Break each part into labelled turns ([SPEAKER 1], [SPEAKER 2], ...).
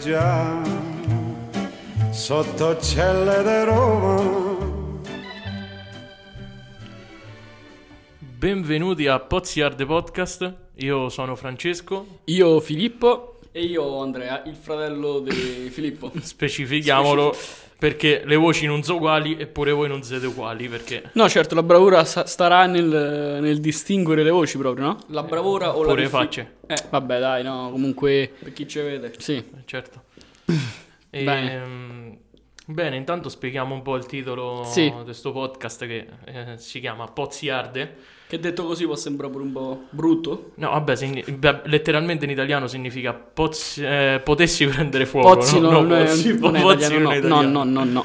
[SPEAKER 1] fasteggiamo sotto celle di Roma.
[SPEAKER 2] Benvenuti a Pozziar The Podcast, io sono Francesco,
[SPEAKER 3] Io Filippo,
[SPEAKER 4] E io Andrea, il fratello di Filippo.
[SPEAKER 2] specifichiamolo perché le voci non sono uguali eppure voi non siete uguali perché
[SPEAKER 3] no certo la bravura sa- starà nel, nel distinguere le voci proprio, no?
[SPEAKER 4] La bravura o la
[SPEAKER 2] pure le
[SPEAKER 4] diffi-
[SPEAKER 2] facce,
[SPEAKER 4] Eh,
[SPEAKER 3] Vabbè dai, no, comunque
[SPEAKER 4] per chi ci vede.
[SPEAKER 3] sì,
[SPEAKER 2] certo.
[SPEAKER 3] Bene.
[SPEAKER 2] Ehm, bene, intanto spieghiamo un po' il titolo
[SPEAKER 3] Sì.
[SPEAKER 2] di questo podcast che eh, si chiama Pozziarde.
[SPEAKER 4] Che detto così può sembrare pure un po' brutto.
[SPEAKER 2] No, vabbè, signi- beh, letteralmente in italiano significa pozzi- eh, potessi prendere fuoco.
[SPEAKER 3] Pozzi
[SPEAKER 2] no?
[SPEAKER 3] non,
[SPEAKER 2] No,
[SPEAKER 3] non è,
[SPEAKER 2] pozzi-
[SPEAKER 3] non è
[SPEAKER 2] pozzi
[SPEAKER 3] italiano,
[SPEAKER 2] non è
[SPEAKER 3] no,
[SPEAKER 2] italiano.
[SPEAKER 3] no, no, no, no.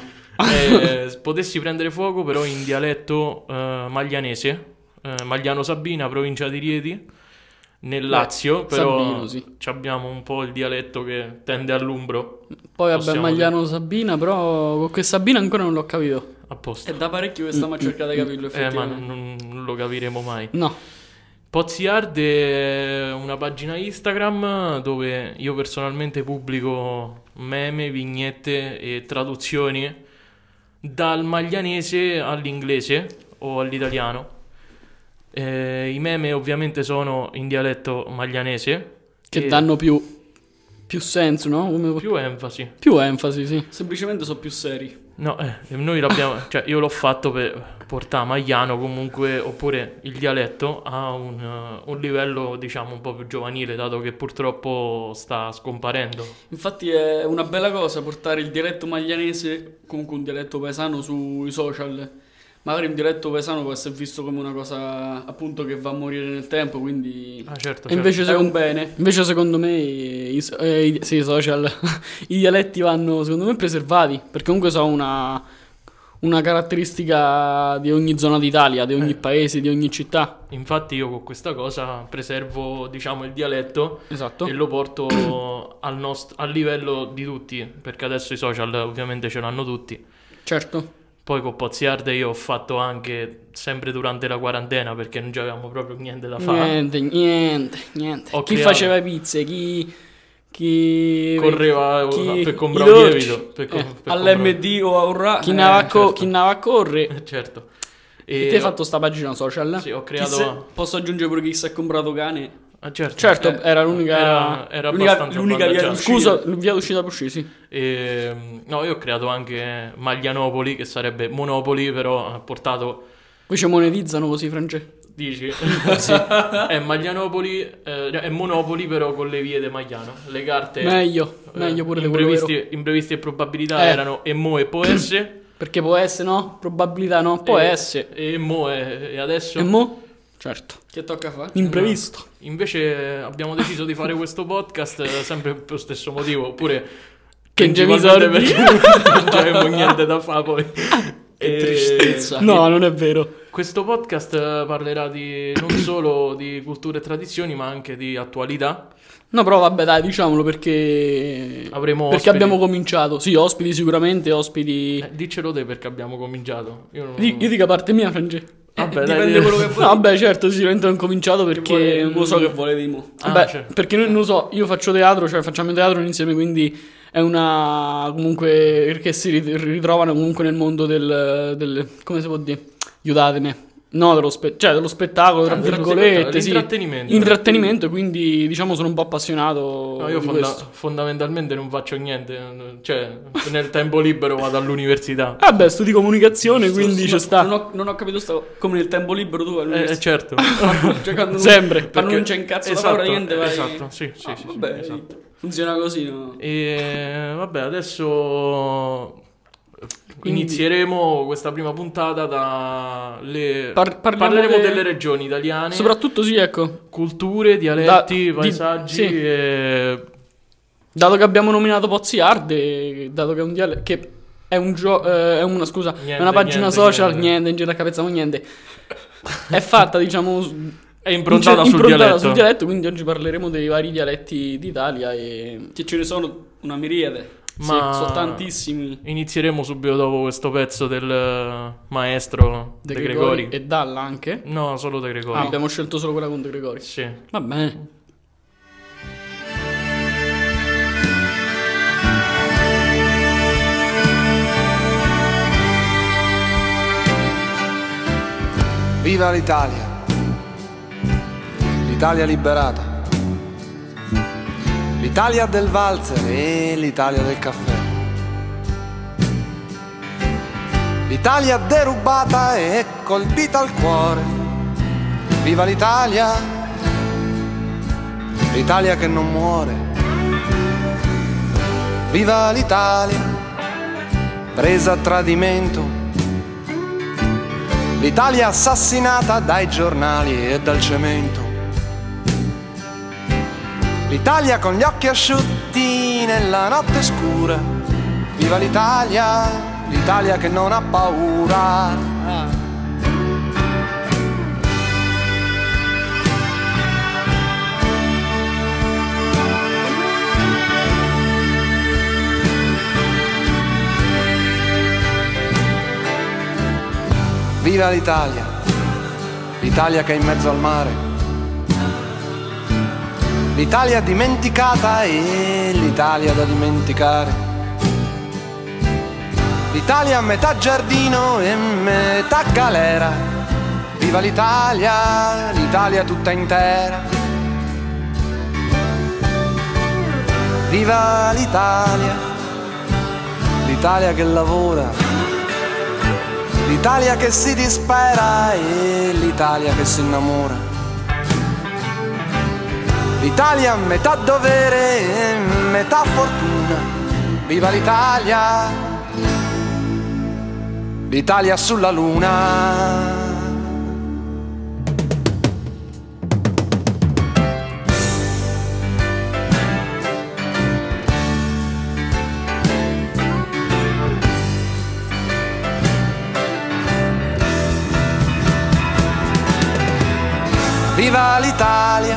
[SPEAKER 2] Eh, potessi prendere fuoco però in dialetto eh, maglianese, eh, Magliano Sabina, provincia di Rieti, nel Lazio, però
[SPEAKER 3] Sabino, sì.
[SPEAKER 2] ci abbiamo un po' il dialetto che tende all'umbro,
[SPEAKER 3] Poi vabbè,
[SPEAKER 2] Possiamo
[SPEAKER 3] Magliano Sabina, però con questa Sabina ancora non l'ho capito. Mm,
[SPEAKER 2] apposta,
[SPEAKER 4] È
[SPEAKER 3] Eh,
[SPEAKER 4] da parecchio che stiamo a cercare di capirlo
[SPEAKER 2] eh, ma
[SPEAKER 4] effettivamente.
[SPEAKER 2] non, non lo capiremo mai.
[SPEAKER 3] No,
[SPEAKER 2] Pozziarde è una pagina Instagram dove io personalmente pubblico meme, vignette e traduzioni dal maglianese all'inglese o all'italiano. Eh, I meme ovviamente sono in dialetto maglianese
[SPEAKER 3] che
[SPEAKER 2] e
[SPEAKER 3] danno più, più senso, no? Come- più...
[SPEAKER 2] più enfasi.
[SPEAKER 3] enfasi, sì.
[SPEAKER 4] Semplicemente sono più seri.
[SPEAKER 2] No, eh, noi l'abbiamo, cioè io l'ho fatto per portare Magliano comunque, oppure il dialetto a un, eh, un livello diciamo un po' più giovanile, dato che purtroppo sta scomparendo.
[SPEAKER 4] Infatti è una bella cosa portare il dialetto maglianese, comunque un dialetto paesano sui social. Magari un dialetto paesano può essere visto come una cosa appunto che va a morire nel tempo, quindi
[SPEAKER 2] Ah certo,
[SPEAKER 3] E invece
[SPEAKER 4] è un
[SPEAKER 3] secondo,
[SPEAKER 4] bene.
[SPEAKER 3] invece secondo me i, so- eh, i- sì, i social, i dialetti vanno secondo me preservati, perché comunque sono una, una caratteristica di ogni zona d'Italia, di ogni
[SPEAKER 2] Eh.
[SPEAKER 3] paese, di ogni città.
[SPEAKER 2] Infatti io con questa cosa preservo diciamo il dialetto
[SPEAKER 3] Esatto.
[SPEAKER 2] e lo porto al, nost- al livello di tutti, perché adesso i social ovviamente ce l'hanno tutti.
[SPEAKER 3] Certo.
[SPEAKER 2] Poi con Pozziarde io ho fatto anche, sempre durante la quarantena, perché non avevamo proprio niente da fare.
[SPEAKER 3] Niente, niente, niente.
[SPEAKER 2] Ho
[SPEAKER 3] chi
[SPEAKER 2] creato-
[SPEAKER 3] faceva pizze, chi... chi...
[SPEAKER 2] Correva ah,
[SPEAKER 3] chi-
[SPEAKER 2] per comprare
[SPEAKER 3] i
[SPEAKER 2] un
[SPEAKER 3] dolci.
[SPEAKER 2] lievito. Per com-
[SPEAKER 3] Eh,
[SPEAKER 2] per comprare-
[SPEAKER 4] All'MD o a Urrà.
[SPEAKER 3] Chi
[SPEAKER 4] eh,
[SPEAKER 3] andava a co-
[SPEAKER 2] certo.
[SPEAKER 3] chi andava a correre.
[SPEAKER 2] Certo.
[SPEAKER 3] E te hai fatto sta pagina social?
[SPEAKER 2] Sì, ho
[SPEAKER 4] chi
[SPEAKER 2] creato...
[SPEAKER 4] se- Posso aggiungere pure chi si è comprato cane?
[SPEAKER 2] Ah, certo.
[SPEAKER 3] Certo,
[SPEAKER 4] Eh,
[SPEAKER 3] era l'unica...
[SPEAKER 2] Era, era
[SPEAKER 4] l'unica-
[SPEAKER 2] abbastanza
[SPEAKER 4] l'unica via di
[SPEAKER 2] avvantaggiato.
[SPEAKER 3] Scusa, via d'uscita per uscire, sì.
[SPEAKER 2] Ehm, no, io ho creato anche Maglianopoli, che sarebbe Monopoli, però ha portato,
[SPEAKER 3] Invece monetizzano così, Francesco.
[SPEAKER 2] dici, è Maglianopoli, eh, è Monopoli però con le vie di Magliano, le carte...
[SPEAKER 3] meglio,
[SPEAKER 2] eh,
[SPEAKER 3] meglio pure di quello vero.
[SPEAKER 2] imprevisti, imprevisti e probabilità
[SPEAKER 3] Eh.
[SPEAKER 2] erano e mo e può essere
[SPEAKER 3] Perché può essere, no? Probabilità no? Può
[SPEAKER 2] e,
[SPEAKER 3] essere.
[SPEAKER 2] e mo e, e adesso
[SPEAKER 3] E mo? Certo.
[SPEAKER 4] Che tocca fare?
[SPEAKER 3] Imprevisto.
[SPEAKER 2] invece abbiamo deciso di fare questo podcast eh, sempre per lo stesso motivo oppure
[SPEAKER 3] Che non c'avevi
[SPEAKER 2] principalmente perché non c'avevo niente da fare poi Eh,
[SPEAKER 4] Che
[SPEAKER 2] E-
[SPEAKER 4] tristezza.
[SPEAKER 3] No, non è vero.
[SPEAKER 2] Questo podcast eh, parlerà di, non solo di cultura e tradizioni, ma anche di attualità.
[SPEAKER 3] No, però vabbè, dai, diciamolo perché...
[SPEAKER 2] Avremo
[SPEAKER 3] Perché
[SPEAKER 2] ospiti.
[SPEAKER 3] abbiamo cominciato. Sì, ospiti sicuramente, ospiti...
[SPEAKER 2] Eh, diccelo te perché abbiamo cominciato. Io non...
[SPEAKER 3] Io, io dico a parte mia, Francesco.
[SPEAKER 2] Vabbè, dai,
[SPEAKER 4] dipende
[SPEAKER 2] dai.
[SPEAKER 4] quello che
[SPEAKER 3] No, vabbè, certo, sicuramente non cominciato perché...
[SPEAKER 4] Perché Eh, lo so che
[SPEAKER 3] mm,
[SPEAKER 4] volevi mo.
[SPEAKER 2] Ah,
[SPEAKER 3] Beh,
[SPEAKER 2] certo.
[SPEAKER 3] perché noi non lo so, io faccio teatro, cioè facciamo teatro insieme, quindi è una comunque perché si rit- ritrovano comunque nel mondo del, del- come si può dire? Aiutatemi. No, dello, spe- cioè, dello spettacolo, tra
[SPEAKER 2] Ah, dello
[SPEAKER 3] virgolette,
[SPEAKER 2] spettacolo,
[SPEAKER 3] sì.
[SPEAKER 2] l'intrattenimento.
[SPEAKER 3] Intrattenimento, quindi diciamo sono un po' appassionato
[SPEAKER 2] No, io
[SPEAKER 3] di
[SPEAKER 2] fonda-
[SPEAKER 3] questo.
[SPEAKER 2] fondamentalmente non faccio niente. Cioè, nel tempo libero vado all'università.
[SPEAKER 3] Ah beh, studi comunicazione, quindi
[SPEAKER 4] No,
[SPEAKER 3] ci sta.
[SPEAKER 4] Non ho, non ho capito sta come nel tempo libero tu
[SPEAKER 2] Eh, eh,
[SPEAKER 4] all'università.
[SPEAKER 2] certo.
[SPEAKER 4] giocando
[SPEAKER 3] Sempre,
[SPEAKER 4] quando
[SPEAKER 2] Perché-
[SPEAKER 4] non c'è un cazzo
[SPEAKER 2] esatto,
[SPEAKER 4] da paura niente vai.
[SPEAKER 2] Esatto, sì, sì,
[SPEAKER 4] Ah,
[SPEAKER 2] sì, sì,
[SPEAKER 4] vabbè,
[SPEAKER 2] esatto.
[SPEAKER 4] funziona così no?
[SPEAKER 2] E vabbè, adesso inizieremo questa prima puntata da le-
[SPEAKER 3] Par- parliamo
[SPEAKER 2] parleremo
[SPEAKER 3] de-
[SPEAKER 2] delle regioni italiane,
[SPEAKER 3] Soprattutto sì, ecco,
[SPEAKER 2] culture, dialetti,
[SPEAKER 3] di-
[SPEAKER 2] paesaggi
[SPEAKER 3] sì.
[SPEAKER 2] e-
[SPEAKER 3] dato che abbiamo nominato Pozzi Arde, dato che è un dialetto che è un gio- eh, è una scusa, è
[SPEAKER 2] Niente,
[SPEAKER 3] una pagina
[SPEAKER 2] niente,
[SPEAKER 3] social,
[SPEAKER 2] niente.
[SPEAKER 3] niente, in giro a capezzamo niente. È fatta, diciamo, su-
[SPEAKER 2] è improntata,
[SPEAKER 3] Inge-
[SPEAKER 2] sul, dialetto.
[SPEAKER 3] sul dialetto, quindi oggi parleremo dei vari dialetti d'Italia e...
[SPEAKER 4] che ce ne sono una miriade
[SPEAKER 2] Ma-
[SPEAKER 4] sì, sono tantissimi
[SPEAKER 2] Inizieremo subito dopo questo pezzo del eh, maestro De, Gregori.
[SPEAKER 3] e Dalla anche.
[SPEAKER 2] No, solo De Gregori.
[SPEAKER 3] Ah, abbiamo scelto solo quella con De Gregori.
[SPEAKER 2] Sì.
[SPEAKER 3] Va bene.
[SPEAKER 5] Viva l'Italia! L'Italia liberata. L'Italia del valzer e l'Italia del caffè. L'Italia derubata e colpita al cuore. Viva l'Italia! L'Italia che non muore. Viva l'Italia! Presa a tradimento. L'Italia assassinata dai giornali e dal cemento. L'Italia con gli occhi asciutti nella notte scura. Viva l'Italia, l'Italia che non ha paura. Viva l'Italia, l'Italia che è in mezzo al mare, l'Italia dimenticata e l'Italia da dimenticare, l'Italia a metà giardino e metà galera, viva l'Italia, l'Italia tutta intera, viva l'Italia, l'Italia che lavora. L'Italia che si dispera e l'Italia che si innamora. L'Italia metà dovere e metà fortuna. Viva l'Italia! L'Italia sulla luna. Viva l'Italia,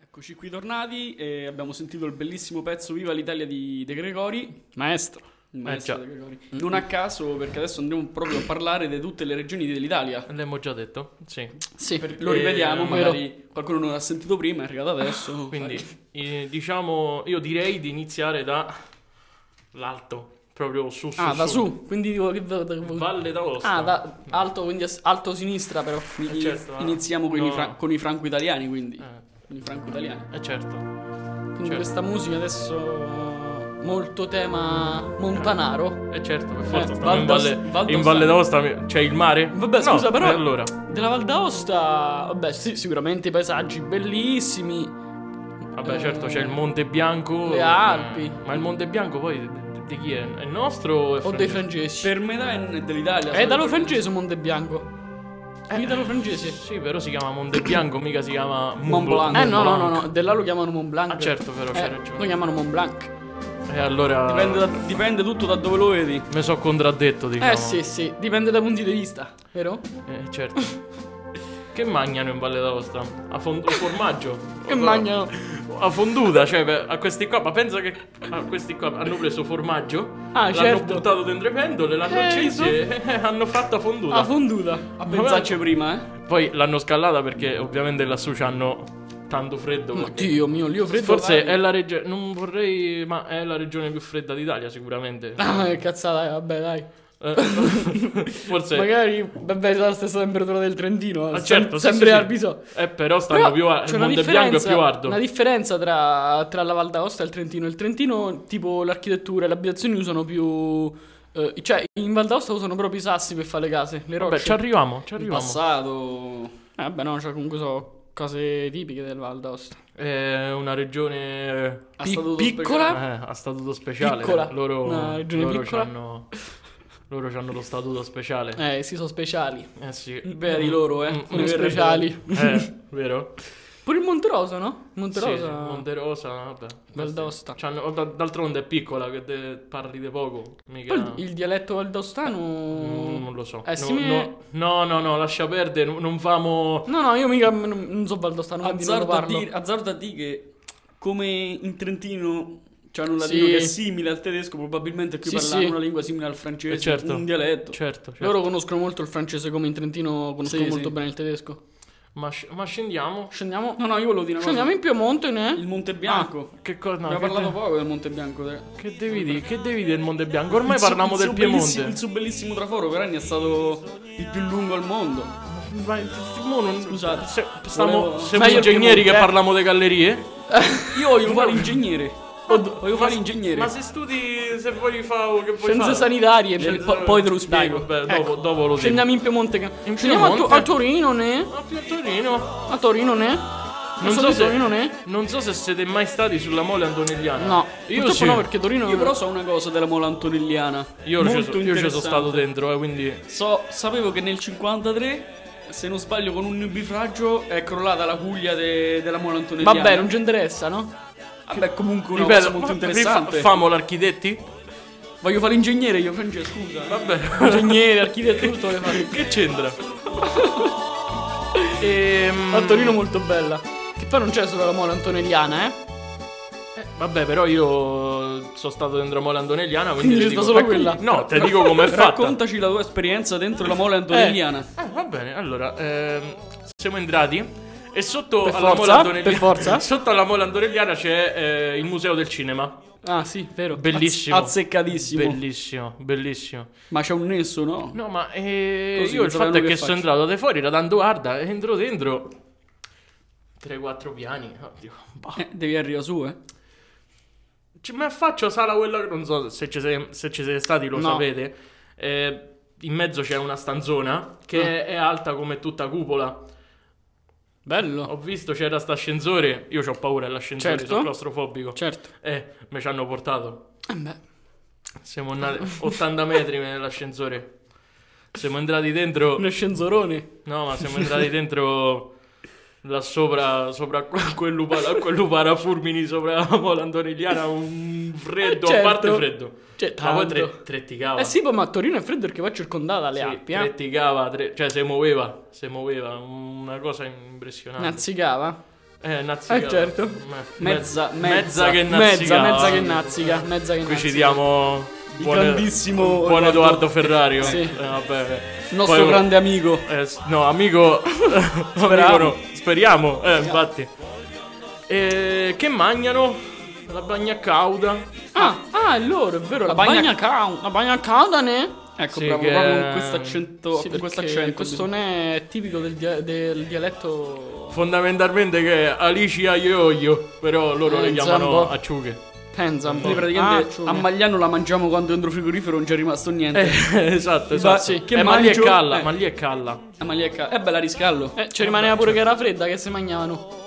[SPEAKER 4] Eccoci qui tornati e abbiamo sentito il bellissimo pezzo Viva l'Italia di De Gregori.
[SPEAKER 3] Maestro.
[SPEAKER 4] il maestro
[SPEAKER 2] Eh, già.
[SPEAKER 4] De Gregori. Non a caso, perché adesso andremo proprio a parlare di tutte le regioni dell'Italia.
[SPEAKER 2] L'abbiamo già detto? Sì.
[SPEAKER 3] Sì.
[SPEAKER 4] Lo
[SPEAKER 2] Eh,
[SPEAKER 4] ripetiamo,
[SPEAKER 2] vero.
[SPEAKER 4] magari qualcuno non l'ha sentito prima, è arrivato adesso.
[SPEAKER 2] Quindi eh, diciamo, io direi di iniziare da l'alto, proprio su su
[SPEAKER 3] Ah, da
[SPEAKER 2] su.
[SPEAKER 3] su. Quindi dico che...
[SPEAKER 2] Valle d'Aosta.
[SPEAKER 3] Ah, da alto, quindi a s- alto sinistra però. Cioè,
[SPEAKER 4] Quindi
[SPEAKER 2] Eh, certo, ah.
[SPEAKER 4] iniziamo con, i
[SPEAKER 2] No.
[SPEAKER 4] fra- con i franco-italiani, quindi.
[SPEAKER 2] Eh,
[SPEAKER 4] Con i franco-italiani.
[SPEAKER 2] eh, certo.
[SPEAKER 3] Quindi
[SPEAKER 2] Certo.
[SPEAKER 3] questa musica adesso molto tema montanaro.
[SPEAKER 2] Eh certo, per forza.
[SPEAKER 3] Eh,
[SPEAKER 2] stanno
[SPEAKER 3] Val
[SPEAKER 2] in
[SPEAKER 3] d'Aosta-
[SPEAKER 2] Valle,
[SPEAKER 3] Val
[SPEAKER 2] in
[SPEAKER 3] d'Aosta.
[SPEAKER 2] Valle d'Aosta mi- c'è il mare?
[SPEAKER 3] Vabbè,
[SPEAKER 2] No,
[SPEAKER 3] scusa, però-
[SPEAKER 2] e allora.
[SPEAKER 3] Della Val d'Aosta, vabbè, sì, sicuramente i paesaggi bellissimi.
[SPEAKER 2] Vabbè,
[SPEAKER 3] Eh,
[SPEAKER 2] certo, c'è il Monte Bianco.
[SPEAKER 3] le
[SPEAKER 2] eh,
[SPEAKER 3] Alpi.
[SPEAKER 2] Ma il Monte Bianco poi di- di chi è? È nostro o è
[SPEAKER 3] O dei
[SPEAKER 2] francese?
[SPEAKER 3] francesi.
[SPEAKER 4] Per metà è dell'Italia.
[SPEAKER 3] È dallo francese Monte Bianco. È italo francese.
[SPEAKER 2] Sì, però si chiama Monte Bianco, mica si chiama
[SPEAKER 4] Mont Blanc.
[SPEAKER 3] Eh no, no,
[SPEAKER 2] Blanc.
[SPEAKER 3] no, no, de là lo chiamano Mont Blanc.
[SPEAKER 2] Ah, certo, però, c'hai ragione.
[SPEAKER 3] Lo chiamano Mont Blanc.
[SPEAKER 2] E allora
[SPEAKER 4] Dipende, da- dipende tutto da dove lo vedi.
[SPEAKER 2] me so contraddetto, diciamo.
[SPEAKER 3] Eh sì, sì, dipende dai punti di vista, vero?
[SPEAKER 2] Eh, certo. che mangiano in Valle d'Aosta? A fond- il formaggio.
[SPEAKER 3] Che mangiano?
[SPEAKER 2] A fonduta, cioè beh, a questi qua, ma pensa che a questi qua hanno preso formaggio,
[SPEAKER 3] Ah,
[SPEAKER 2] l'hanno
[SPEAKER 3] certo.
[SPEAKER 2] buttato dentro le pendole, l'hanno
[SPEAKER 3] Eh,
[SPEAKER 2] acceso e
[SPEAKER 3] insomma.
[SPEAKER 2] hanno fatto fonduta.
[SPEAKER 3] La fonduta.
[SPEAKER 4] A pensarci prima, eh.
[SPEAKER 2] Poi l'hanno scalata perché ovviamente lassù c'hanno tanto freddo.
[SPEAKER 3] Ma
[SPEAKER 2] perché-
[SPEAKER 3] Dio mio, lì ho freddo.
[SPEAKER 2] Forse è la regione, non vorrei, ma è la regione più fredda d'Italia sicuramente.
[SPEAKER 3] Ah, che cazzata, eh, vabbè, dai.
[SPEAKER 2] Eh, Forse...
[SPEAKER 3] Magari, vabbè, sarà la stessa temperatura del Trentino.
[SPEAKER 2] Ah,
[SPEAKER 3] sem-
[SPEAKER 2] certo, sì,
[SPEAKER 3] sempre
[SPEAKER 2] sì, sì.
[SPEAKER 3] al bisogno.
[SPEAKER 2] Eh, però stanno più a...
[SPEAKER 3] c'è
[SPEAKER 2] il
[SPEAKER 3] una
[SPEAKER 2] Monte Bianco è
[SPEAKER 3] differenza-
[SPEAKER 2] più ardo.
[SPEAKER 3] Una differenza tra, tra la Val d'Aosta e il Trentino. Il Trentino, tipo l'architettura e le abitazioni usano più. eh, cioè, in Val d'Aosta usano proprio i sassi per fare le case, le rocce.
[SPEAKER 2] Vabbè, ci arriviamo, ci
[SPEAKER 4] In
[SPEAKER 2] arriviamo.
[SPEAKER 4] passato.
[SPEAKER 3] Eh, vabbè, no, cioè, comunque so cose tipiche del Val d'Aosta.
[SPEAKER 2] È Eh, una regione
[SPEAKER 4] A
[SPEAKER 3] Pi-
[SPEAKER 4] statuto
[SPEAKER 3] piccola?
[SPEAKER 2] eh, a statuto speciale.
[SPEAKER 3] Ah. Piccola.
[SPEAKER 2] Loro,
[SPEAKER 3] Una regione
[SPEAKER 2] loro
[SPEAKER 3] piccola?
[SPEAKER 2] c'hanno Loro hanno lo statuto speciale. Eh,
[SPEAKER 3] Eh, sì, sono speciali.
[SPEAKER 2] sì.
[SPEAKER 4] Veri loro, eh.
[SPEAKER 2] Mm,
[SPEAKER 4] Come
[SPEAKER 2] mm,
[SPEAKER 4] speciali.
[SPEAKER 2] Eh, vero?
[SPEAKER 3] Pure il Monterosa, no? Monterosa.
[SPEAKER 2] Sì, sì, Monterosa, vabbè.
[SPEAKER 3] Valdosta.
[SPEAKER 2] C'hanno- d- d'altronde è piccola, che te parli di poco. Mica...
[SPEAKER 3] Poi il, il dialetto valdostano.
[SPEAKER 2] Mm, non lo so.
[SPEAKER 4] Eh,
[SPEAKER 3] È
[SPEAKER 2] No,
[SPEAKER 3] simile-
[SPEAKER 2] no, no, no, no, lascia perdere, non- non famo...
[SPEAKER 3] No, no, io mica non, non so valdostano, quindi non lo
[SPEAKER 4] Azzardo a,
[SPEAKER 3] parlo.
[SPEAKER 4] dire, azzardo a dire che come in Trentino c'hanno un latino
[SPEAKER 3] Sì.
[SPEAKER 4] che è simile al tedesco, probabilmente qui
[SPEAKER 3] Sì,
[SPEAKER 4] parlano
[SPEAKER 3] sì.
[SPEAKER 4] una lingua simile al francese,
[SPEAKER 2] Eh, certo.
[SPEAKER 4] un dialetto.
[SPEAKER 2] Certo, certo.
[SPEAKER 3] Loro conoscono molto il francese come in Trentino conoscono
[SPEAKER 4] Sì,
[SPEAKER 3] molto
[SPEAKER 4] sì.
[SPEAKER 3] bene il tedesco.
[SPEAKER 2] Ma, sc- ma scendiamo.
[SPEAKER 3] Scendiamo.
[SPEAKER 4] No, no, io volevo dire una
[SPEAKER 3] Scendiamo in Ah. Piemonte, ne?
[SPEAKER 4] cosa. Il Monte Bianco.
[SPEAKER 2] Che cosa? no,
[SPEAKER 4] Abbiamo
[SPEAKER 2] che,
[SPEAKER 4] parlato
[SPEAKER 2] de-
[SPEAKER 4] poco del Monte Bianco. raga.
[SPEAKER 2] che devi dire? Che devi dire del Monte Bianco? Ormai
[SPEAKER 4] Il suo-
[SPEAKER 2] parliamo
[SPEAKER 4] il
[SPEAKER 2] del
[SPEAKER 4] suo
[SPEAKER 2] Piemonte.
[SPEAKER 4] bellissimo- Il suo bellissimo traforo per anni è stato il più lungo al mondo.
[SPEAKER 2] Ma mo non-
[SPEAKER 4] Scusate,
[SPEAKER 2] se- stiamo,
[SPEAKER 4] volevo-
[SPEAKER 2] siamo
[SPEAKER 3] Meglio il
[SPEAKER 2] ingegneri che
[SPEAKER 3] Piemonte, eh.
[SPEAKER 2] parliamo di gallerie.
[SPEAKER 4] Io voglio fare ingegnere. Voglio fare ingegnere.
[SPEAKER 2] Ma se studi, se vuoi fare che vuoi
[SPEAKER 3] Scienze
[SPEAKER 2] fare?
[SPEAKER 3] sanitarie.
[SPEAKER 2] Scienze-
[SPEAKER 4] po- poi te lo spiego.
[SPEAKER 2] Dai, vabbè,
[SPEAKER 3] Ecco.
[SPEAKER 2] dopo, dopo lo dico.
[SPEAKER 3] Scendiamo in Piemonte. che-
[SPEAKER 2] In
[SPEAKER 3] Scendiamo a,
[SPEAKER 2] Piemonte?
[SPEAKER 3] a Torino, ne?
[SPEAKER 2] Ah, più a Torino.
[SPEAKER 3] A Torino, ne?
[SPEAKER 2] Non
[SPEAKER 3] Non
[SPEAKER 2] so
[SPEAKER 3] so
[SPEAKER 2] se-
[SPEAKER 3] Torino, ne?
[SPEAKER 2] Non so se siete mai stati sulla mole antonelliana.
[SPEAKER 3] No,
[SPEAKER 2] io
[SPEAKER 3] purtroppo
[SPEAKER 2] sì.
[SPEAKER 3] no, perché Torino.
[SPEAKER 4] Io però so una cosa della mola antonelliana.
[SPEAKER 2] Io ci
[SPEAKER 4] Molto
[SPEAKER 2] so- io ci sono
[SPEAKER 4] interessante.
[SPEAKER 2] stato dentro, eh, quindi
[SPEAKER 4] So, sapevo che nel 53, se non sbaglio, con un nubifragio è crollata la cuglia de- della mola antonelliana.
[SPEAKER 3] Vabbè, non ci interessa, no?
[SPEAKER 4] Vabbè, comunque una
[SPEAKER 2] ripeto,
[SPEAKER 4] cosa molto
[SPEAKER 2] ma-
[SPEAKER 4] interessante.
[SPEAKER 2] rifa- famo l'architetti?
[SPEAKER 4] Voglio fare ingegnere io, Francesco, scusa.
[SPEAKER 2] Vabbè.
[SPEAKER 3] Ingegnere, architetto, tutto voglio fare.
[SPEAKER 2] che c'entra? Ehm,
[SPEAKER 3] A Torino molto bella. Che poi non c'è solo la mola antonelliana, eh?
[SPEAKER 2] Vabbè, però io sono stato dentro Mola Antonelliana, quindi,
[SPEAKER 3] Quindi
[SPEAKER 2] ti
[SPEAKER 3] c'è
[SPEAKER 2] dico-
[SPEAKER 3] solo
[SPEAKER 2] eh,
[SPEAKER 3] quella.
[SPEAKER 2] No, ti dico com'è fatta.
[SPEAKER 4] Raccontaci la tua esperienza dentro la mola antonelliana.
[SPEAKER 2] Eh, va bene, allora, ehm, siamo entrati e sotto
[SPEAKER 3] Per
[SPEAKER 2] alla
[SPEAKER 3] forza,
[SPEAKER 2] Mola Antonelliana,
[SPEAKER 3] per forza.
[SPEAKER 2] sotto alla Mola Antonelliana c'è eh, il Museo del Cinema.
[SPEAKER 3] Ah, sì, vero.
[SPEAKER 2] Bellissimo.
[SPEAKER 4] azzeccatissimo.
[SPEAKER 2] Bellissimo, bellissimo.
[SPEAKER 4] Ma c'è un nesso, no?
[SPEAKER 2] No, ma eh,
[SPEAKER 4] Così,
[SPEAKER 2] io il fatto
[SPEAKER 4] non sapevano
[SPEAKER 2] è che
[SPEAKER 4] che
[SPEAKER 2] sono
[SPEAKER 4] faccio.
[SPEAKER 2] entrato da fuori, era tanto guarda, entro dentro 3-4 piani. Oddio, bah.
[SPEAKER 4] Eh, devi arrivare su, eh.
[SPEAKER 2] Ci- mi affaccio Cioè, sala quella che non so se ci, sei- se ci siete stati, lo
[SPEAKER 3] No.
[SPEAKER 2] sapete. Eh, in mezzo c'è una stanzona che è alta come tutta cupola.
[SPEAKER 3] Bello.
[SPEAKER 2] Ho visto c'era sta ascensore. Io ho paura dell'ascensore,
[SPEAKER 3] Certo.
[SPEAKER 2] sono claustrofobico.
[SPEAKER 3] Certo.
[SPEAKER 2] Eh, me ci hanno portato.
[SPEAKER 3] Eh beh.
[SPEAKER 2] Siamo andati 80 metri nell'ascensore. Siamo entrati dentro.
[SPEAKER 3] Un ascensorone.
[SPEAKER 2] No, ma siamo entrati dentro. Là sopra, sopra que- quell'upara, quell'upara furmini sopra la mola antonelliana, un freddo,
[SPEAKER 3] Eh,
[SPEAKER 2] a parte
[SPEAKER 3] certo.
[SPEAKER 2] freddo.
[SPEAKER 3] Cioè,
[SPEAKER 2] Ma poi
[SPEAKER 3] tanto.
[SPEAKER 2] tre, tretticava.
[SPEAKER 3] Eh sì, poi, ma a Torino è freddo perché poi è circondata le
[SPEAKER 2] Sì,
[SPEAKER 3] Alpi, eh.
[SPEAKER 2] tretticava, tre- cioè se muoveva, se muoveva, una cosa impressionante.
[SPEAKER 3] Nazzicava.
[SPEAKER 2] eh, nazzicava.
[SPEAKER 3] Eh, certo.
[SPEAKER 2] Me-
[SPEAKER 4] Mezza-
[SPEAKER 2] mezza che
[SPEAKER 3] Mezza,
[SPEAKER 2] nazzicava.
[SPEAKER 3] mezza che nazzica. Mezza che
[SPEAKER 2] Qui ci
[SPEAKER 3] nazzica.
[SPEAKER 2] diamo
[SPEAKER 4] Il
[SPEAKER 2] buon-
[SPEAKER 4] grandissimo
[SPEAKER 2] buon
[SPEAKER 4] Edoardo-
[SPEAKER 2] Edoardo Ferrario.
[SPEAKER 3] Sì.
[SPEAKER 2] Eh, vabbè.
[SPEAKER 4] Il nostro
[SPEAKER 2] Poi-
[SPEAKER 4] grande amico.
[SPEAKER 2] Eh, s- no, amico. speriamo.
[SPEAKER 4] Speriamo.
[SPEAKER 2] no. Speriamo, eh, infatti. Eh, che mangiano? La bagna cauda.
[SPEAKER 3] Ah, ah, è loro, è vero. La, bagna, cauda. La bagna cauda, ne?
[SPEAKER 4] Ecco,
[SPEAKER 2] Sì,
[SPEAKER 4] bravo,
[SPEAKER 2] che-
[SPEAKER 4] proprio con questo accento,
[SPEAKER 3] Sì,
[SPEAKER 4] con questo
[SPEAKER 3] perché
[SPEAKER 4] accento.
[SPEAKER 3] questo non è tipico del, dia- del dialetto
[SPEAKER 2] Fondamentalmente che è alici aglio e olio, però loro
[SPEAKER 3] Eh,
[SPEAKER 2] le chiamano
[SPEAKER 3] zambo.
[SPEAKER 2] acciughe.
[SPEAKER 3] pensa un po'.
[SPEAKER 4] Noi praticamente
[SPEAKER 3] Ah,
[SPEAKER 4] a Magliano la mangiamo quando entro frigorifero non ci è rimasto niente.
[SPEAKER 2] Eh, esatto, esatto.
[SPEAKER 4] sì, che
[SPEAKER 2] Eh, ma lì è
[SPEAKER 4] mangio-
[SPEAKER 2] calla,
[SPEAKER 4] eh.
[SPEAKER 2] ma lì è calla.
[SPEAKER 4] La maglia è ca- eh, bella riscallo.
[SPEAKER 3] eh, ci rimaneva pure che era fredda che si mangiavano.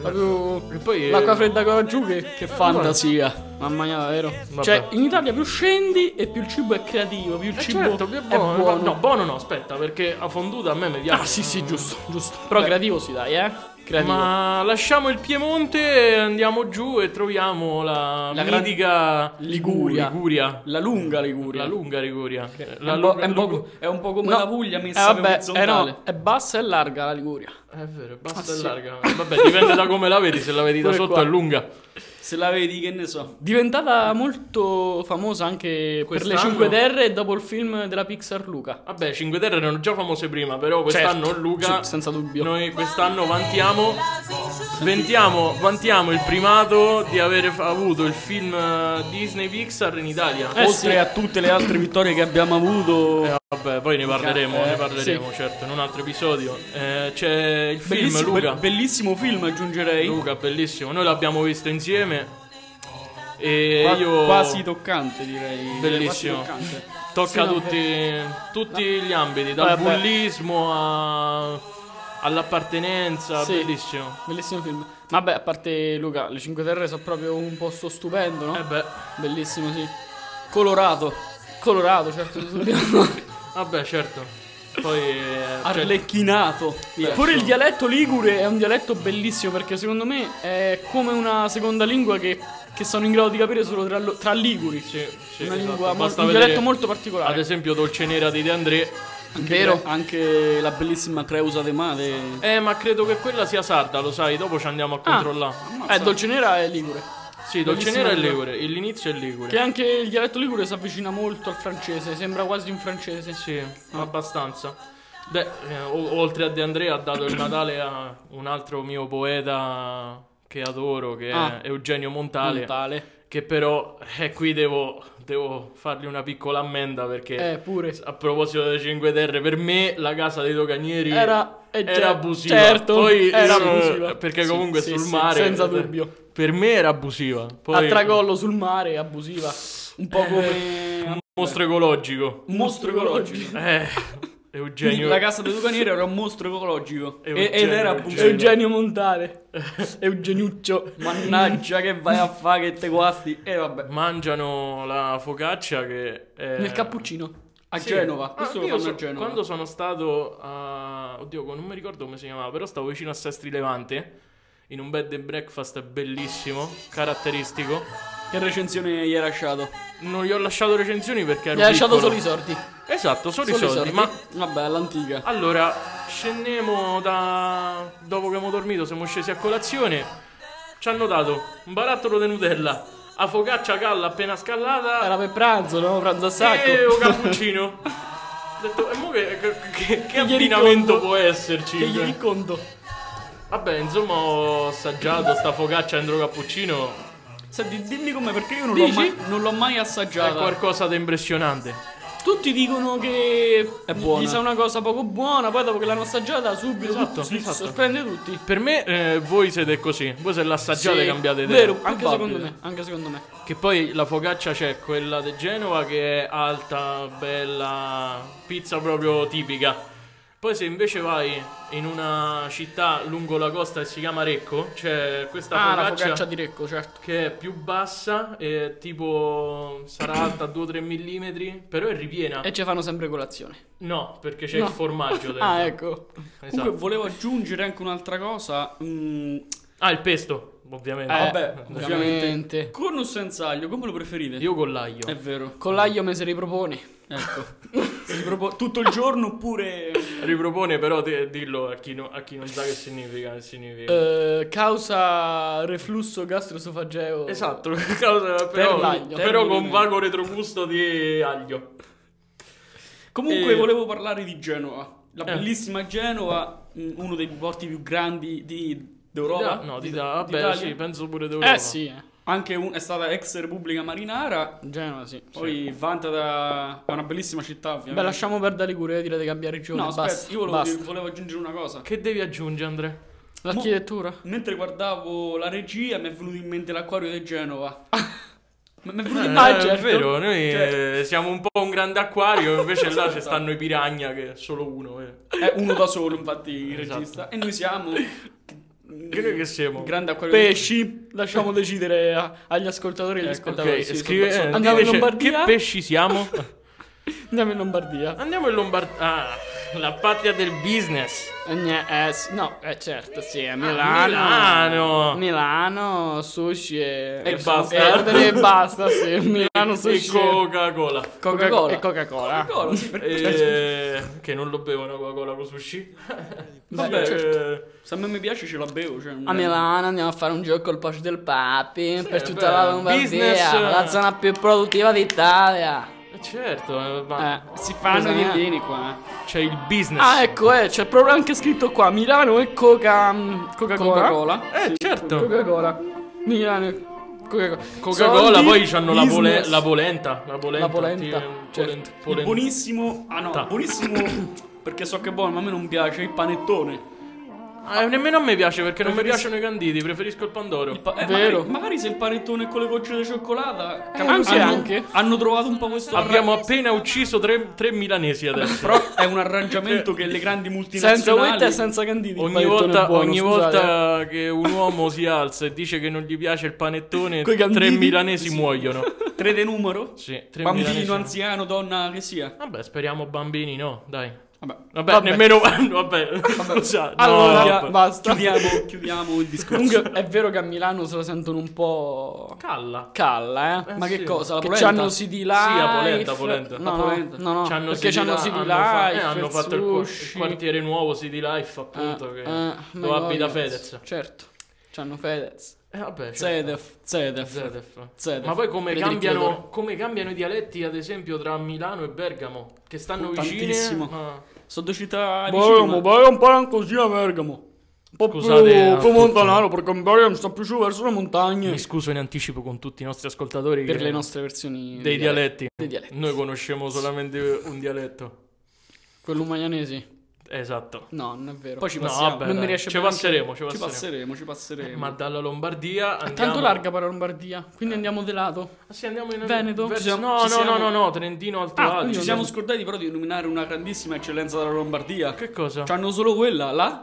[SPEAKER 3] Proprio
[SPEAKER 2] E poi, eh,
[SPEAKER 3] l'acqua fredda con la giughe.
[SPEAKER 4] Che fantasia.
[SPEAKER 3] Mamma mia, vero? Cioè, in Italia più scendi e più il cibo è creativo, più il
[SPEAKER 2] Eh,
[SPEAKER 3] cibo
[SPEAKER 2] certo,
[SPEAKER 3] è
[SPEAKER 2] più
[SPEAKER 3] buono.
[SPEAKER 2] buono. No, buono no, aspetta, perché a fonduta a me mi piace.
[SPEAKER 3] Ah, sì, sì, giusto, giusto. Però creativo si dai, eh? Creativo.
[SPEAKER 2] Ma lasciamo il Piemonte, andiamo giù e troviamo la,
[SPEAKER 3] La gran-
[SPEAKER 2] mitica
[SPEAKER 4] Liguria.
[SPEAKER 2] Liguria.
[SPEAKER 4] La lunga Liguria.
[SPEAKER 2] La lunga Liguria. La
[SPEAKER 4] è, un po',
[SPEAKER 2] lunga-
[SPEAKER 4] è un po'
[SPEAKER 2] lunga-
[SPEAKER 4] co- è un po' come
[SPEAKER 3] No.
[SPEAKER 4] la Puglia
[SPEAKER 3] Eh,
[SPEAKER 4] messa per
[SPEAKER 3] vabbè, eh,
[SPEAKER 4] orizzontale.
[SPEAKER 3] no, è bassa e larga la Liguria.
[SPEAKER 2] È vero, basta
[SPEAKER 3] Ah, sì.
[SPEAKER 2] larga. Vabbè, dipende da come la vedi, se la vedi da
[SPEAKER 3] Pure
[SPEAKER 2] sotto
[SPEAKER 3] qua.
[SPEAKER 2] è lunga.
[SPEAKER 4] Se la vedi, che ne so.
[SPEAKER 3] Diventata molto famosa anche per
[SPEAKER 2] Quest'anno?
[SPEAKER 3] le Cinque Terre e dopo il film della Pixar Luca.
[SPEAKER 2] Vabbè, Cinque Terre erano già famose prima, però quest'anno
[SPEAKER 3] Certo,
[SPEAKER 2] Luca
[SPEAKER 3] sì, senza dubbio.
[SPEAKER 2] Noi quest'anno vantiamo vantiamo, vantiamo il primato di aver fa- avuto il film eh, Disney Pixar in Italia.
[SPEAKER 3] Eh,
[SPEAKER 4] Oltre
[SPEAKER 3] sì.
[SPEAKER 4] a tutte le altre vittorie che abbiamo avuto.
[SPEAKER 2] Eh, vabbè, poi ne parleremo,
[SPEAKER 4] Eh,
[SPEAKER 2] ne parleremo, certo, in un altro episodio. Eh, c'è il film
[SPEAKER 4] Bellissimo,
[SPEAKER 2] Luca.
[SPEAKER 4] be- bellissimo film, aggiungerei.
[SPEAKER 2] Luca, bellissimo. Noi l'abbiamo visto insieme. E
[SPEAKER 4] Qua-
[SPEAKER 2] Ah, io
[SPEAKER 4] Quasi toccante,
[SPEAKER 3] Eh,
[SPEAKER 4] direi.
[SPEAKER 2] Bellissimo.
[SPEAKER 4] Quasi toccante.
[SPEAKER 2] tocca
[SPEAKER 3] Sì, no, eh,
[SPEAKER 2] tutti, tutti gli ambiti, dal
[SPEAKER 3] Vabbè.
[SPEAKER 2] bullismo a- all'appartenenza.
[SPEAKER 3] Sì.
[SPEAKER 2] Bellissimo.
[SPEAKER 3] Bellissimo film. Vabbè, a parte Luca, le Cinque Terre sono proprio un posto stupendo, no?
[SPEAKER 2] Eh beh,
[SPEAKER 3] Bellissimo, sì.
[SPEAKER 4] Colorato. Colorato, certo.
[SPEAKER 2] Vabbè, certo. Poi... eh, cioè,
[SPEAKER 4] Arlecchinato.
[SPEAKER 2] Via.
[SPEAKER 3] Pure il
[SPEAKER 2] Sì.
[SPEAKER 3] dialetto ligure è un dialetto bellissimo perché secondo me è come una seconda lingua che, che sono in grado di capire solo tra, lo- tra liguri.
[SPEAKER 2] sì, sì,
[SPEAKER 3] una
[SPEAKER 2] esatto.
[SPEAKER 3] lingua, mo-
[SPEAKER 2] Basta
[SPEAKER 3] un
[SPEAKER 2] vedere,
[SPEAKER 3] dialetto molto particolare.
[SPEAKER 2] Ad esempio Dolce Nera di De André.
[SPEAKER 4] Anche- Anche la bellissima Creusa de Made.
[SPEAKER 2] Eh, ma credo che quella sia sarda, lo sai, dopo ci andiamo
[SPEAKER 3] Ah.
[SPEAKER 2] a controllare.
[SPEAKER 3] Eh, Dolce Nera è ligure.
[SPEAKER 2] sì, Dolce
[SPEAKER 3] bellissima
[SPEAKER 2] Nera è
[SPEAKER 3] lingua.
[SPEAKER 2] Ligure, e l'inizio è Ligure.
[SPEAKER 3] Che anche il dialetto ligure si avvicina molto al francese, sembra quasi un francese.
[SPEAKER 2] Sì, abbastanza. Beh, eh, o- oltre a De Andrea ha dato il Natale a un altro mio poeta che adoro, che
[SPEAKER 3] Ah.
[SPEAKER 2] è Eugenio Montale,
[SPEAKER 3] Tale.
[SPEAKER 2] che però eh, qui devo, devo fargli una piccola ammenda perché
[SPEAKER 3] Eh, pure.
[SPEAKER 2] a proposito delle Cinque Terre, per me la casa dei doganieri
[SPEAKER 3] Era- eh,
[SPEAKER 2] era
[SPEAKER 3] cer-
[SPEAKER 2] abusiva.
[SPEAKER 3] certo,
[SPEAKER 2] Poi,
[SPEAKER 3] era
[SPEAKER 2] su-
[SPEAKER 3] abusiva.
[SPEAKER 2] Perché
[SPEAKER 3] Sì,
[SPEAKER 2] comunque
[SPEAKER 3] sì,
[SPEAKER 2] sul
[SPEAKER 3] sì,
[SPEAKER 2] mare...
[SPEAKER 3] senza dubbio.
[SPEAKER 2] Per me era abusiva. Poi,
[SPEAKER 3] A tracollo sul mare, abusiva. Un po' come...
[SPEAKER 2] un mostro ecologico.
[SPEAKER 4] Un mostro ecologico.
[SPEAKER 2] Eh, Eugenio...
[SPEAKER 4] La casa dei Tucanieri era un mostro ecologico. E-
[SPEAKER 2] Eugenio,
[SPEAKER 4] ed era
[SPEAKER 2] Eugenio.
[SPEAKER 4] abusivo.
[SPEAKER 3] Cioè, Eugenio Montale. Eugeniuccio.
[SPEAKER 4] Eh. Mannaggia che vai a fare che te guasti. E vabbè.
[SPEAKER 2] mangiano la focaccia che è...
[SPEAKER 3] Nel cappuccino.
[SPEAKER 4] A
[SPEAKER 2] Sì.
[SPEAKER 4] Genova.
[SPEAKER 2] Ah, io
[SPEAKER 4] Questo lo fanno
[SPEAKER 2] so-
[SPEAKER 4] a Genova.
[SPEAKER 2] Quando sono stato a... Oddio, non mi ricordo come si chiamava, però stavo vicino a Sestri Levante, in un bed and breakfast bellissimo, caratteristico.
[SPEAKER 4] Che recensione gli hai lasciato?
[SPEAKER 2] Non gli ho lasciato recensioni perché ero
[SPEAKER 3] Gli ha lasciato
[SPEAKER 2] piccolo.
[SPEAKER 3] solo i sordi.
[SPEAKER 2] Esatto, solo,
[SPEAKER 4] Solo
[SPEAKER 2] i soldi, ma...
[SPEAKER 4] Vabbè, all'antica.
[SPEAKER 2] Allora, scendiamo da... Dopo che abbiamo dormito, siamo scesi a colazione, ci hanno dato un barattolo di Nutella, a focaccia calla appena scaldata...
[SPEAKER 3] Era per pranzo, no? Pranzo a sacco.
[SPEAKER 2] E un Eh, oh, cappuccino. Ho detto, e mo che, che, che- che
[SPEAKER 3] gli
[SPEAKER 2] abbinamento
[SPEAKER 3] ricordo?
[SPEAKER 2] può esserci?
[SPEAKER 3] Che gli riconto.
[SPEAKER 2] Vabbè, insomma, ho assaggiato sta focaccia dentro cappuccino.
[SPEAKER 4] Senti, dimmi come perché io non l'ho,
[SPEAKER 3] Dici?
[SPEAKER 4] mai, non l'ho mai
[SPEAKER 2] È
[SPEAKER 4] assaggiata.
[SPEAKER 2] qualcosa di impressionante.
[SPEAKER 3] Tutti dicono che
[SPEAKER 4] È
[SPEAKER 3] gli-
[SPEAKER 4] buona.
[SPEAKER 3] gli sa una cosa poco buona, poi dopo che l'hanno assaggiata subito
[SPEAKER 2] Esatto,
[SPEAKER 4] Eh,
[SPEAKER 3] si
[SPEAKER 2] esatto.
[SPEAKER 3] sorprende tutti.
[SPEAKER 2] Per me, eh, voi siete così. Voi se l'assaggiate
[SPEAKER 3] Sì,
[SPEAKER 2] cambiate idea.
[SPEAKER 3] Vero, anche
[SPEAKER 4] Probabile.
[SPEAKER 3] secondo me, anche secondo me.
[SPEAKER 2] Che poi la focaccia c'è quella di Genova che è alta, bella, pizza proprio tipica. Poi se invece vai in una città lungo la costa che si chiama Recco, c'è questa
[SPEAKER 3] Ah, la focaccia di Recco, certo.
[SPEAKER 2] che è più bassa, e tipo sarà alta 2-3 mm, però è ripiena.
[SPEAKER 3] E ci fanno sempre colazione.
[SPEAKER 2] No, perché c'è
[SPEAKER 3] Eh. No.
[SPEAKER 2] il formaggio dentro.
[SPEAKER 3] Ah, ecco.
[SPEAKER 2] Esatto.
[SPEAKER 4] Comunque volevo aggiungere anche un'altra cosa. mm,
[SPEAKER 2] Ah, il pesto, ovviamente.
[SPEAKER 3] Eh,
[SPEAKER 4] vabbè,
[SPEAKER 3] ovviamente.
[SPEAKER 4] con o senza aglio, come lo preferite?
[SPEAKER 2] Io con l'aglio.
[SPEAKER 4] È vero.
[SPEAKER 3] Con l'aglio me si ripropone.
[SPEAKER 4] Ecco. Si propo- tutto il giorno oppure
[SPEAKER 2] Ripropone però te- dillo a chi, no- a chi non sa che significa. Che significa.
[SPEAKER 3] Eh, causa reflusso gastroesofageo.
[SPEAKER 2] Esatto, causa- però,
[SPEAKER 3] l'aglio.
[SPEAKER 2] però
[SPEAKER 4] Termine.
[SPEAKER 2] con vago retrogusto di aglio.
[SPEAKER 4] Comunque
[SPEAKER 2] Eh.
[SPEAKER 4] volevo parlare di Genova. La bellissima Genova, mm, uno dei porti più grandi di- d'Europa.
[SPEAKER 2] no, di,
[SPEAKER 4] di-
[SPEAKER 2] vabbè,
[SPEAKER 4] d'Italia.
[SPEAKER 2] sì, penso pure d'Europa.
[SPEAKER 3] Eh sì, eh.
[SPEAKER 4] Anche un- è stata ex Repubblica Marinara,
[SPEAKER 3] Genova sì.
[SPEAKER 4] poi vanta da è una bellissima città, ovviamente.
[SPEAKER 3] Beh, lasciamo perdere eh, Liguria e dire di cambiare regione.
[SPEAKER 4] No, aspetta,
[SPEAKER 3] basta,
[SPEAKER 4] io volevo,
[SPEAKER 3] basta.
[SPEAKER 4] volevo aggiungere una cosa.
[SPEAKER 2] Che devi aggiungere, Andrea?
[SPEAKER 3] L'architettura.
[SPEAKER 4] Mentre guardavo la regia mi è venuto in mente l'acquario di Genova. Mi è venuto in
[SPEAKER 3] Ah,
[SPEAKER 2] Eh,
[SPEAKER 4] mente...
[SPEAKER 2] è
[SPEAKER 3] certo. Cioè,
[SPEAKER 2] vero, noi eh, siamo un po' un grande acquario, invece là ci stanno i piragna che è solo uno. eh.
[SPEAKER 4] È uno da solo, infatti, il
[SPEAKER 2] Esatto.
[SPEAKER 4] regista. E noi siamo...
[SPEAKER 2] Che noi che siamo?
[SPEAKER 4] Il grande acquario di
[SPEAKER 3] Pesci, lasciamo decidere a- agli ascoltatori e agli
[SPEAKER 4] Ecco,
[SPEAKER 3] spettatori.
[SPEAKER 2] ok,
[SPEAKER 4] sì,
[SPEAKER 2] scrive,
[SPEAKER 4] sono-
[SPEAKER 2] eh,
[SPEAKER 3] andiamo in
[SPEAKER 2] invece,
[SPEAKER 3] Lombardia?
[SPEAKER 2] Che pesci siamo?
[SPEAKER 3] Andiamo in Lombardia.
[SPEAKER 2] andiamo in Lombardia. la patria del business.
[SPEAKER 3] Eh, gne- eh, sì, no, eh, certo, sì, a Milano.
[SPEAKER 2] Ah, Milano.
[SPEAKER 3] Milano, sushi e,
[SPEAKER 2] E
[SPEAKER 3] possiamo
[SPEAKER 2] basta.
[SPEAKER 3] perdere e basta, sì. Milano,
[SPEAKER 2] e
[SPEAKER 3] sushi
[SPEAKER 2] Coca-Cola.
[SPEAKER 3] Coca-Cola. e Coca-Cola.
[SPEAKER 4] Coca-Cola, sì, perché-
[SPEAKER 2] Eh, che non lo bevono Coca-Cola con sushi. Vabbè,
[SPEAKER 3] certo.
[SPEAKER 2] eh,
[SPEAKER 4] Se a me mi piace ce la bevo. Cioè, non-
[SPEAKER 3] A Milano andiamo a fare un gioco al Porsche del Papi per tutta
[SPEAKER 2] beh,
[SPEAKER 3] la Lombardia,
[SPEAKER 2] business, eh.
[SPEAKER 3] la zona più produttiva d'Italia.
[SPEAKER 2] certo, eh, ma
[SPEAKER 3] Eh, si fanno
[SPEAKER 4] i violini qua. eh.
[SPEAKER 2] c'è il business.
[SPEAKER 3] Ah, ecco, eh, c'è proprio anche scritto qua Milano e Coca mh, Coca-Cola.
[SPEAKER 4] Coca-Cola.
[SPEAKER 2] eh, certo.
[SPEAKER 3] Coca-Cola. Milano e Coca-Cola.
[SPEAKER 2] Coca-Cola,
[SPEAKER 3] Soldi,
[SPEAKER 2] poi c'hanno la, pole-
[SPEAKER 3] business.
[SPEAKER 2] la polenta. La polenta.
[SPEAKER 3] La polenta,
[SPEAKER 2] ti-
[SPEAKER 3] certo.
[SPEAKER 2] polen-
[SPEAKER 4] Il
[SPEAKER 2] polen-
[SPEAKER 4] buonissimo... Ah no,
[SPEAKER 2] Eh. Ta.
[SPEAKER 4] buonissimo... perché so che è buono, ma a me non piace il panettone.
[SPEAKER 2] Ah, nemmeno a me piace perché non mi
[SPEAKER 4] Preferisco-
[SPEAKER 2] piacciono i canditi, preferisco il Pandoro.
[SPEAKER 4] Il pa- eh,
[SPEAKER 3] Vero.
[SPEAKER 4] Magari, magari se il panettone con le gocce di cioccolata
[SPEAKER 3] Eh, anche,
[SPEAKER 4] hanno,
[SPEAKER 3] anche.
[SPEAKER 4] hanno trovato un po' questo
[SPEAKER 2] Abbiamo
[SPEAKER 4] arra-
[SPEAKER 2] appena ucciso tre, tre milanesi adesso.
[SPEAKER 4] però è un arrangiamento che le grandi
[SPEAKER 3] Senza
[SPEAKER 4] multinazionali
[SPEAKER 3] Witt e senza Candidi. il
[SPEAKER 2] Ogni
[SPEAKER 3] panettone
[SPEAKER 2] volta,
[SPEAKER 3] è buono,
[SPEAKER 2] ogni
[SPEAKER 3] scusate, eh.
[SPEAKER 2] volta che un uomo si alza e dice che non gli piace il panettone,
[SPEAKER 3] Coi canditi.
[SPEAKER 2] tre milanesi muoiono.
[SPEAKER 4] tre de numero
[SPEAKER 2] Sì, tre milanesi.
[SPEAKER 4] bambino, anziano, donna che sia.
[SPEAKER 2] Vabbè, speriamo bambini, no, dai.
[SPEAKER 4] Vabbè.
[SPEAKER 2] Vabbè,
[SPEAKER 3] Vabbè.
[SPEAKER 2] nemmeno... vabbè, scusa.
[SPEAKER 3] Allora,
[SPEAKER 2] no,
[SPEAKER 3] via,
[SPEAKER 2] vabbè.
[SPEAKER 3] basta.
[SPEAKER 4] Chiudiamo, chiudiamo il discorso.
[SPEAKER 3] Comunque è vero che a Milano se la sentono un po'
[SPEAKER 2] Calla.
[SPEAKER 3] calla, eh.
[SPEAKER 2] Eh,
[SPEAKER 3] Ma
[SPEAKER 2] sì.
[SPEAKER 3] che cosa? La
[SPEAKER 4] Che
[SPEAKER 3] polenta?
[SPEAKER 4] c'hanno
[SPEAKER 3] CD
[SPEAKER 2] Sì,
[SPEAKER 3] Live.
[SPEAKER 2] la polenta, polenta.
[SPEAKER 3] No,
[SPEAKER 4] La polenta.
[SPEAKER 3] no, no,
[SPEAKER 2] C'hanno
[SPEAKER 3] perché
[SPEAKER 2] CD
[SPEAKER 3] c'hanno
[SPEAKER 2] Li-
[SPEAKER 3] CD Live,
[SPEAKER 2] hanno fa- eh,
[SPEAKER 3] il
[SPEAKER 2] hanno fatto il, qua- il
[SPEAKER 3] sushi.
[SPEAKER 2] quartiere nuovo City Life, appunto,
[SPEAKER 3] Eh,
[SPEAKER 2] che
[SPEAKER 3] eh,
[SPEAKER 2] dove
[SPEAKER 3] ma
[SPEAKER 2] abita
[SPEAKER 3] voglio-
[SPEAKER 2] Fedez.
[SPEAKER 3] Certo. C'hanno Fedez.
[SPEAKER 2] Eh, vabbè, certo.
[SPEAKER 3] Zedef, Zedef.
[SPEAKER 2] Zedef.
[SPEAKER 3] Zedef.
[SPEAKER 2] Ma poi come
[SPEAKER 3] Federico
[SPEAKER 2] cambiano,
[SPEAKER 3] Teodoro.
[SPEAKER 2] come cambiano i dialetti, ad esempio, tra Milano e Bergamo, che stanno
[SPEAKER 4] Oh,
[SPEAKER 2] vicine.
[SPEAKER 4] tantissimo.
[SPEAKER 2] ma-
[SPEAKER 4] Sono due città vicine,
[SPEAKER 3] Bergamo,
[SPEAKER 4] ma-
[SPEAKER 3] Bergamo, un po' anche così a Bergamo. Un po'
[SPEAKER 2] Scusate a
[SPEAKER 3] più, più
[SPEAKER 2] tutti.
[SPEAKER 3] montanaro perché Bergamo sta più su verso le montagne.
[SPEAKER 2] Mi scuso in anticipo con tutti i nostri ascoltatori
[SPEAKER 3] Per
[SPEAKER 2] che-
[SPEAKER 3] le nostre versioni
[SPEAKER 2] dei
[SPEAKER 3] di
[SPEAKER 2] dialetti.
[SPEAKER 3] Dei dialetti.
[SPEAKER 2] Noi conosciamo solamente un dialetto.
[SPEAKER 3] Quello maionesi?
[SPEAKER 2] Esatto.
[SPEAKER 3] No, non è vero.
[SPEAKER 4] Poi ci
[SPEAKER 2] No,
[SPEAKER 4] passiamo.
[SPEAKER 2] vabbè,
[SPEAKER 3] non mi
[SPEAKER 2] dai.
[SPEAKER 3] riesce
[SPEAKER 2] ci
[SPEAKER 3] più a-
[SPEAKER 2] passeremo, ci
[SPEAKER 4] ci
[SPEAKER 2] passeremo.
[SPEAKER 4] passeremo, ci passeremo.
[SPEAKER 2] Ma dalla Lombardia andiamo... Eh.
[SPEAKER 3] Tanto larga per la Lombardia, quindi andiamo de lato.
[SPEAKER 2] Ah, sì, andiamo in
[SPEAKER 3] Veneto?
[SPEAKER 2] verso-
[SPEAKER 3] Ci siamo-
[SPEAKER 2] No,
[SPEAKER 4] ci
[SPEAKER 2] no,
[SPEAKER 4] siamo-
[SPEAKER 2] no, no, no, Trentino Alto
[SPEAKER 3] Ah,
[SPEAKER 2] Adige.
[SPEAKER 4] Ci siamo scordati però di nominare una grandissima eccellenza della Lombardia.
[SPEAKER 2] Che cosa?
[SPEAKER 4] C'hanno solo quella, la?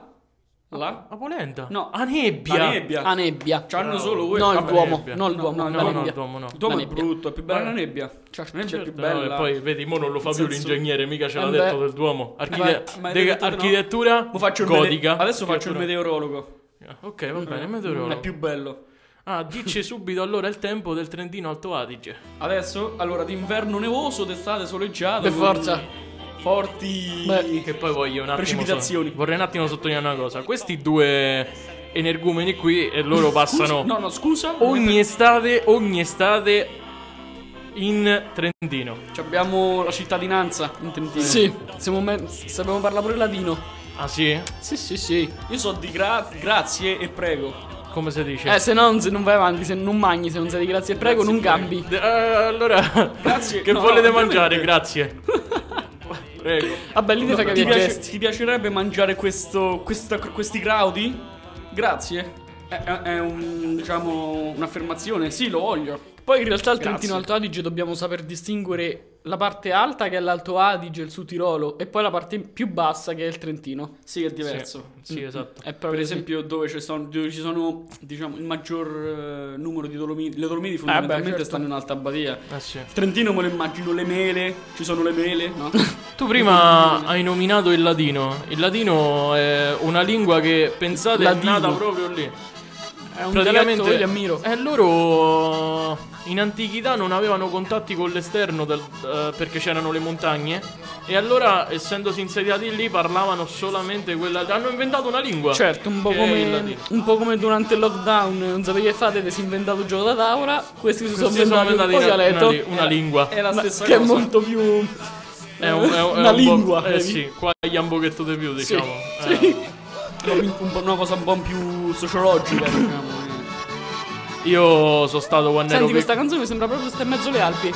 [SPEAKER 4] La?
[SPEAKER 2] La polenta?
[SPEAKER 4] No.
[SPEAKER 2] A nebbia.
[SPEAKER 4] La nebbia.
[SPEAKER 3] A nebbia.
[SPEAKER 4] C'hanno solo quella.
[SPEAKER 3] No, il
[SPEAKER 4] Vabbè.
[SPEAKER 3] Duomo,
[SPEAKER 2] nebbia.
[SPEAKER 3] no il Duomo,
[SPEAKER 4] No,
[SPEAKER 3] la
[SPEAKER 2] No, no,
[SPEAKER 3] nebbia.
[SPEAKER 2] il Duomo no.
[SPEAKER 4] Il Duomo
[SPEAKER 3] La
[SPEAKER 4] è
[SPEAKER 3] nebbia.
[SPEAKER 4] brutto, è più bella
[SPEAKER 2] Ma-
[SPEAKER 4] la nebbia. Cioè, la nebbia è
[SPEAKER 2] Certo,
[SPEAKER 4] più
[SPEAKER 2] no,
[SPEAKER 4] bella.
[SPEAKER 2] e poi vedi, mo non lo fa
[SPEAKER 4] Nel
[SPEAKER 2] più
[SPEAKER 4] senso-
[SPEAKER 2] l'ingegnere, mica ce l'ha
[SPEAKER 3] Eh,
[SPEAKER 2] detto
[SPEAKER 3] beh.
[SPEAKER 2] del Duomo. Archite-
[SPEAKER 4] Ma- ma hai
[SPEAKER 2] de-
[SPEAKER 4] detto tu, no?
[SPEAKER 2] architettura
[SPEAKER 4] Mo faccio il
[SPEAKER 2] gotica.
[SPEAKER 4] mete- Adesso faccio il
[SPEAKER 2] Architettura-
[SPEAKER 4] meteorologo.
[SPEAKER 2] Ok, va bene,
[SPEAKER 4] Non
[SPEAKER 2] meteorologo.
[SPEAKER 4] è più bello.
[SPEAKER 2] Ah, dici subito allora il tempo del Trentino Alto Adige.
[SPEAKER 4] Adesso, allora, d'inverno nevoso, d'estate soleggiato.
[SPEAKER 3] Per
[SPEAKER 4] con
[SPEAKER 3] forza.
[SPEAKER 4] Forti.
[SPEAKER 3] Beh.
[SPEAKER 2] Che poi voglio un attimo...
[SPEAKER 4] Precipitazioni.
[SPEAKER 2] so- vorrei un attimo sottolineare una cosa. Questi due energumeni qui, e loro passano
[SPEAKER 4] No, no, scusa.
[SPEAKER 2] ogni estate, ogni estate in Trentino.
[SPEAKER 4] Ci Abbiamo la cittadinanza in Trentino.
[SPEAKER 3] Sì, siamo me- sappiamo parlare pure latino.
[SPEAKER 2] Ah sì?
[SPEAKER 3] Sì, sì, sì.
[SPEAKER 4] Io so di gra- grazie e prego.
[SPEAKER 2] Come si dice?
[SPEAKER 3] Eh, se no, se non vai avanti, se non mangi, se non sei di grazie e prego, non cambi.
[SPEAKER 2] Eh, allora,
[SPEAKER 4] Grazie.
[SPEAKER 2] che
[SPEAKER 4] No,
[SPEAKER 2] volete
[SPEAKER 4] no,
[SPEAKER 2] mangiare? Grazie. Prego.
[SPEAKER 3] Vabbè, lì ti fai
[SPEAKER 4] Ti,
[SPEAKER 3] capire i
[SPEAKER 4] piace-
[SPEAKER 3] gesti.
[SPEAKER 4] ti piacerebbe mangiare questo, questa- questi graudi? Grazie. È, è- è un, diciamo, un'affermazione. Sì, lo voglio.
[SPEAKER 3] Poi in realtà al
[SPEAKER 4] Grazie.
[SPEAKER 3] Trentino Alto Adige dobbiamo saper distinguere la parte alta che è l'Alto Adige, il Sud Tirolo, e poi la parte più bassa che è il Trentino.
[SPEAKER 4] Sì, è diverso.
[SPEAKER 2] Sì, sì, esatto.
[SPEAKER 3] È proprio
[SPEAKER 4] Per esempio, dove ci sono, dove ci sono, diciamo, il maggior eh, numero di Dolomiti. Le Dolomiti fondamentalmente
[SPEAKER 3] certo.
[SPEAKER 4] stanno in alta abbadia.
[SPEAKER 2] Eh, sì.
[SPEAKER 4] Trentino me lo immagino, le mele. Ci sono le mele, no?
[SPEAKER 2] Tu prima hai nominato il latino. Il latino è una lingua che pensate
[SPEAKER 3] Latino.
[SPEAKER 2] è nata proprio lì.
[SPEAKER 3] È un dialetto che io li ammiro.
[SPEAKER 2] eh, loro in antichità non avevano contatti con l'esterno del- eh, perché c'erano le montagne. E allora, essendosi insediati lì, parlavano solamente quella. Hanno inventato una lingua.
[SPEAKER 3] Certo, un po,
[SPEAKER 2] che è il
[SPEAKER 3] come,
[SPEAKER 2] latino.
[SPEAKER 3] un po' come durante il lockdown, non sapete che fate, vi si è inventato il gioco da tavola, questi si sono
[SPEAKER 2] Questi sono
[SPEAKER 3] inventati un po'
[SPEAKER 2] inventati una,
[SPEAKER 3] dialetto,
[SPEAKER 2] una, una lingua.
[SPEAKER 4] È la
[SPEAKER 3] ma-
[SPEAKER 4] stessa
[SPEAKER 3] che è
[SPEAKER 4] cosa.
[SPEAKER 3] molto più...
[SPEAKER 2] È, un, è, un- è
[SPEAKER 3] una
[SPEAKER 2] un po'-
[SPEAKER 3] lingua.
[SPEAKER 2] eh
[SPEAKER 3] vedi?
[SPEAKER 2] sì, qua è un pochetto di più,
[SPEAKER 3] Sì,
[SPEAKER 2] diciamo. Eh,
[SPEAKER 3] sì.
[SPEAKER 4] Un- un po' una cosa un po' più sociologica, diciamo. eh.
[SPEAKER 2] Io sono stato quando
[SPEAKER 3] Senti,
[SPEAKER 2] ero
[SPEAKER 3] questa canzone mi sembra proprio sta in mezzo alle Alpi.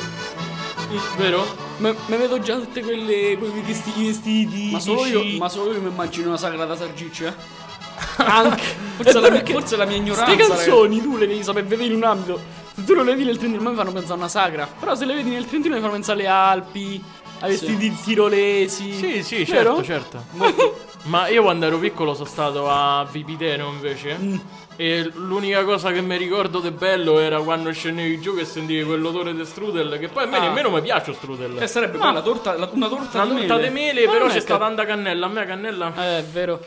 [SPEAKER 2] piccolo, vero?
[SPEAKER 3] Me, me vedo già tutte quelle... quei vestiti... vestiti
[SPEAKER 4] Ma solo,
[SPEAKER 3] dici-
[SPEAKER 4] io, ma solo io mi immagino una sagrada sargiccia.
[SPEAKER 3] Anche.
[SPEAKER 4] eh.
[SPEAKER 2] Eh
[SPEAKER 4] Forse,
[SPEAKER 3] È
[SPEAKER 4] la,
[SPEAKER 3] vero
[SPEAKER 4] mia-
[SPEAKER 3] che
[SPEAKER 4] forse la mia ignoranza.
[SPEAKER 3] Ste
[SPEAKER 4] ragazzi.
[SPEAKER 3] canzoni tu le devi sapere vedere in un ambito. Se tu non le vedi nel Trentino, a me mi fanno pensare a una sagra. Però se le vedi nel Trentino mi fanno pensare alle Alpi, ai
[SPEAKER 4] Sì.
[SPEAKER 3] vestiti tirolesi.
[SPEAKER 2] Sì, sì,
[SPEAKER 3] Vero?
[SPEAKER 2] certo, certo. Ma io quando ero piccolo sono stato a Vipiteno invece.
[SPEAKER 3] Mm.
[SPEAKER 2] E l'unica cosa che mi ricordo di bello era quando scendevi giù che sentivi quell'odore di strudel. Che poi a me
[SPEAKER 4] Ah.
[SPEAKER 2] nemmeno mi piace strudel.
[SPEAKER 4] Eh, sarebbe poi la torta, la- una torta
[SPEAKER 2] una
[SPEAKER 4] di
[SPEAKER 2] torta
[SPEAKER 4] mele.
[SPEAKER 2] di mele,
[SPEAKER 3] Ma
[SPEAKER 2] però
[SPEAKER 3] non è
[SPEAKER 2] c'è
[SPEAKER 3] che-
[SPEAKER 2] stata tanta cannella. A me la cannella.
[SPEAKER 3] Eh, è vero.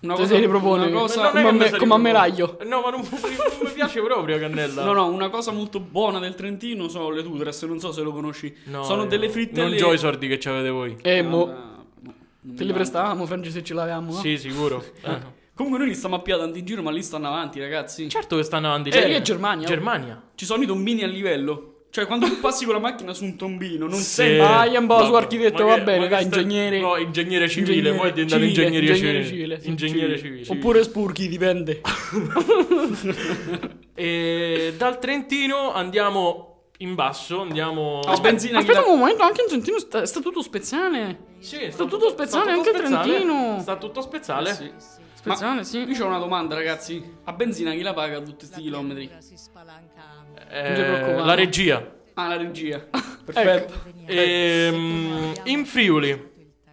[SPEAKER 4] Una
[SPEAKER 3] Te si ripropone.
[SPEAKER 4] una cosa-
[SPEAKER 3] Ma
[SPEAKER 2] non è che mi
[SPEAKER 3] come a me-
[SPEAKER 2] sa
[SPEAKER 3] come a me
[SPEAKER 2] riproporre.
[SPEAKER 3] l'aglio.
[SPEAKER 2] No, ma non, non mi piace proprio la cannella.
[SPEAKER 4] No, no, una cosa molto buona del Trentino sono le Tudres, non so se lo conosci.
[SPEAKER 2] No,
[SPEAKER 4] sono
[SPEAKER 2] io-
[SPEAKER 4] delle frittelle.
[SPEAKER 2] Non gio i sordi che ci avete voi.
[SPEAKER 3] E
[SPEAKER 4] Ah, No,
[SPEAKER 3] Eh, mo.
[SPEAKER 4] no, no, non
[SPEAKER 3] Te
[SPEAKER 4] mi
[SPEAKER 3] li
[SPEAKER 4] va.
[SPEAKER 3] prestavamo, Franci, se ce l'avevamo? no?
[SPEAKER 2] Sì, sicuro. Eh.
[SPEAKER 4] Comunque noi li stiamo a piatto in giro, ma lì stanno avanti, ragazzi.
[SPEAKER 2] Certo che stanno avanti.
[SPEAKER 3] Eh,
[SPEAKER 2] cioè-
[SPEAKER 3] lì è Germania.
[SPEAKER 2] Germania.
[SPEAKER 4] Ci sono i tombini a livello. Cioè, quando tu passi con la macchina su un tombino, non
[SPEAKER 2] Sì.
[SPEAKER 4] sei.
[SPEAKER 3] Ah, io un po'
[SPEAKER 2] Vabbè,
[SPEAKER 3] su architetto,
[SPEAKER 2] ma
[SPEAKER 3] va
[SPEAKER 2] che- ma
[SPEAKER 3] bene,
[SPEAKER 2] che
[SPEAKER 3] dai,
[SPEAKER 2] stai-
[SPEAKER 3] ingegnere.
[SPEAKER 2] No, ingegnere civile, poi è diventato
[SPEAKER 3] civile,
[SPEAKER 2] ingegnere civile.
[SPEAKER 3] sì,
[SPEAKER 2] ingegnere
[SPEAKER 3] civile.
[SPEAKER 2] civile.
[SPEAKER 3] Oppure spurchi, dipende.
[SPEAKER 2] E dal Trentino andiamo in basso, andiamo...
[SPEAKER 4] Ah, benzina che
[SPEAKER 3] Aspetta
[SPEAKER 4] la-
[SPEAKER 3] un momento, anche in Trentino sta, statuto speziale.
[SPEAKER 2] Sì,
[SPEAKER 3] tutto spezzale, anche
[SPEAKER 2] spezzale,
[SPEAKER 3] Trentino. Eh
[SPEAKER 2] Sta tutto spezzale.
[SPEAKER 4] Sì.
[SPEAKER 3] Spezzone, sì.
[SPEAKER 4] Io ho una domanda, ragazzi. A benzina chi la paga tutti questi chilometri?
[SPEAKER 6] si spalanca a me.
[SPEAKER 2] Eh,
[SPEAKER 3] ti preoccupare. Eh,
[SPEAKER 2] la regia.
[SPEAKER 4] Ah, la regia.
[SPEAKER 3] Ecco.
[SPEAKER 4] Perfetto.
[SPEAKER 2] Ehm, in Friuli.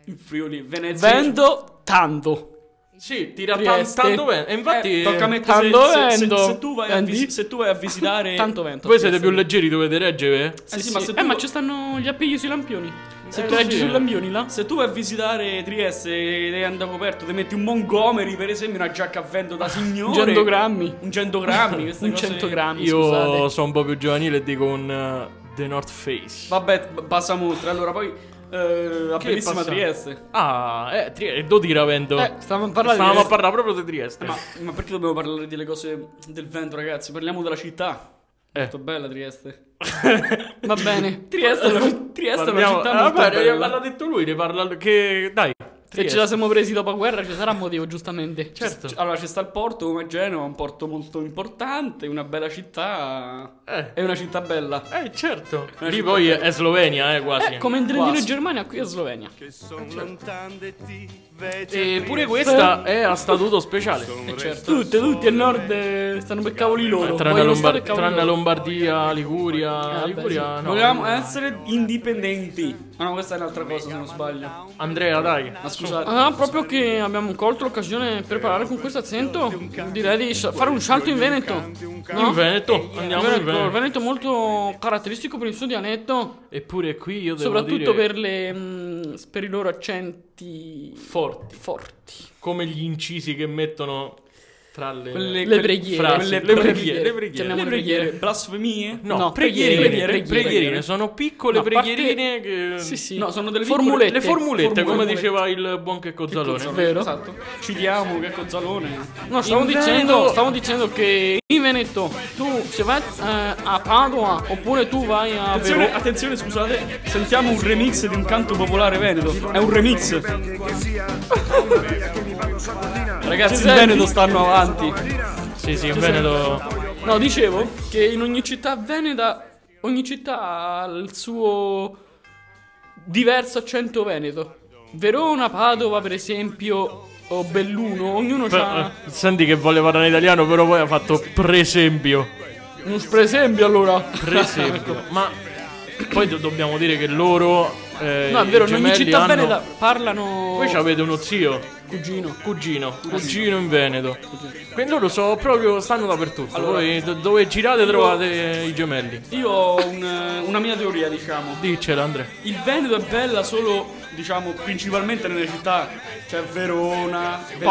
[SPEAKER 4] In Friuli, Venezia.
[SPEAKER 3] Vendo tanto.
[SPEAKER 2] Sì, tira tan-
[SPEAKER 3] Trieste.
[SPEAKER 2] tanto bene. E infatti,
[SPEAKER 4] Eh, tocca a me se,
[SPEAKER 3] tanto
[SPEAKER 4] se- se-
[SPEAKER 3] vento.
[SPEAKER 4] se tu vai a
[SPEAKER 3] Andy?
[SPEAKER 4] vis- se tu vai a visitare
[SPEAKER 3] Tanto vento.
[SPEAKER 2] voi siete più leggeri, dovete reggere.
[SPEAKER 4] Eh sì, ma se
[SPEAKER 3] eh,
[SPEAKER 4] tu-
[SPEAKER 3] ma ci stanno gli appigli sui lampioni. Se
[SPEAKER 2] Eh,
[SPEAKER 3] tu leggi
[SPEAKER 2] sì.
[SPEAKER 3] sui lampioni là.
[SPEAKER 4] Se tu vai a visitare Trieste e anda coperto, ti metti un Montgomery, per esempio, una giacca a vento da
[SPEAKER 3] Un
[SPEAKER 4] signore.
[SPEAKER 3] 100 grammi.
[SPEAKER 4] Un 100 grammi. queste
[SPEAKER 3] Un
[SPEAKER 4] cose-
[SPEAKER 3] 100 grammi,
[SPEAKER 2] Io
[SPEAKER 3] scusate.
[SPEAKER 2] sono un po' più giovanile e dico un eh, The North Face.
[SPEAKER 4] Vabbè, b- passiamo oltre. Allora, poi... eh, la
[SPEAKER 2] Che
[SPEAKER 4] bellissima
[SPEAKER 2] passiamo?
[SPEAKER 4] Trieste.
[SPEAKER 2] Ah, eh, Trieste. Do di Ravento.
[SPEAKER 3] Eh, stavamo a parlare
[SPEAKER 2] Stavamo a
[SPEAKER 3] di...
[SPEAKER 2] parlare proprio di Trieste.
[SPEAKER 4] Ma, ma perché dobbiamo parlare delle cose del vento, ragazzi? Parliamo della città.
[SPEAKER 2] Eh.
[SPEAKER 4] Molto bella Trieste.
[SPEAKER 3] Va bene.
[SPEAKER 4] Trieste è una, Trieste è una
[SPEAKER 2] Parliamo-
[SPEAKER 4] città
[SPEAKER 2] Ah,
[SPEAKER 4] molto
[SPEAKER 2] vabbè,
[SPEAKER 4] bella.
[SPEAKER 2] l'ha detto lui, ne parla che dai.
[SPEAKER 3] Se
[SPEAKER 2] Trieste.
[SPEAKER 3] ce la siamo presi dopo la guerra ci sarà motivo, giustamente.
[SPEAKER 2] Certo.
[SPEAKER 4] C- Allora, c'è sta il porto come Genova, un porto molto importante, una bella città.
[SPEAKER 2] Eh.
[SPEAKER 4] È una città bella.
[SPEAKER 2] Eh, certo.
[SPEAKER 4] Una
[SPEAKER 2] Lì
[SPEAKER 4] città
[SPEAKER 2] poi è è Slovenia, eh, quasi.
[SPEAKER 3] Eh, come in Trentino e
[SPEAKER 4] Quasi.
[SPEAKER 3] Germania, qui a Slovenia. Eh,
[SPEAKER 2] E pure questa è a statuto speciale.
[SPEAKER 3] Eh, certo. Tutti, tutti al nord eh, stanno per cavoli loro.
[SPEAKER 2] Tranne,
[SPEAKER 3] Vogliono
[SPEAKER 2] Lombard-
[SPEAKER 3] stare a cavoli
[SPEAKER 2] tranne
[SPEAKER 3] loro.
[SPEAKER 2] Lombardia, Liguria.
[SPEAKER 3] vabbè,
[SPEAKER 2] Liguria no.
[SPEAKER 4] Volevamo essere indipendenti. Ma no, questa è un'altra cosa, se non sbaglio.
[SPEAKER 2] Andrea, dai.
[SPEAKER 4] Ma scusate.
[SPEAKER 3] Ah, proprio che abbiamo colto l'occasione per parlare con questo accento, direi di scia- fare un salto in Veneto. No?
[SPEAKER 2] In Veneto, andiamo in
[SPEAKER 3] Veneto, il
[SPEAKER 2] Veneto.
[SPEAKER 3] Veneto è molto caratteristico per il suo dialetto,
[SPEAKER 2] Eppure qui io devo
[SPEAKER 3] soprattutto
[SPEAKER 2] dire
[SPEAKER 3] per, le, mm, per i loro accenti
[SPEAKER 2] forti,
[SPEAKER 3] forti.
[SPEAKER 2] come gli incisi che mettono tra le
[SPEAKER 4] Quelle-
[SPEAKER 3] Le
[SPEAKER 4] quelle
[SPEAKER 3] preghiere,
[SPEAKER 2] frasi,
[SPEAKER 3] quelle-
[SPEAKER 2] le
[SPEAKER 3] quelle
[SPEAKER 2] preghiere, le preghiere.
[SPEAKER 3] chiamiamole
[SPEAKER 4] Le preghiere, blasfemie?
[SPEAKER 2] No,
[SPEAKER 3] no,
[SPEAKER 2] preghierine,
[SPEAKER 3] preghiere,
[SPEAKER 2] preghierine,
[SPEAKER 3] preghiere.
[SPEAKER 2] sono piccole
[SPEAKER 3] No, a parte-
[SPEAKER 2] preghierine che
[SPEAKER 3] Sì, sì.
[SPEAKER 4] No, sono delle
[SPEAKER 3] formulette.
[SPEAKER 2] Le formulette, come
[SPEAKER 3] Formulette.
[SPEAKER 2] diceva il buon che Cozzalone.
[SPEAKER 3] Cozzalone. Vero.
[SPEAKER 4] Esatto. Citiamo che cozzalone.
[SPEAKER 3] No, stavo
[SPEAKER 2] In
[SPEAKER 3] dicendo,
[SPEAKER 2] Veneto-
[SPEAKER 3] stavo dicendo che in Veneto tu se vai eh, a Padova oppure tu vai a
[SPEAKER 4] Attenzione,
[SPEAKER 3] Verona.
[SPEAKER 4] attenzione, scusate. Sentiamo un remix di un canto popolare veneto. È un remix. Ragazzi, in
[SPEAKER 3] senti?
[SPEAKER 4] Veneto stanno avanti.
[SPEAKER 2] Sì, sì, in Veneto
[SPEAKER 3] No, dicevo che in ogni città veneta, ogni città ha il suo diverso accento veneto. Verona, Padova, per esempio, o Belluno, ognuno ha
[SPEAKER 2] Eh, Senti che voleva parlare in italiano, però poi ha fatto presempio. eh.
[SPEAKER 3] uno spresempio allora.
[SPEAKER 2] Presempio.
[SPEAKER 3] Ecco.
[SPEAKER 2] Ma poi do- dobbiamo dire che loro eh,
[SPEAKER 3] No, è
[SPEAKER 2] i
[SPEAKER 3] vero, in ogni
[SPEAKER 2] gemelli
[SPEAKER 3] città
[SPEAKER 2] hanno-
[SPEAKER 3] veneta parlano
[SPEAKER 2] Voi avete uno zio,
[SPEAKER 3] cugino.
[SPEAKER 2] cugino, cugino in Veneto. Quindi loro so proprio stanno dappertutto. Voi do- dove girate trovate i gemelli.
[SPEAKER 4] Io ho un, eh, una mia teoria, diciamo.
[SPEAKER 2] Diccela Andrea.
[SPEAKER 4] Il Veneto è bella solo, diciamo, principalmente nelle città, cioè Verona, Venezia.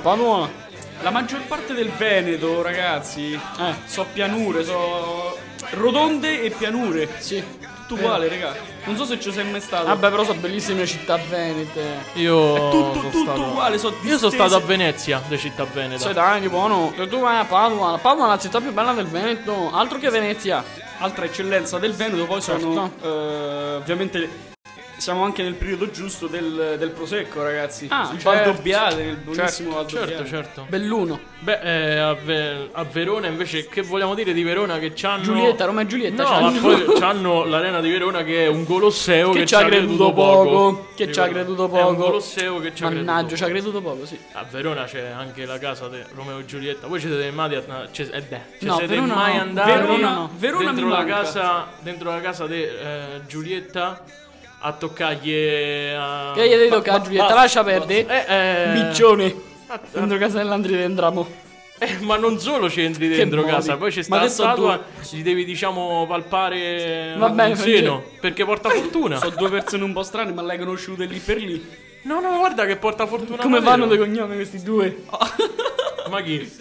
[SPEAKER 3] Padova.
[SPEAKER 4] La maggior parte del Veneto, ragazzi, eh, so pianure, so rotonde e pianure.
[SPEAKER 3] Sì.
[SPEAKER 2] Eh.
[SPEAKER 4] Tutto uguale, raga. Non so se ci sei mai stato.
[SPEAKER 3] Vabbè, però sono bellissime città venete.
[SPEAKER 2] Io
[SPEAKER 4] tutto,
[SPEAKER 2] sono
[SPEAKER 4] tutto
[SPEAKER 2] stato-
[SPEAKER 4] uguale, so
[SPEAKER 2] Io sono
[SPEAKER 4] distese.
[SPEAKER 2] stato a Venezia, da città veneta.
[SPEAKER 3] Sai dai, che buono. Se tu vai a Padova, Padova è la città più bella del Veneto, altro che Venezia.
[SPEAKER 4] Altra eccellenza del Veneto poi sono,
[SPEAKER 2] Certo.
[SPEAKER 4] eh, ovviamente... Siamo anche nel periodo giusto del, del prosecco, ragazzi.
[SPEAKER 3] Ah,
[SPEAKER 4] il
[SPEAKER 3] certo.
[SPEAKER 4] Valdobbiate, il buonissimo Valdobbiate.
[SPEAKER 2] certo, certo.
[SPEAKER 3] Belluno.
[SPEAKER 2] Beh, eh, a, Ve- a Verona invece, che vogliamo dire di Verona? Che c'hanno.
[SPEAKER 3] Giulietta, Roma e Giulietta.
[SPEAKER 2] No,
[SPEAKER 3] c'hanno-
[SPEAKER 2] ma poi c'hanno l'arena di Verona che è un colosseo che,
[SPEAKER 3] Che ci ha creduto poco. Che ci ha creduto
[SPEAKER 2] È un
[SPEAKER 3] poco.
[SPEAKER 2] colosseo che ci ha creduto
[SPEAKER 3] Mannaggia,
[SPEAKER 2] poco.
[SPEAKER 3] ci ha creduto poco, sì.
[SPEAKER 2] A Verona c'è anche la casa di Romeo e Giulietta. Voi ci siete mai, a- ci- eh beh, ci
[SPEAKER 3] No,
[SPEAKER 2] siete
[SPEAKER 3] Verona
[SPEAKER 2] mai
[SPEAKER 3] no.
[SPEAKER 2] andati
[SPEAKER 3] Verona no.
[SPEAKER 4] Verona
[SPEAKER 2] dentro,
[SPEAKER 4] mi
[SPEAKER 2] la
[SPEAKER 4] manca.
[SPEAKER 2] casa, dentro la casa di eh, Giulietta a toccargli eh, a...
[SPEAKER 3] Che gli devi toccare, Giulietta, lascia perdere.
[SPEAKER 2] Eh, eh,
[SPEAKER 3] Biccione.
[SPEAKER 2] ah, ah,
[SPEAKER 3] Dentro casa dell'Andri entriamo.
[SPEAKER 2] eh, ma non solo ci entri dentro
[SPEAKER 3] modi.
[SPEAKER 2] casa, poi c'è sta
[SPEAKER 3] Ma
[SPEAKER 2] la
[SPEAKER 3] adesso
[SPEAKER 2] statua, gli devi diciamo palpare
[SPEAKER 3] Va bene,
[SPEAKER 2] un seno, perché porta fortuna.
[SPEAKER 4] Sono due persone un po' strane, ma l'hai conosciute lì per lì.
[SPEAKER 2] No, no, guarda che porta fortuna.
[SPEAKER 3] Come
[SPEAKER 2] davvero.
[SPEAKER 3] vanno dei cognomi questi due?
[SPEAKER 2] Ma chi?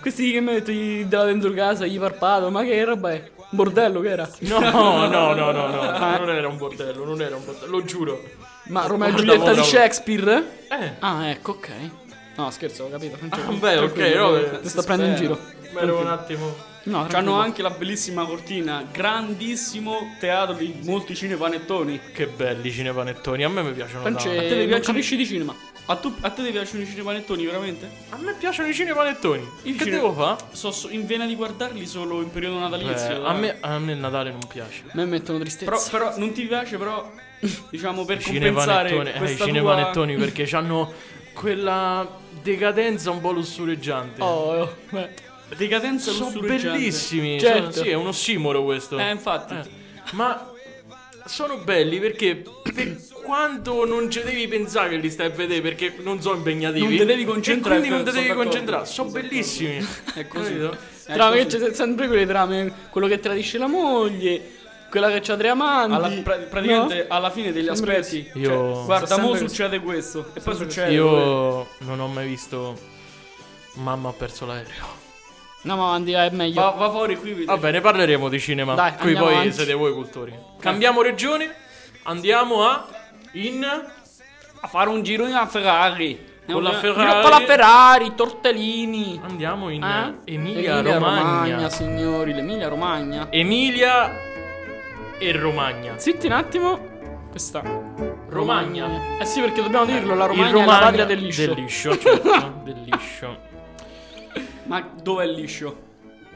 [SPEAKER 3] Questi che metti della dentro casa, gli parpato, ma che roba è? Un Bordello che era?
[SPEAKER 2] No, no, no, no, no, non era un bordello, non era un bordello, lo giuro.
[SPEAKER 3] Ma Romeo e
[SPEAKER 2] Guarda,
[SPEAKER 3] Giulietta
[SPEAKER 2] guarda.
[SPEAKER 3] di Shakespeare?
[SPEAKER 2] Eh,
[SPEAKER 3] Ah, ecco, ok. No, scherzo, ho capito. Francesco.
[SPEAKER 2] beh, ok,
[SPEAKER 3] Tranquillo,
[SPEAKER 2] Robert.
[SPEAKER 3] Ti sto prendendo in giro.
[SPEAKER 2] Ma ero un attimo.
[SPEAKER 3] No,
[SPEAKER 4] C'hanno
[SPEAKER 3] tranquillo.
[SPEAKER 4] anche la bellissima cortina, grandissimo teatro di molti cinepanettoni.
[SPEAKER 2] Che belli i cinepanettoni, a me mi piacciono
[SPEAKER 3] France-
[SPEAKER 2] tanto.
[SPEAKER 4] te le
[SPEAKER 3] non
[SPEAKER 4] piacciono-
[SPEAKER 3] capisci di cinema.
[SPEAKER 4] A, tu, a te ti piacciono i cinepanettoni, veramente?
[SPEAKER 2] A me piacciono i cinepanettoni.
[SPEAKER 4] Il
[SPEAKER 2] che
[SPEAKER 4] cine-
[SPEAKER 2] devo fare?
[SPEAKER 4] So, so- in vena di guardarli solo in periodo natalizio.
[SPEAKER 2] Eh, A
[SPEAKER 4] dai.
[SPEAKER 2] me, a me il Natale non piace.
[SPEAKER 3] A me mettono tristezza.
[SPEAKER 4] Però, però non ti piace, però. Diciamo per
[SPEAKER 2] I cinepanettoni,
[SPEAKER 4] compensare
[SPEAKER 2] eh, i
[SPEAKER 4] questa tua-
[SPEAKER 2] cinepanettoni perché hanno quella decadenza un po' lussureggiante.
[SPEAKER 3] Oh, oh, beh.
[SPEAKER 4] Decadenza
[SPEAKER 2] sono
[SPEAKER 4] lussureggiante. Cioè,
[SPEAKER 2] bellissimi.
[SPEAKER 3] Certo.
[SPEAKER 2] sono- sì, è uno simoro questo.
[SPEAKER 4] Eh, infatti.
[SPEAKER 2] Eh, Ma sono belli perché per quanto non ci devi pensare che li stai a vedere perché non sono impegnativi.
[SPEAKER 4] Non te devi concentrare,
[SPEAKER 2] E quindi non te
[SPEAKER 4] sono
[SPEAKER 2] devi
[SPEAKER 4] d'accordo.
[SPEAKER 2] concentrare. Sono bellissimi.
[SPEAKER 4] È così.
[SPEAKER 2] Capito?
[SPEAKER 4] È
[SPEAKER 3] Trame,
[SPEAKER 4] così.
[SPEAKER 3] c'è se- sempre quelle trame. Quello che tradisce la moglie, quella che c'ha tre amanti.
[SPEAKER 4] Alla, pra- praticamente alla fine degli
[SPEAKER 3] Sempre
[SPEAKER 4] aspetti.
[SPEAKER 2] Io-
[SPEAKER 4] cioè, guarda,
[SPEAKER 3] Sempre
[SPEAKER 4] mo
[SPEAKER 3] questo.
[SPEAKER 4] succede questo. E poi
[SPEAKER 2] Eh,
[SPEAKER 4] succede.
[SPEAKER 2] Io non ho mai visto. Mamma ha perso l'aereo.
[SPEAKER 3] Andiamo avanti, dai, è meglio.
[SPEAKER 4] Va, va fuori qui. vedi.
[SPEAKER 2] Vabbè, ne parleremo di cinema.
[SPEAKER 3] Dai,
[SPEAKER 2] Qui
[SPEAKER 3] andiamo
[SPEAKER 2] poi
[SPEAKER 3] avanti. Eh.
[SPEAKER 2] siete voi cultori. Cambiamo regione. Andiamo a. In.
[SPEAKER 3] a fare un giro a Ferrari.
[SPEAKER 2] Con la
[SPEAKER 3] Un-
[SPEAKER 2] Ferrari.
[SPEAKER 3] Giro Con la Ferrari, tortellini.
[SPEAKER 2] Andiamo in
[SPEAKER 3] Eh?
[SPEAKER 2] Emilia, Romagna.
[SPEAKER 3] signori, l'Emilia Romagna.
[SPEAKER 2] Emilia e Romagna.
[SPEAKER 3] Zitti un attimo. Questa.
[SPEAKER 2] Romagna.
[SPEAKER 3] Eh sì, perché dobbiamo dirlo, la
[SPEAKER 2] Il
[SPEAKER 3] Romagna, è la patria del liscio.
[SPEAKER 2] Del liscio, certo, del liscio.
[SPEAKER 4] Ma dov'è il liscio?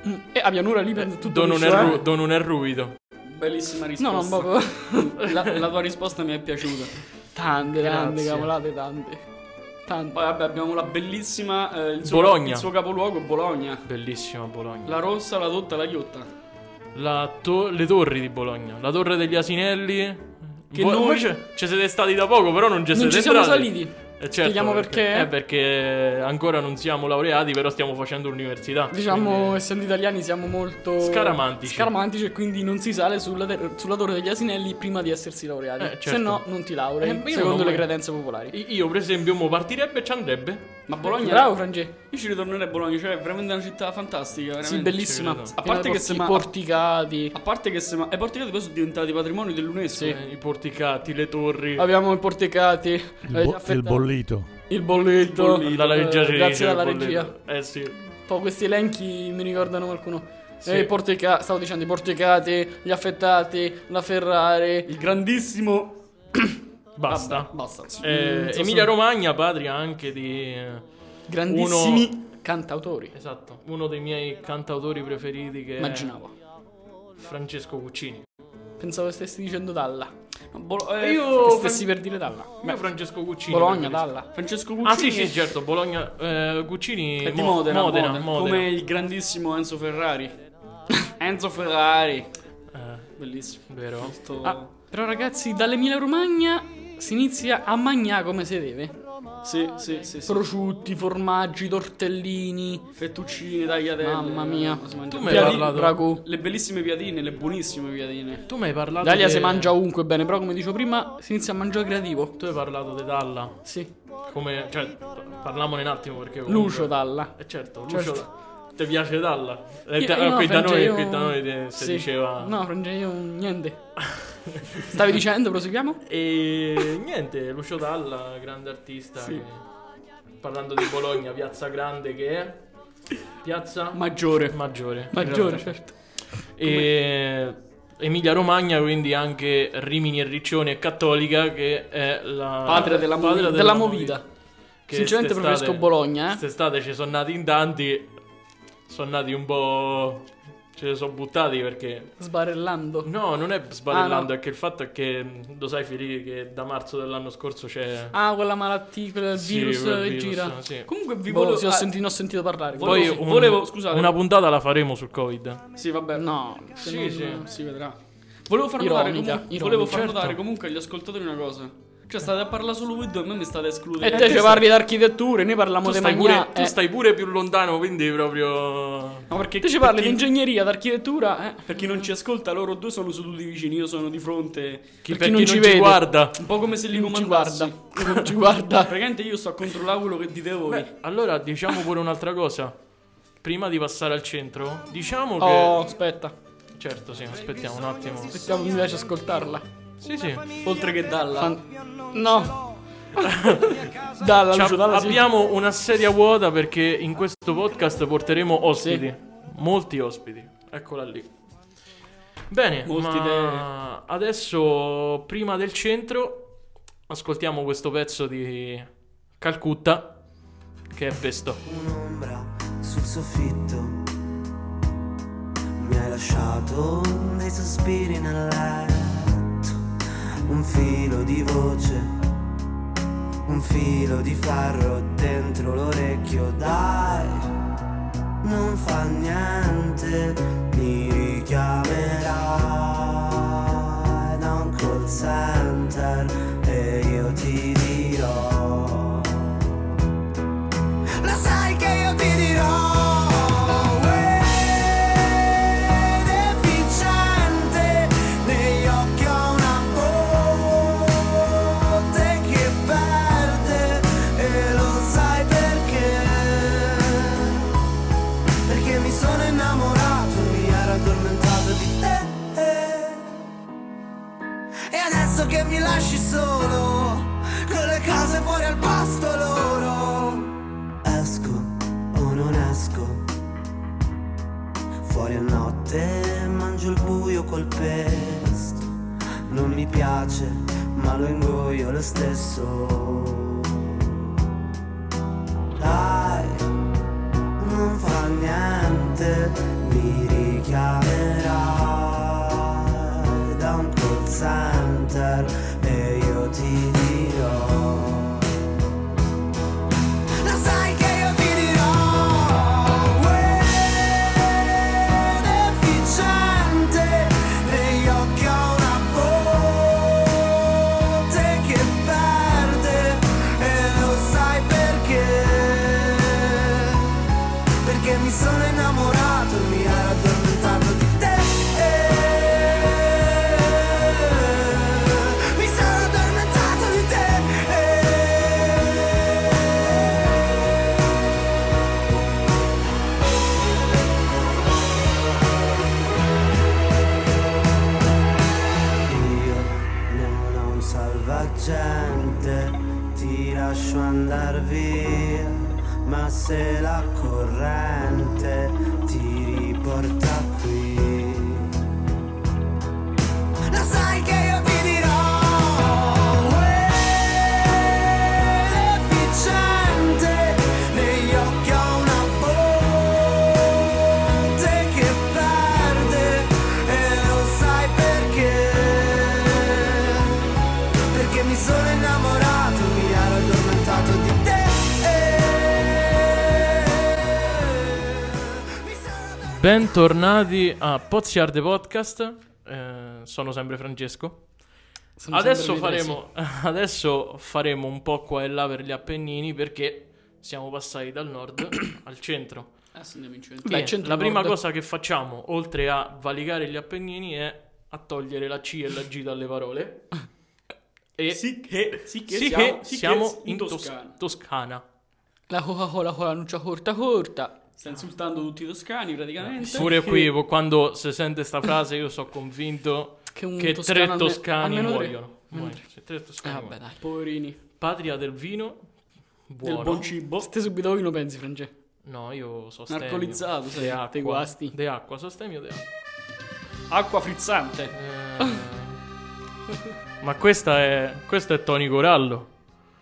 [SPEAKER 3] Mm, E abbiamo un'ora lì per tutto
[SPEAKER 2] Don non,
[SPEAKER 3] liscio,
[SPEAKER 2] è
[SPEAKER 3] eh.
[SPEAKER 2] ru- don non è ruvido.
[SPEAKER 4] Bellissima
[SPEAKER 3] No, no,
[SPEAKER 4] risposta.
[SPEAKER 3] proprio.
[SPEAKER 4] la, la tua risposta mi è piaciuta.
[SPEAKER 3] Tante, tante,
[SPEAKER 2] Grazie.
[SPEAKER 3] cavolate, tante. Tante.
[SPEAKER 4] Poi vabbè, abbiamo la bellissima. eh, il suo,
[SPEAKER 2] Bologna.
[SPEAKER 4] Il suo capoluogo, Bologna.
[SPEAKER 2] Bellissima Bologna.
[SPEAKER 4] La rossa, la dotta, la ghiotta.
[SPEAKER 2] La to- le torri di Bologna. La torre degli asinelli.
[SPEAKER 4] Che
[SPEAKER 2] Voi-
[SPEAKER 4] noi-
[SPEAKER 2] voi ce- ci siete stati da poco, però non ci
[SPEAKER 3] Non
[SPEAKER 2] siete
[SPEAKER 3] ci siamo
[SPEAKER 2] entrati.
[SPEAKER 3] saliti.
[SPEAKER 2] Eh, certo,
[SPEAKER 3] Spieghiamo perché.
[SPEAKER 2] Eh, perché ancora non siamo laureati, però stiamo facendo università.
[SPEAKER 3] Diciamo,
[SPEAKER 2] quindi-
[SPEAKER 3] essendo italiani, siamo molto.
[SPEAKER 2] Scaramantici.
[SPEAKER 3] Scaramantici, e quindi non si sale sulla, ter- sulla torre degli asinelli prima di essersi laureati.
[SPEAKER 2] Eh, certo.
[SPEAKER 3] Se no, non ti
[SPEAKER 2] Eh,
[SPEAKER 3] laurei.
[SPEAKER 2] io
[SPEAKER 3] secondo
[SPEAKER 2] non-
[SPEAKER 3] le credenze popolari.
[SPEAKER 2] I- Io, per esempio, mo partirebbe e ci andrebbe.
[SPEAKER 4] Ma Bologna.
[SPEAKER 3] Bravo, Frangè.
[SPEAKER 4] Io ci ritornerei a Bologna, cioè è veramente una città fantastica. Veramente.
[SPEAKER 3] Sì, bellissima.
[SPEAKER 2] ci credo.
[SPEAKER 4] A parte che
[SPEAKER 3] si
[SPEAKER 4] sembra-
[SPEAKER 3] porticati.
[SPEAKER 4] A parte che se ma... e porticati poi sono diventati patrimonio dell'UNESCO.
[SPEAKER 2] Eh, I porticati, le torri.
[SPEAKER 3] Abbiamo i porticati.
[SPEAKER 6] Il,
[SPEAKER 3] eh,
[SPEAKER 6] bo-
[SPEAKER 3] affettato-
[SPEAKER 6] il bollito.
[SPEAKER 3] il bolletto.
[SPEAKER 2] Dalla regia
[SPEAKER 3] Eh,
[SPEAKER 2] ci dice
[SPEAKER 3] Grazie
[SPEAKER 2] il
[SPEAKER 3] alla
[SPEAKER 2] bolletto.
[SPEAKER 3] regia.
[SPEAKER 2] Eh sì.
[SPEAKER 3] Poi questi elenchi mi ricordano qualcuno.
[SPEAKER 2] Sì.
[SPEAKER 3] Eh, i portica- stavo dicendo i porticati, gli affettati, la Ferrari.
[SPEAKER 4] Il grandissimo.
[SPEAKER 2] Basta.
[SPEAKER 3] Basta.
[SPEAKER 2] Eh, Emilia Romagna, patria anche di. eh,
[SPEAKER 3] Grandissimi cantautori.
[SPEAKER 2] Esatto, uno dei miei cantautori preferiti che
[SPEAKER 3] Immaginavo.
[SPEAKER 2] è Francesco Cuccini.
[SPEAKER 3] Pensavo stessi dicendo Dalla.
[SPEAKER 4] No, Bolo- eh,
[SPEAKER 2] Io-
[SPEAKER 4] Fra-
[SPEAKER 3] Stessi per dire Dalla.
[SPEAKER 2] Io Francesco Cuccini.
[SPEAKER 3] Bologna,
[SPEAKER 2] preferisco.
[SPEAKER 3] Dalla.
[SPEAKER 4] Francesco
[SPEAKER 2] Ah
[SPEAKER 4] Cuccini
[SPEAKER 2] sì, sì, certo, Bologna. eh, Cuccini
[SPEAKER 4] è di
[SPEAKER 2] Mo-
[SPEAKER 4] Modena,
[SPEAKER 2] Modena,
[SPEAKER 4] Modena,
[SPEAKER 2] Modena.
[SPEAKER 4] Come il grandissimo Enzo Ferrari. Enzo Ferrari.
[SPEAKER 2] Eh,
[SPEAKER 4] Bellissimo.
[SPEAKER 2] vero.
[SPEAKER 4] Molto-
[SPEAKER 3] Ah, però ragazzi, dall'Emilia Romagna si inizia a mangiare come si deve.
[SPEAKER 4] Sì, sì, sì, sì.
[SPEAKER 3] Prosciutti, formaggi, tortellini.
[SPEAKER 4] Fettuccine, tagliatelle.
[SPEAKER 3] Mamma mia.
[SPEAKER 4] cosa mangiare.
[SPEAKER 2] Tu mi hai
[SPEAKER 3] Piadi-
[SPEAKER 2] parlato-
[SPEAKER 3] ragù.
[SPEAKER 4] Le bellissime piadine, le buonissime piadine.
[SPEAKER 2] Tu mi hai parlato.
[SPEAKER 3] L'Italia
[SPEAKER 2] de-
[SPEAKER 3] si mangia ovunque bene, però come dicevo prima si inizia a mangiare creativo.
[SPEAKER 2] Tu hai parlato di Dalla.
[SPEAKER 3] Sì.
[SPEAKER 2] Come. Cioè, parliamone un attimo perché. comunque-
[SPEAKER 3] Lucio Dalla.
[SPEAKER 2] Eh, certo, Lucio.
[SPEAKER 3] Certo.
[SPEAKER 2] Ti piace Dalla? Eh,
[SPEAKER 3] Io-
[SPEAKER 2] da-
[SPEAKER 3] io no,
[SPEAKER 2] qui, da
[SPEAKER 3] Frangia,
[SPEAKER 2] noi,
[SPEAKER 3] io-
[SPEAKER 2] qui da noi te- si
[SPEAKER 3] sì.
[SPEAKER 2] diceva.
[SPEAKER 3] No, Frangia, io niente. Stavi dicendo, proseguiamo?
[SPEAKER 2] E niente, Lucio Dalla, grande artista. che- parlando di Bologna, Piazza Grande che è Piazza
[SPEAKER 4] Maggiore.
[SPEAKER 2] Maggiore.
[SPEAKER 3] Maggiore, certo.
[SPEAKER 2] E Emilia Romagna, quindi anche Rimini e Riccione e Cattolica che è la
[SPEAKER 4] Patria della
[SPEAKER 2] patria
[SPEAKER 4] movi-
[SPEAKER 3] Della movida.
[SPEAKER 2] Che
[SPEAKER 3] Sinceramente
[SPEAKER 2] st'estate-
[SPEAKER 3] preferisco Bologna, eh.
[SPEAKER 2] St'estate ci sono nati in tanti, sono nati un po'... ce ne sono buttati perché
[SPEAKER 3] Sbarellando.
[SPEAKER 2] No, non è sbadellando,
[SPEAKER 3] Ah,
[SPEAKER 2] è
[SPEAKER 3] no.
[SPEAKER 2] che il fatto è che mh, lo sai Fili che da marzo dell'anno scorso c'è
[SPEAKER 3] Ah, quella malattia, quel
[SPEAKER 2] Sì,
[SPEAKER 3] virus
[SPEAKER 2] quel
[SPEAKER 3] che
[SPEAKER 2] virus,
[SPEAKER 3] gira.
[SPEAKER 2] sì.
[SPEAKER 4] Comunque vi
[SPEAKER 3] Boh,
[SPEAKER 4] volevo...
[SPEAKER 3] sì, ho,
[SPEAKER 4] ah,
[SPEAKER 3] sentito, ne ho sentito parlare.
[SPEAKER 2] Poi
[SPEAKER 4] volevo-
[SPEAKER 2] un-
[SPEAKER 4] volevo- scusate.
[SPEAKER 2] una puntata la faremo sul Covid.
[SPEAKER 4] Sì, vabbè.
[SPEAKER 3] No,
[SPEAKER 2] Sì, sì.
[SPEAKER 4] Si vedrà. Volevo far notare,
[SPEAKER 3] Ironica,
[SPEAKER 4] comunque-
[SPEAKER 3] ironica,
[SPEAKER 4] volevo far
[SPEAKER 2] certo.
[SPEAKER 4] notare comunque agli ascoltatori una cosa. Cioè, state a parlare solo voi due, a me mi state
[SPEAKER 3] E
[SPEAKER 4] escludendo. Eh,
[SPEAKER 3] te ci
[SPEAKER 4] stai-
[SPEAKER 3] parli d'architetture, noi parliamo
[SPEAKER 2] Tu
[SPEAKER 3] di
[SPEAKER 2] stai, pure,
[SPEAKER 3] magna.
[SPEAKER 2] tu
[SPEAKER 3] eh.
[SPEAKER 2] stai pure più lontano, quindi proprio...
[SPEAKER 4] No, perché
[SPEAKER 3] Te ci parli
[SPEAKER 4] perché-
[SPEAKER 3] di ingegneria, d'architettura, eh.
[SPEAKER 4] Per chi non ci ascolta, loro due sono seduti vicini, io sono di
[SPEAKER 2] Chi,
[SPEAKER 4] fronte.
[SPEAKER 3] Per chi
[SPEAKER 2] per chi
[SPEAKER 3] non
[SPEAKER 2] non
[SPEAKER 3] ci
[SPEAKER 2] ci,
[SPEAKER 3] vede.
[SPEAKER 2] guarda.
[SPEAKER 4] Un po' come se li
[SPEAKER 3] Non ci
[SPEAKER 4] comandassi.
[SPEAKER 3] guarda. Non ci guarda.
[SPEAKER 4] Praticamente io sto a controllare quello che dite voi.
[SPEAKER 2] Beh, allora diciamo pure un'altra cosa. Prima di passare al centro, diciamo che...
[SPEAKER 3] Oh, aspetta.
[SPEAKER 2] Certo, sì, aspettiamo un attimo.
[SPEAKER 3] Aspettiamo, mi piace ascoltarla.
[SPEAKER 2] Sì, sì.
[SPEAKER 4] Oltre che dalla.
[SPEAKER 3] Fan- No. dalla,
[SPEAKER 2] Cioè,
[SPEAKER 3] Lucio, dalla sì.
[SPEAKER 2] abbiamo una sedia vuota perché in questo podcast porteremo ospiti. Molti ospiti. Eccola lì. Bene,
[SPEAKER 4] Molti
[SPEAKER 2] ma adesso prima del centro ascoltiamo questo pezzo di Calcutta che è questo.
[SPEAKER 7] un'ombra sul soffitto. Mi hai lasciato dei sospiri nel letto, un filo di voce, un un filo di ferro dentro l'orecchio, dai, non fa niente, mi richiamerai da un call center e io ti dirò. Lo sai che io ti dirò, uè, deficiente, negli occhi ho una botte che perde e lo sai perché perché mi sono innamorato, mi ero addormentato di te. E adesso che mi lasci solo, con le case fuori al pasto loro. Esco o non esco, fuori a notte mangio il buio col pesto. Non mi piace, ma lo ingoio lo stesso. Dai non fa niente, mi richiamerai da un call center e io ti dirò. Lo sai che io ti dirò, uè, deficiente, negli occhi ho una botte che perde e lo sai perché perché mi sono innamorato e mi ero addormentato di te. Mi sono addormentato di te. Io non ho un salvagente, ti lascio andar via, ma se la corrente ti riporta qui. Lo sai che io ti dirò, uè, deficiente, negli occhi ho una botte che perde e lo sai perché perché mi sono innamorato, mi ero addormentato di te. Mi sono addormentato-
[SPEAKER 2] Bentornati a Pozziarde Podcast. Eh, sono sempre Francesco.
[SPEAKER 3] Sono
[SPEAKER 2] Adesso
[SPEAKER 3] sempre vedresi.
[SPEAKER 2] faremo, adesso faremo un po' qua e là per gli Appennini perché siamo passati dal nord al centro.
[SPEAKER 4] Adesso andiamo in centro.
[SPEAKER 3] Beh,
[SPEAKER 2] E
[SPEAKER 3] centro
[SPEAKER 2] la prima
[SPEAKER 3] nord.
[SPEAKER 2] cosa che facciamo, oltre a valicare gli Appennini, è a togliere la C e la G dalle parole. E
[SPEAKER 4] Sì che, sì che
[SPEAKER 2] sì
[SPEAKER 4] siamo,
[SPEAKER 2] che
[SPEAKER 4] sì che
[SPEAKER 2] siamo in Tos-
[SPEAKER 4] Toscana.
[SPEAKER 2] Toscana.
[SPEAKER 3] La Coca-Cola con la nuccia corta corta.
[SPEAKER 4] Sta insultando tutti i toscani praticamente.
[SPEAKER 2] Pure qui, quando si sente sta frase, io sono convinto
[SPEAKER 3] Che un
[SPEAKER 2] che
[SPEAKER 3] toscano
[SPEAKER 2] tre
[SPEAKER 3] alme-
[SPEAKER 2] toscani
[SPEAKER 3] almeno tre.
[SPEAKER 2] muoiono. Muoiono. Cioè, tre
[SPEAKER 3] Eh,
[SPEAKER 2] toscani
[SPEAKER 3] vabbè,
[SPEAKER 2] muoiono.
[SPEAKER 3] dai.
[SPEAKER 4] Poverini.
[SPEAKER 2] Patria del vino, buono.
[SPEAKER 4] Del buon cibo.
[SPEAKER 3] Te subito vino pensi, Francesco?
[SPEAKER 2] No, io sostengo.
[SPEAKER 4] Narcolizzato, sei.
[SPEAKER 2] De acqua.
[SPEAKER 3] Te guasti.
[SPEAKER 2] De acqua, sostemio de acqua.
[SPEAKER 4] Acqua frizzante.
[SPEAKER 2] Eh, Ma questa è, questo è Tony Corallo.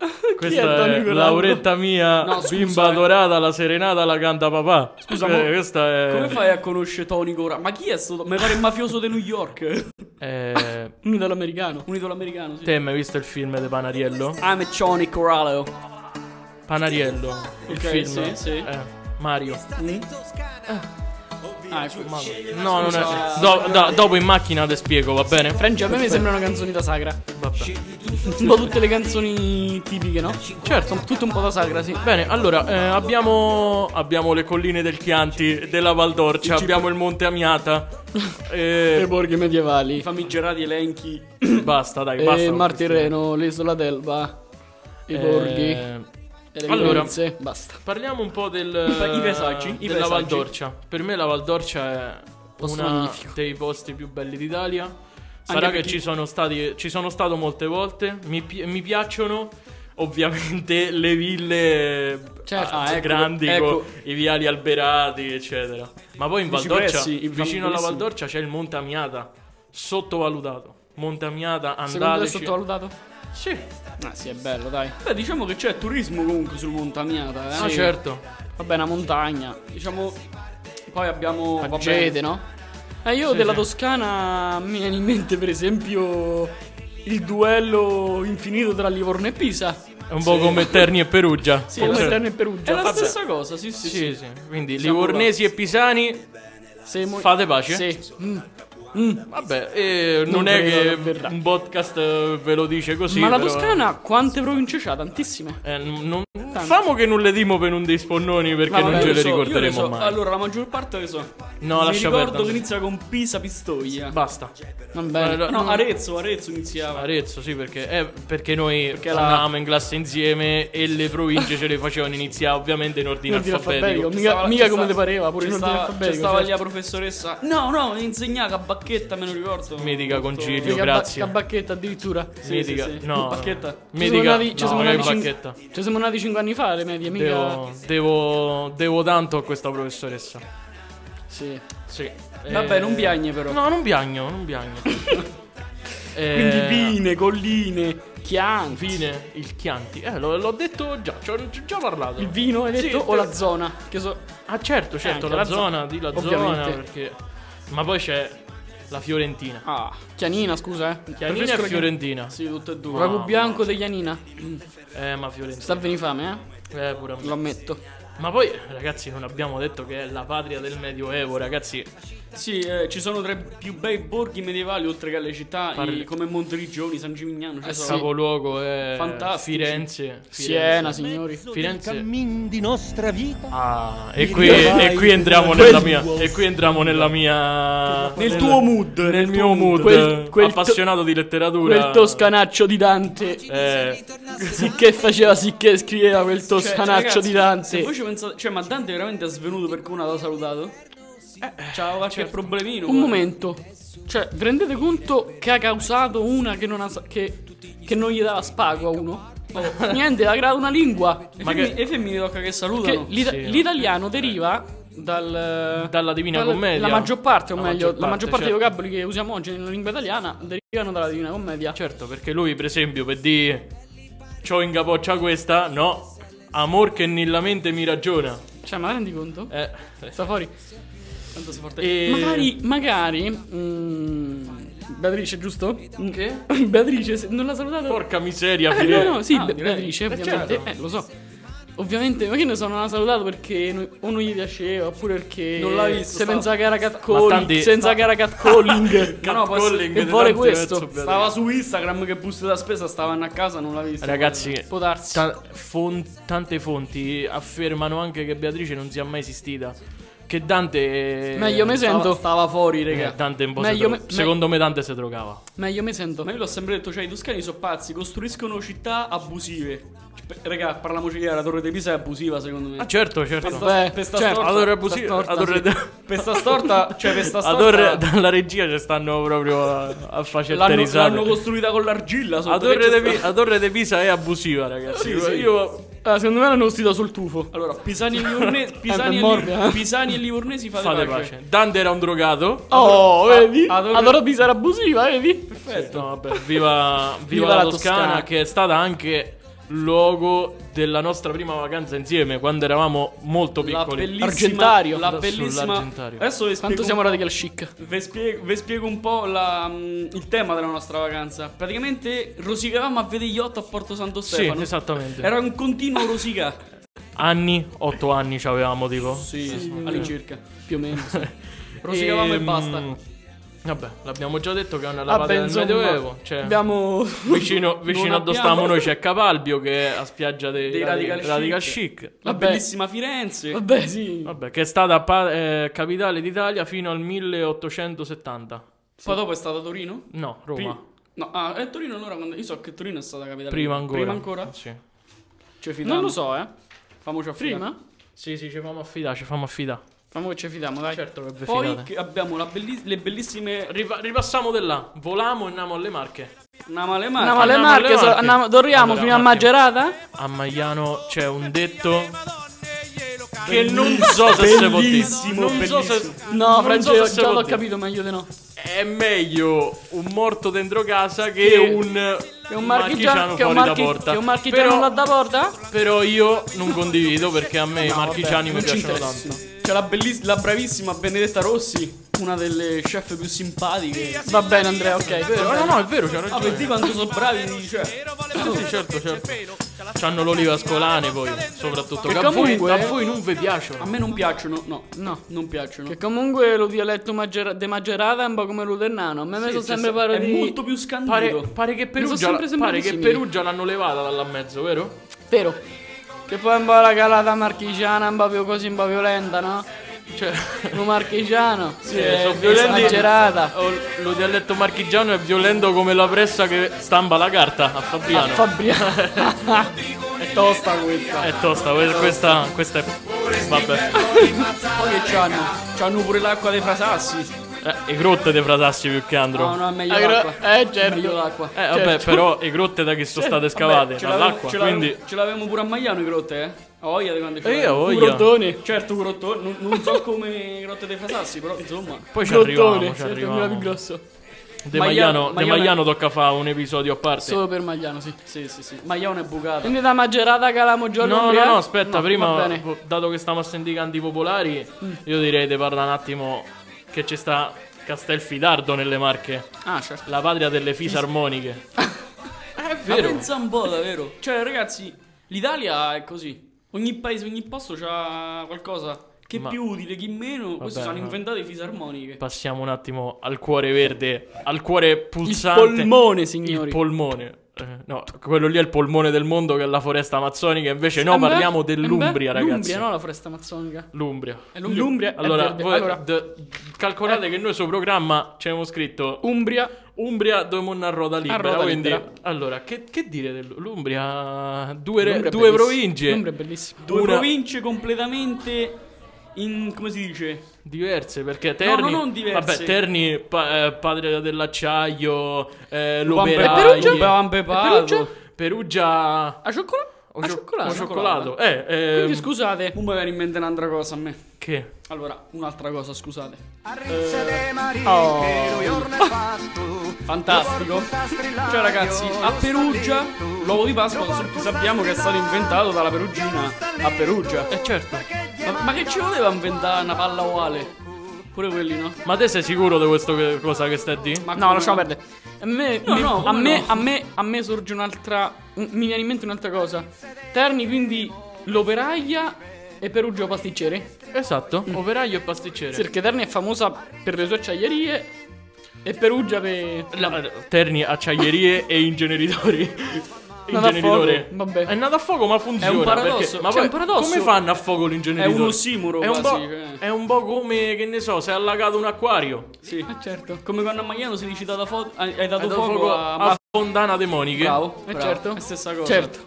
[SPEAKER 2] Questa
[SPEAKER 3] è
[SPEAKER 2] è,
[SPEAKER 3] Tony Corallo?
[SPEAKER 2] Lauretta mia,
[SPEAKER 4] No, scusa,
[SPEAKER 2] bimba
[SPEAKER 4] eh.
[SPEAKER 2] dorata, la serenata la canta papà.
[SPEAKER 4] Scusa,
[SPEAKER 2] Eh,
[SPEAKER 4] mo-
[SPEAKER 2] questa è...
[SPEAKER 4] Come fai a conoscere Tony Cora? Ma chi è sto? Mi pare il mafioso di New York.
[SPEAKER 2] eh,
[SPEAKER 3] Un italoamericano. Ah,
[SPEAKER 4] Un idolo americano, sì.
[SPEAKER 2] te hai mai visto il film di Panariello?
[SPEAKER 4] I'm a Tony Corallo.
[SPEAKER 2] Panariello, il
[SPEAKER 4] Ok,
[SPEAKER 2] film.
[SPEAKER 4] sì, sì.
[SPEAKER 2] Eh, Mario. Eh.
[SPEAKER 4] Ah, ecco. Ma...
[SPEAKER 2] No, non è... do- do- dopo in macchina te spiego, va bene?
[SPEAKER 3] Franci, a me mi sembra una canzone da sagra.
[SPEAKER 2] Vabbè.
[SPEAKER 3] Un po' tutte le canzoni tipiche, no? Certo, tutte un po' da sagra, sì.
[SPEAKER 2] Bene, allora eh, abbiamo, abbiamo le colline del Chianti, della Valdorcia, abbiamo il Monte Amiata.
[SPEAKER 3] Le
[SPEAKER 2] e
[SPEAKER 3] borghi medievali.
[SPEAKER 4] I famigerati elenchi.
[SPEAKER 2] basta, dai, basta.
[SPEAKER 3] E
[SPEAKER 2] con
[SPEAKER 3] Marte
[SPEAKER 2] questi-
[SPEAKER 3] Reno, l'isola d'Elba, i
[SPEAKER 2] Eh,
[SPEAKER 3] borghi, e le
[SPEAKER 2] allora.
[SPEAKER 3] Vinolenze. basta.
[SPEAKER 2] Parliamo un po' del,
[SPEAKER 4] I paesaggi, i
[SPEAKER 2] della
[SPEAKER 4] paesaggi.
[SPEAKER 2] Valdorcia. Per me la Valdorcia è
[SPEAKER 3] Posto
[SPEAKER 2] uno
[SPEAKER 3] magnifico.
[SPEAKER 2] dei posti più belli d'Italia. Sarà che
[SPEAKER 4] perché-
[SPEAKER 2] ci sono, stati, ci sono stato molte volte. Mi, pi- mi piacciono ovviamente le ville
[SPEAKER 3] Certo.
[SPEAKER 2] eh,
[SPEAKER 4] Ah, ecco,
[SPEAKER 2] grandi
[SPEAKER 4] ecco.
[SPEAKER 2] con i viali alberati, eccetera. Ma poi in
[SPEAKER 4] Dici
[SPEAKER 2] Valdorcia,
[SPEAKER 4] prezzi, i
[SPEAKER 2] vicino alla
[SPEAKER 4] famosissimi.
[SPEAKER 2] Valdorcia, c'è il Monte Amiata, sottovalutato. Monte Amiata,
[SPEAKER 3] Secondo te è
[SPEAKER 2] andateci.
[SPEAKER 3] sottovalutato?
[SPEAKER 2] Sì,
[SPEAKER 3] Ah sì, è bello, dai.
[SPEAKER 4] Beh, diciamo che c'è turismo comunque sul Montamiata, eh.
[SPEAKER 3] Ah,
[SPEAKER 2] sì, certo.
[SPEAKER 3] Vabbè, una montagna,
[SPEAKER 4] Diciamo. Poi
[SPEAKER 3] Oh,
[SPEAKER 4] abbiamo. diciamo, vabbè,
[SPEAKER 3] Pagete, no? Eh, io
[SPEAKER 2] Sì,
[SPEAKER 3] della
[SPEAKER 2] sì.
[SPEAKER 3] Toscana mi viene in mente per esempio il duello infinito tra Livorno e Pisa.
[SPEAKER 2] È un po' come Terni e Perugia. Certo.
[SPEAKER 4] Sì,
[SPEAKER 3] Come
[SPEAKER 4] la-
[SPEAKER 3] Terni e
[SPEAKER 4] È
[SPEAKER 3] Perugia.
[SPEAKER 4] la
[SPEAKER 3] Vabbè.
[SPEAKER 4] stessa cosa, sì, sì. sì.
[SPEAKER 2] Sì, sì. Quindi
[SPEAKER 4] Siamo
[SPEAKER 2] livornesi e pisani
[SPEAKER 3] Se mu-
[SPEAKER 2] fate pace.
[SPEAKER 3] Sì.
[SPEAKER 2] Vabbè, eh, non,
[SPEAKER 3] Non
[SPEAKER 2] è
[SPEAKER 3] credo
[SPEAKER 2] che
[SPEAKER 3] che avverrà.
[SPEAKER 2] un podcast eh, ve lo dice così.
[SPEAKER 3] Ma la
[SPEAKER 2] però-
[SPEAKER 3] Toscana quante province c'ha? Tantissime.
[SPEAKER 2] Eh, n- non- Famo che non le dimo per un dei sponnoni perché
[SPEAKER 3] Ma
[SPEAKER 2] non
[SPEAKER 3] vabbè,
[SPEAKER 2] ce
[SPEAKER 4] Io
[SPEAKER 2] le
[SPEAKER 4] le so, io le
[SPEAKER 2] ricorderemo
[SPEAKER 4] so.
[SPEAKER 2] mai.
[SPEAKER 4] Allora, la maggior parte le so.
[SPEAKER 2] No,
[SPEAKER 4] Mi
[SPEAKER 2] lascia
[SPEAKER 4] ricordo
[SPEAKER 2] perdere.
[SPEAKER 4] che inizia con Pisa Pistoia.
[SPEAKER 2] Basta.
[SPEAKER 3] Va bene.
[SPEAKER 2] Allora,
[SPEAKER 4] no,
[SPEAKER 2] no.
[SPEAKER 4] Arezzo, Arezzo iniziava.
[SPEAKER 2] Arezzo, sì, perché, eh, perché noi
[SPEAKER 4] la-
[SPEAKER 2] andavamo in classe insieme e le province ce le facevano iniziare ovviamente in
[SPEAKER 3] In
[SPEAKER 2] ordine
[SPEAKER 3] ordine
[SPEAKER 2] alfabetico.
[SPEAKER 3] alfabetico. Mica-
[SPEAKER 4] Stava-
[SPEAKER 3] mica
[SPEAKER 4] ci
[SPEAKER 3] come
[SPEAKER 4] sta-
[SPEAKER 3] ti pareva, pure
[SPEAKER 4] ci
[SPEAKER 3] in ordine
[SPEAKER 4] stava-
[SPEAKER 3] alfabetico,
[SPEAKER 4] Ci stava
[SPEAKER 3] certo.
[SPEAKER 4] lì la professoressa. No, no, insegnava a bacchetta, me lo ricordo.
[SPEAKER 2] Mitica concilio.
[SPEAKER 3] Mica
[SPEAKER 2] grazie.
[SPEAKER 3] ba- Tabacchetta addirittura. Ci
[SPEAKER 4] Sì, sì,
[SPEAKER 2] Mitica.
[SPEAKER 4] sì.
[SPEAKER 2] No,
[SPEAKER 4] Bacchetta.
[SPEAKER 3] siamo
[SPEAKER 2] Mitica.
[SPEAKER 3] nati- ci
[SPEAKER 2] no, che
[SPEAKER 3] siamo nati cin-
[SPEAKER 2] bacchetta.
[SPEAKER 3] ci siamo nati 5 anni fa, le medie, mica.
[SPEAKER 2] Devo, devo, devo tanto a questa professoressa.
[SPEAKER 3] Sì.
[SPEAKER 2] Sì.
[SPEAKER 4] Vabbè,
[SPEAKER 2] Eh,
[SPEAKER 4] non piagne però.
[SPEAKER 2] No, non piagno, non piagno. Eh,
[SPEAKER 3] Quindi vine, colline, chianti.
[SPEAKER 2] Fine, il Chianti. Eh, l'ho, l'ho detto già, ci ho ci ho già parlato.
[SPEAKER 3] Il vino, hai detto?
[SPEAKER 2] Sì,
[SPEAKER 3] o
[SPEAKER 2] te-
[SPEAKER 3] la zona? Che so.
[SPEAKER 2] Ah, certo, certo,
[SPEAKER 3] anche
[SPEAKER 2] la,
[SPEAKER 3] la
[SPEAKER 2] zona,
[SPEAKER 3] zona.
[SPEAKER 2] di la
[SPEAKER 3] Ovviamente.
[SPEAKER 2] zona perché ma poi c'è la Fiorentina.
[SPEAKER 3] Ah, Chianina, scusa, eh.
[SPEAKER 2] Chianina e
[SPEAKER 3] Preferisco la Chian-
[SPEAKER 2] Fiorentina.
[SPEAKER 4] Sì, tutte e due.
[SPEAKER 3] Ragu
[SPEAKER 2] Mamma.
[SPEAKER 3] bianco di Chianina.
[SPEAKER 2] Eh, ma Fiorentina.
[SPEAKER 3] Sta a venire fame,
[SPEAKER 2] Eh, pure a
[SPEAKER 3] eh.
[SPEAKER 2] me.
[SPEAKER 3] Lo ammetto.
[SPEAKER 2] Ma poi, ragazzi, non abbiamo detto che è la patria del Medioevo, ragazzi.
[SPEAKER 4] Sì, eh, ci sono tre più bei borghi medievali oltre che alle città i-
[SPEAKER 2] Parli-
[SPEAKER 4] come Monteriggioni, San Gimignano,
[SPEAKER 3] Ah,
[SPEAKER 4] cioè
[SPEAKER 2] Il
[SPEAKER 4] sono-
[SPEAKER 2] capoluogo è
[SPEAKER 4] Fantastici.
[SPEAKER 2] Firenze.
[SPEAKER 3] Siena, signori.
[SPEAKER 2] Firenze.
[SPEAKER 6] cammin di nostra vita.
[SPEAKER 2] Ah, e qui, e qui entriamo nella mia. E qui entriamo nella mia.
[SPEAKER 3] Nel tuo mood.
[SPEAKER 2] Nel mio mood.
[SPEAKER 3] Quel- quel to-
[SPEAKER 2] appassionato di letteratura.
[SPEAKER 3] Quel toscanaccio di Dante.
[SPEAKER 2] Eh,
[SPEAKER 3] Sicché faceva, sicché scriveva quel
[SPEAKER 4] Cioè,
[SPEAKER 3] toscanaccio
[SPEAKER 4] ragazzi,
[SPEAKER 3] di
[SPEAKER 4] se voi
[SPEAKER 3] Dante.
[SPEAKER 4] ci pensate, cioè, ma Dante veramente è svenuto perché una l'ha salutato? Ciao, qualche problemino.
[SPEAKER 3] Eh, certo. Un
[SPEAKER 4] guarda.
[SPEAKER 3] momento. Cioè, vi rendete conto che ha causato una che non, ha sa- che, che non gli dava spago a uno? Oh, niente, ha creato una lingua.
[SPEAKER 4] E
[SPEAKER 2] Ma
[SPEAKER 4] femmi-
[SPEAKER 2] che-
[SPEAKER 4] e femmini tocca che
[SPEAKER 3] Che
[SPEAKER 4] salutano.
[SPEAKER 3] l'ita-
[SPEAKER 2] Sì, no.
[SPEAKER 3] l'italiano deriva dal.
[SPEAKER 2] Dalla Divina Commedia.
[SPEAKER 3] La maggior parte, o
[SPEAKER 2] La
[SPEAKER 3] meglio,
[SPEAKER 2] maggior
[SPEAKER 3] la maggior
[SPEAKER 2] parte,
[SPEAKER 3] parte
[SPEAKER 2] certo.
[SPEAKER 3] dei vocaboli che usiamo oggi nella lingua italiana derivano dalla Divina Commedia.
[SPEAKER 2] certo, perché lui, per esempio, per dire. C'ho in capoccia questa. No. Amor che nella mente mi ragiona.
[SPEAKER 3] Cioè, ma rendi conto?
[SPEAKER 2] Eh.
[SPEAKER 3] Sta fuori.
[SPEAKER 4] Tanto sei forte.
[SPEAKER 2] E...
[SPEAKER 3] Magari, magari. mm, Beatrice, giusto? Che? Beatrice, se- non l'ha salutata.
[SPEAKER 2] Porca miseria,
[SPEAKER 3] Eh,
[SPEAKER 2] Firenze.
[SPEAKER 3] no, no, sì,
[SPEAKER 4] Ah,
[SPEAKER 3] Be-
[SPEAKER 4] direi.
[SPEAKER 3] Beatrice,
[SPEAKER 4] Eh,
[SPEAKER 3] ovviamente.
[SPEAKER 2] certo.
[SPEAKER 3] Eh, lo so. Ovviamente, ma che ne so, non l'ha salutato perché no- o non gli piaceva, oppure perché.
[SPEAKER 4] Non l'ha visto,
[SPEAKER 3] Se
[SPEAKER 4] sta-
[SPEAKER 3] pensa che era
[SPEAKER 2] Ma tanti-
[SPEAKER 3] catcalling. Senza che era catcalling.
[SPEAKER 4] Ma no, poi se-
[SPEAKER 2] Catcalling
[SPEAKER 3] e
[SPEAKER 2] di
[SPEAKER 3] vuole
[SPEAKER 2] tanti
[SPEAKER 3] questo.
[SPEAKER 2] verso, Beatrice.
[SPEAKER 4] Stava su Instagram che buste da spesa, stavano a casa, non l'ha vista.
[SPEAKER 2] Ragazzi,
[SPEAKER 3] Può darsi.
[SPEAKER 2] ta- fon- tante fonti affermano anche che Beatrice non sia mai esistita. Che Dante.
[SPEAKER 3] Meglio me
[SPEAKER 4] Stava,
[SPEAKER 3] sento.
[SPEAKER 4] stava fuori,
[SPEAKER 2] Eh,
[SPEAKER 4] raga.
[SPEAKER 2] Dante un po'
[SPEAKER 3] Meglio
[SPEAKER 2] si
[SPEAKER 3] me-
[SPEAKER 2] dro-
[SPEAKER 3] me-
[SPEAKER 2] Secondo me Dante si drogava.
[SPEAKER 3] Meglio me sento.
[SPEAKER 4] Ma io l'ho sempre detto, cioè i toscani sono pazzi, costruiscono città abusive. Cioè, pe- Raga, parliamoci chiaro, la torre di Pisa è abusiva secondo me.
[SPEAKER 2] Ah, certo, certo.
[SPEAKER 4] Questa-
[SPEAKER 3] Beh,
[SPEAKER 4] questa
[SPEAKER 3] certo.
[SPEAKER 4] storta-
[SPEAKER 2] Allora,
[SPEAKER 3] Sta
[SPEAKER 2] Busi-
[SPEAKER 3] storta,
[SPEAKER 2] allora-
[SPEAKER 3] sì.
[SPEAKER 4] Per sta storta, cioè per sta storta
[SPEAKER 2] allora, dalla regia ci stanno proprio a, a fare certe
[SPEAKER 4] l'hanno,
[SPEAKER 2] risate.
[SPEAKER 4] l'hanno costruita con l'argilla sotto.
[SPEAKER 3] Ah,
[SPEAKER 2] La torre, de
[SPEAKER 4] che c'è
[SPEAKER 2] Pi-
[SPEAKER 4] sta-
[SPEAKER 2] la torre de Pisa è abusiva, ragazzi.
[SPEAKER 4] Sì, sì.
[SPEAKER 2] Io
[SPEAKER 3] Ah, secondo me l'hanno vestita sul tufo.
[SPEAKER 4] Allora, Pisani e Livornesi, Pisani,
[SPEAKER 3] Eh,
[SPEAKER 4] e,
[SPEAKER 3] beh,
[SPEAKER 4] Li-
[SPEAKER 3] morbida, eh.
[SPEAKER 4] Pisani e Livornesi fate,
[SPEAKER 2] fate
[SPEAKER 4] pace.
[SPEAKER 2] pace. Dante era un drogato.
[SPEAKER 3] Oh,
[SPEAKER 4] Adoro-
[SPEAKER 3] vedi?
[SPEAKER 4] a- adoro-
[SPEAKER 3] Adoro di sarà abusiva, vedi?
[SPEAKER 4] Perfetto.
[SPEAKER 2] No, vabbè, viva, viva
[SPEAKER 3] Viva
[SPEAKER 2] la
[SPEAKER 3] la
[SPEAKER 2] Toscana,
[SPEAKER 3] Toscana.
[SPEAKER 2] che è stata anche luogo della nostra prima vacanza insieme quando eravamo molto
[SPEAKER 4] La
[SPEAKER 2] piccoli.
[SPEAKER 4] bellissima
[SPEAKER 3] Argentario.
[SPEAKER 4] la bellissima
[SPEAKER 2] Sull'argentario.
[SPEAKER 4] Adesso vi
[SPEAKER 3] Quanto
[SPEAKER 4] spiego,
[SPEAKER 3] siamo radicali chic.
[SPEAKER 4] vi spiego, vi spiego un po' la, mm, il tema della nostra vacanza. Praticamente rosicavamo a vedere yacht a Porto Santo
[SPEAKER 2] sì,
[SPEAKER 4] Stefano.
[SPEAKER 3] esatto.
[SPEAKER 2] esattamente.
[SPEAKER 4] Era un continuo rosicare.
[SPEAKER 2] Anni, 8 anni ci avevamo tipo.
[SPEAKER 4] sì, Ehm, all'incirca.
[SPEAKER 3] Più o meno. sì.
[SPEAKER 4] Rosicavamo e
[SPEAKER 2] Ehm,
[SPEAKER 4] basta.
[SPEAKER 2] Vabbè, l'abbiamo già detto che è
[SPEAKER 4] Ah,
[SPEAKER 2] una
[SPEAKER 3] Vabbè,
[SPEAKER 2] lavata del
[SPEAKER 3] insomma,
[SPEAKER 2] Medioevo. Cioè,
[SPEAKER 3] Abbiamo.
[SPEAKER 2] vicino, vicino a
[SPEAKER 4] Non
[SPEAKER 2] dove
[SPEAKER 4] abbiamo-
[SPEAKER 2] stiamo noi c'è Capalbio che è a spiaggia dei,
[SPEAKER 4] Dei
[SPEAKER 2] radical,
[SPEAKER 4] radical
[SPEAKER 2] radical
[SPEAKER 4] chic.
[SPEAKER 2] chic.
[SPEAKER 4] La
[SPEAKER 3] vabbè.
[SPEAKER 4] bellissima Firenze.
[SPEAKER 3] Vabbè, sì.
[SPEAKER 2] Vabbè, che è stata pa- eh, capitale d'Italia fino al 1870.
[SPEAKER 4] Poi dopo è stata Torino?
[SPEAKER 2] No, Roma.
[SPEAKER 4] Pri- No, ah, è Torino allora quando... Io so che Torino è stata capitale.
[SPEAKER 2] Prima ancora.
[SPEAKER 4] eh, Prima ancora?
[SPEAKER 2] Sì.
[SPEAKER 4] Cioè,
[SPEAKER 3] Non lo so, eh.
[SPEAKER 4] Famoci a fidare.
[SPEAKER 3] Prima?
[SPEAKER 2] Sì, sì, ci famo affidare, ci famo affidare.
[SPEAKER 3] Famo che ci fidiamo, dai.
[SPEAKER 2] Certo che ve
[SPEAKER 4] Poi
[SPEAKER 2] fidate.
[SPEAKER 4] che abbiamo la belli- le bellissime... Ri-
[SPEAKER 2] Ripa- ripassiamo da là, volamo e andiamo alle Marche.
[SPEAKER 4] Namale Marche.
[SPEAKER 3] Andiamo alle
[SPEAKER 2] Andiamo alle
[SPEAKER 3] Marche, so-
[SPEAKER 2] Marche.
[SPEAKER 3] andiamo- torniamo
[SPEAKER 2] Allora,
[SPEAKER 3] fino a
[SPEAKER 2] un attimo.
[SPEAKER 3] Magerata.
[SPEAKER 2] A Magliano c'è un detto che non so se si può dire. Non so se
[SPEAKER 3] No,
[SPEAKER 2] non so
[SPEAKER 3] Francesco,
[SPEAKER 2] se si
[SPEAKER 3] già
[SPEAKER 2] può
[SPEAKER 3] l'ho
[SPEAKER 2] dire.
[SPEAKER 3] capito, meglio di no.
[SPEAKER 2] È meglio un morto dentro casa che, un,
[SPEAKER 3] Che un marchigiano, che un
[SPEAKER 2] fuori
[SPEAKER 3] marchi-
[SPEAKER 2] da porta.
[SPEAKER 3] che un marchigiano
[SPEAKER 2] però,
[SPEAKER 3] là da porta?
[SPEAKER 2] però io non condivido perché a me i marchigiani mi
[SPEAKER 4] Non ci
[SPEAKER 2] piacciono
[SPEAKER 4] interessa.
[SPEAKER 2] tanto.
[SPEAKER 4] C'è Cioè, la, belliss- la bravissima Benedetta Rossi, una delle chef più simpatiche.
[SPEAKER 3] Va bene, Andrea, ok.
[SPEAKER 2] No, no, no, è vero, c'è
[SPEAKER 4] Ah, per
[SPEAKER 2] ragione.
[SPEAKER 4] dire quanto sono bravi, cioè.
[SPEAKER 2] Sì, sì, certo, certo. C'hanno l'oliva scolane poi, soprattutto.
[SPEAKER 3] Che
[SPEAKER 2] a voi,
[SPEAKER 3] comunque-
[SPEAKER 2] a voi non vi piacciono.
[SPEAKER 4] A me non piacciono, no,
[SPEAKER 3] No.
[SPEAKER 4] non piacciono.
[SPEAKER 3] Che comunque lo dialetto maggior- de Maggerata è un po' come lo del nano. A me mi sono
[SPEAKER 4] sì,
[SPEAKER 3] sempre
[SPEAKER 4] sì,
[SPEAKER 3] pare
[SPEAKER 4] è
[SPEAKER 3] di...
[SPEAKER 4] molto più scandito.
[SPEAKER 2] Pare, pare che
[SPEAKER 3] Mi sono
[SPEAKER 2] Perugia,
[SPEAKER 3] sempre sembrati
[SPEAKER 2] pare che
[SPEAKER 3] simili.
[SPEAKER 2] Perugia l'hanno levata dalla mezzo, vero?
[SPEAKER 3] Vero. Che poi è un po' la calata marchigiana, un po' più così, un po' violenta, no?
[SPEAKER 2] Cioè,
[SPEAKER 3] Lo marchigiano. Eh,
[SPEAKER 2] Sì, eh, sono violenti.
[SPEAKER 3] Esagerata.
[SPEAKER 2] oh, lo dialetto marchigiano è violento come la pressa che stampa la carta a Fabiano.
[SPEAKER 3] Fabiano. è tosta questa.
[SPEAKER 2] È tosta, que- questa, questa è... Vabbè.
[SPEAKER 4] Poi che c'hanno? C'hanno pure l'acqua dei frasassi.
[SPEAKER 2] Eh, I grotte dei fratassi più che altro.
[SPEAKER 4] No, no, è meglio l'acqua.
[SPEAKER 3] Eh, certo.
[SPEAKER 4] Meglio l'acqua.
[SPEAKER 2] Eh, vabbè,
[SPEAKER 3] certo.
[SPEAKER 2] però i grotte da che sono state scavate?
[SPEAKER 4] ce
[SPEAKER 2] dall'acqua,
[SPEAKER 4] l'avevamo- ce l'avevamo-
[SPEAKER 2] quindi...
[SPEAKER 4] Ce l'avevamo pure a Magliano i grotte, eh? Ho voglia di quando ce
[SPEAKER 2] Eh,
[SPEAKER 4] l'avevamo.
[SPEAKER 2] ho voglia.
[SPEAKER 3] Grottoni.
[SPEAKER 4] Certo, grottone, non, non so come i grotte dei frasassi, però insomma.
[SPEAKER 2] Poi ci
[SPEAKER 3] Grottone.
[SPEAKER 2] arriviamo, ci
[SPEAKER 3] Certo, è quello più
[SPEAKER 2] arriviamo.
[SPEAKER 3] grosso.
[SPEAKER 2] De
[SPEAKER 4] Magliano-
[SPEAKER 2] Magliano, De
[SPEAKER 4] Magliano-
[SPEAKER 2] Magliano tocca fare un episodio a parte.
[SPEAKER 3] Solo per Magliano, sì.
[SPEAKER 4] Sì, sì, sì. Magliano è bucato.
[SPEAKER 3] Quindi da Maggerata calamo
[SPEAKER 2] No,
[SPEAKER 3] giorno
[SPEAKER 2] no, no, aspetta,
[SPEAKER 3] Va
[SPEAKER 2] prima,
[SPEAKER 3] bene. Mm.
[SPEAKER 2] vo- dato che stiamo a sentire i canti popolari, io direi di parlare un attimo che ci sta Castelfidardo nelle Marche,
[SPEAKER 3] Ah, certo.
[SPEAKER 2] la patria delle fisarmoniche.
[SPEAKER 4] È
[SPEAKER 2] vero.
[SPEAKER 4] Ma pensa un po', davvero. Cioè, ragazzi, l'Italia è così. Ogni paese, ogni posto c'ha qualcosa. Che
[SPEAKER 2] Ma-
[SPEAKER 4] più utile, chi meno. Questi
[SPEAKER 2] Vabbè,
[SPEAKER 4] sono
[SPEAKER 2] ma-
[SPEAKER 4] inventati i fisarmoniche.
[SPEAKER 2] Passiamo un attimo al cuore verde, al cuore
[SPEAKER 3] Il
[SPEAKER 2] pulsante.
[SPEAKER 3] polmone,
[SPEAKER 2] Il
[SPEAKER 3] signori.
[SPEAKER 2] polmone. Eh, no, quello lì è il polmone del mondo che è la foresta amazzonica, invece
[SPEAKER 3] Eh
[SPEAKER 2] no,
[SPEAKER 3] beh,
[SPEAKER 2] parliamo
[SPEAKER 3] eh beh,
[SPEAKER 2] dell'Umbria, ragazzi.
[SPEAKER 3] L'Umbria, no, la foresta amazzonica.
[SPEAKER 2] L'Umbria.
[SPEAKER 3] È l'Umbria. L'Umbria è
[SPEAKER 2] allora,
[SPEAKER 3] verde.
[SPEAKER 2] voi
[SPEAKER 3] Allora. Eh.
[SPEAKER 2] d- calcolate che noi sul programma ci abbiamo scritto
[SPEAKER 3] Umbria.
[SPEAKER 2] Umbria dovremmo una roda libera,
[SPEAKER 3] roda
[SPEAKER 2] quindi
[SPEAKER 3] libera.
[SPEAKER 2] allora che, che dire dell'Umbria? Due, re-
[SPEAKER 3] L'Umbria è
[SPEAKER 2] due
[SPEAKER 3] bellissima.
[SPEAKER 2] province
[SPEAKER 3] L'Umbria è bellissima.
[SPEAKER 4] Due
[SPEAKER 2] una-
[SPEAKER 4] province completamente. In, come si dice?
[SPEAKER 2] diverse perché Terni,
[SPEAKER 4] no, non diverse.
[SPEAKER 2] vabbè, Terni pa- eh, padre dell'acciaio, eh,
[SPEAKER 4] Perugia?
[SPEAKER 2] l'operaio,
[SPEAKER 4] Bambe Pago.
[SPEAKER 3] Perugia?
[SPEAKER 2] Perugia
[SPEAKER 3] A cioccolato?
[SPEAKER 2] ho
[SPEAKER 3] A
[SPEAKER 2] gio-
[SPEAKER 3] cioccolato.
[SPEAKER 2] ho cioccolato. Eh, ehm,
[SPEAKER 3] Quindi scusate.
[SPEAKER 4] Non mi viene in mente un'altra cosa a me.
[SPEAKER 2] che
[SPEAKER 4] Allora, un'altra cosa, scusate. Fantastico.
[SPEAKER 5] Fantastico.
[SPEAKER 4] Cioè, ragazzi, a Perugia l'uovo di Pasqua so- sappiamo che è stato inventato dalla Perugina a Perugia.
[SPEAKER 2] eh, certo.
[SPEAKER 4] Ma, ma che ci voleva inventare una palla uguale? Pure quelli, no?
[SPEAKER 2] Ma te sei sicuro di questa cosa che stai a dire?
[SPEAKER 4] Ma
[SPEAKER 3] No,
[SPEAKER 4] come
[SPEAKER 3] lasciamo perdere. A me,
[SPEAKER 4] No,
[SPEAKER 3] mi-
[SPEAKER 4] no,
[SPEAKER 3] a,
[SPEAKER 4] come
[SPEAKER 3] me,
[SPEAKER 4] no?
[SPEAKER 3] a, me, a me sorge un'altra. un- Mi viene in mente un'altra cosa. Terni, quindi l'operaia e Perugia pasticcere.
[SPEAKER 2] Esatto, operaio e pasticcere.
[SPEAKER 3] Sì, perché Terni è famosa per le sue acciaierie e Perugia per.
[SPEAKER 2] La- terni, acciaierie e ingeneritori.
[SPEAKER 3] Nato a
[SPEAKER 2] Ingeneritore.
[SPEAKER 3] fuoco, vabbè.
[SPEAKER 2] È nato a fuoco, ma funziona.
[SPEAKER 4] È un paradosso,
[SPEAKER 2] perché- ma
[SPEAKER 4] cioè,
[SPEAKER 2] poi
[SPEAKER 4] un paradosso.
[SPEAKER 2] Come fanno a fuoco l'ingeneritore?
[SPEAKER 4] È un ossimoro
[SPEAKER 2] È un,
[SPEAKER 4] quasi,
[SPEAKER 2] po',
[SPEAKER 3] eh.
[SPEAKER 4] cioè.
[SPEAKER 2] è un po' come, che ne so, se è allagato un acquario.
[SPEAKER 4] Sì.
[SPEAKER 3] Ah, certo.
[SPEAKER 4] Come quando a Magliano si dice data fo- hai, hai dato
[SPEAKER 2] Dato
[SPEAKER 4] fuoco,
[SPEAKER 3] Ah,
[SPEAKER 4] a...
[SPEAKER 2] a Fontana Demoniche.
[SPEAKER 4] Bravo,
[SPEAKER 3] Eh,
[SPEAKER 4] bravo.
[SPEAKER 3] certo.
[SPEAKER 4] È stessa cosa.
[SPEAKER 3] Certo.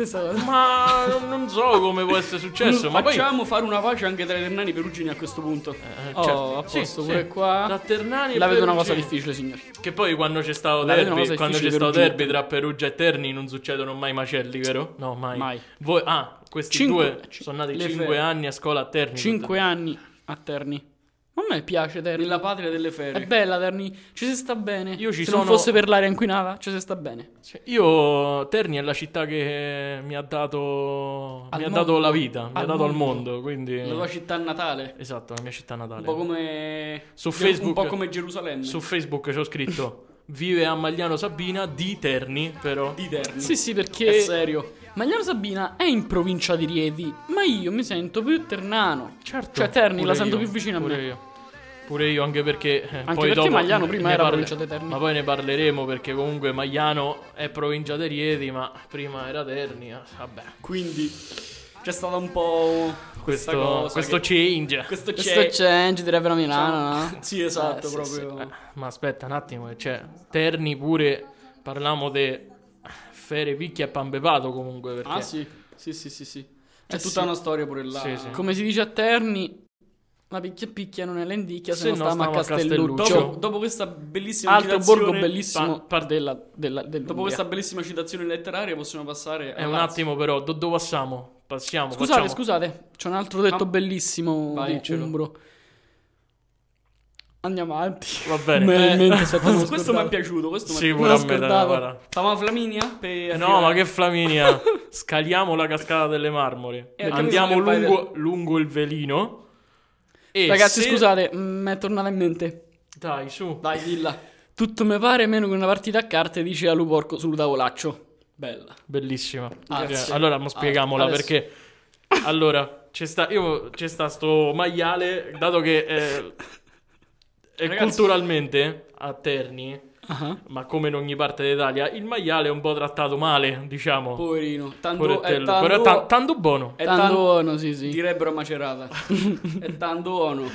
[SPEAKER 3] Stessa cosa.
[SPEAKER 2] Ma non- non so come può essere successo. ma poi.
[SPEAKER 4] Facciamo fare una pace anche tra i ternani perugini a questo punto.
[SPEAKER 2] Eh,
[SPEAKER 3] Oh, a
[SPEAKER 2] sì,
[SPEAKER 3] posto,
[SPEAKER 2] sì.
[SPEAKER 3] pure qua.
[SPEAKER 2] Da Ternani e
[SPEAKER 3] La vedo una cosa
[SPEAKER 2] Perugina.
[SPEAKER 3] difficile, signori.
[SPEAKER 2] Che poi quando c'è stato
[SPEAKER 3] La vedo una
[SPEAKER 2] derby,
[SPEAKER 3] cosa
[SPEAKER 2] quando c'è
[SPEAKER 3] difficile,
[SPEAKER 2] stato
[SPEAKER 3] Perugina.
[SPEAKER 2] derby tra Perugia e Terni non succedono mai macelli, vero? No, mai.
[SPEAKER 3] Mai.
[SPEAKER 2] Voi, ah, questi
[SPEAKER 3] Cinque-
[SPEAKER 2] due sono nati
[SPEAKER 4] le
[SPEAKER 2] 5
[SPEAKER 4] ferie.
[SPEAKER 2] anni a scuola a Terni.
[SPEAKER 3] 5 anni a Terni. Ma a me piace Terni.
[SPEAKER 4] Nella patria delle ferie.
[SPEAKER 3] È bella Terni. Ci si sta bene.
[SPEAKER 2] Io ci
[SPEAKER 3] Se non
[SPEAKER 2] sono-
[SPEAKER 3] fosse per l'aria inquinata, ci si sta bene.
[SPEAKER 2] Cioè, Io, Terni è la città che mi ha dato, mi
[SPEAKER 3] Al
[SPEAKER 2] ha
[SPEAKER 3] mondo.
[SPEAKER 2] dato la vita, mi
[SPEAKER 3] Al
[SPEAKER 2] ha dato al
[SPEAKER 3] mondo.
[SPEAKER 2] mondo, quindi...
[SPEAKER 4] La tua città natale.
[SPEAKER 2] Esatto, la mia città
[SPEAKER 4] Un
[SPEAKER 2] natale.
[SPEAKER 4] po' come.
[SPEAKER 2] Su
[SPEAKER 4] un
[SPEAKER 2] Facebook-
[SPEAKER 4] po' come Gerusalemme.
[SPEAKER 2] Su Facebook c'ho scritto, vive a Magliano Sabina di Terni, però...
[SPEAKER 4] Di Terni.
[SPEAKER 3] Sì, sì, perché.
[SPEAKER 4] È serio.
[SPEAKER 3] Magliano Sabina è in provincia di Rieti, ma io mi sento più ternano.
[SPEAKER 2] Certo.
[SPEAKER 3] Cioè, Terni
[SPEAKER 2] pure
[SPEAKER 3] la sento
[SPEAKER 2] io,
[SPEAKER 3] più vicina a
[SPEAKER 2] pure
[SPEAKER 3] me.
[SPEAKER 2] Io. Pure io, anche perché. eh,
[SPEAKER 3] Anche
[SPEAKER 2] poi
[SPEAKER 3] perché
[SPEAKER 2] dopo
[SPEAKER 3] Magliano
[SPEAKER 2] ne-
[SPEAKER 3] prima
[SPEAKER 2] ne
[SPEAKER 3] era
[SPEAKER 2] parle-
[SPEAKER 3] provincia di Terni.
[SPEAKER 2] Ma poi ne parleremo perché comunque Magliano è provincia di Rieti, ma prima era Terni. eh, Vabbè.
[SPEAKER 4] Quindi c'è stata un po' questa
[SPEAKER 2] Questo,
[SPEAKER 4] cosa
[SPEAKER 2] questo
[SPEAKER 4] che-
[SPEAKER 2] change.
[SPEAKER 4] questo c'è.
[SPEAKER 3] Questo change direbbero a Milano, no?
[SPEAKER 4] Sì, esatto,
[SPEAKER 3] Eh, sì,
[SPEAKER 4] proprio.
[SPEAKER 2] Eh, ma aspetta un attimo, cioè, Terni pure. Parliamo di Fere Picchia e Pambevato comunque. Perché...
[SPEAKER 4] Ah, sì. Sì, sì, sì, sì. C'è
[SPEAKER 3] Eh,
[SPEAKER 4] tutta
[SPEAKER 3] sì.
[SPEAKER 4] una storia pure là.
[SPEAKER 2] Cioè, Sì, sì.
[SPEAKER 3] Come si dice a Terni, la picchia picchia non è l'endicchia, se,
[SPEAKER 2] Se
[SPEAKER 3] non
[SPEAKER 2] no
[SPEAKER 3] stiamo a
[SPEAKER 2] stiamo a
[SPEAKER 3] Castelluccio.
[SPEAKER 2] Castelluccio.
[SPEAKER 4] Dopo, dopo questa bellissima
[SPEAKER 3] Altro
[SPEAKER 4] citazione-
[SPEAKER 3] borgo bellissimo
[SPEAKER 2] pa- par-
[SPEAKER 3] della, della, dell'Umbria.
[SPEAKER 4] Dopo questa bellissima citazione letteraria possiamo passare
[SPEAKER 2] È
[SPEAKER 4] a
[SPEAKER 2] un attimo, però, do- dove passiamo? Passiamo.
[SPEAKER 3] Scusate,
[SPEAKER 2] facciamo-
[SPEAKER 3] scusate, c'è un altro detto
[SPEAKER 4] Ma-
[SPEAKER 3] bellissimo
[SPEAKER 4] Ah. Vai,
[SPEAKER 3] di
[SPEAKER 4] dicelo.
[SPEAKER 3] Umbro. Andiamo avanti.
[SPEAKER 2] Va bene.
[SPEAKER 3] Me-
[SPEAKER 2] Eh,
[SPEAKER 3] mentre sto- me lo
[SPEAKER 4] Questo, questo mi è
[SPEAKER 3] scordavo.
[SPEAKER 4] piaciuto, questo mi è
[SPEAKER 2] Sì,
[SPEAKER 4] piaciuto.
[SPEAKER 2] pure a me.
[SPEAKER 3] scordavo.
[SPEAKER 2] dai, guarda.
[SPEAKER 4] Stavamo a Flaminia per
[SPEAKER 2] No,
[SPEAKER 4] arrivare-
[SPEAKER 2] ma che Flaminia! Scaliamo la cascata delle marmore.
[SPEAKER 4] Eh,
[SPEAKER 2] Andiamo
[SPEAKER 4] che
[SPEAKER 2] lungo, lungo il velino. E
[SPEAKER 3] Ragazzi,
[SPEAKER 2] se-
[SPEAKER 3] scusate, mi è tornata in mente.
[SPEAKER 2] Dai, su.
[SPEAKER 4] Dai, dilla.
[SPEAKER 3] Tutto mi pare meno che una partita a carte dice a Luporco sul tavolaccio.
[SPEAKER 4] Bella.
[SPEAKER 2] Bellissima.
[SPEAKER 4] Grazie.
[SPEAKER 2] Eh, Allora, mo spieghiamola
[SPEAKER 4] Ah, Adesso.
[SPEAKER 2] perché. Allora, c'è sta, io, c'è sta sto maiale, dato che eh, eh,
[SPEAKER 4] Ragazzi.
[SPEAKER 2] culturalmente a Terni,
[SPEAKER 3] Ah.
[SPEAKER 2] ma come in ogni parte d'Italia, il maiale è un po' trattato male, diciamo.
[SPEAKER 4] Poverino. Tanto è
[SPEAKER 2] Poverettello.
[SPEAKER 4] tanto,
[SPEAKER 2] Però ta- tanto buono.
[SPEAKER 4] è
[SPEAKER 3] Tanto
[SPEAKER 4] tanto-
[SPEAKER 3] buono, sì, sì.
[SPEAKER 4] direbbero a macerata. è tanto buono.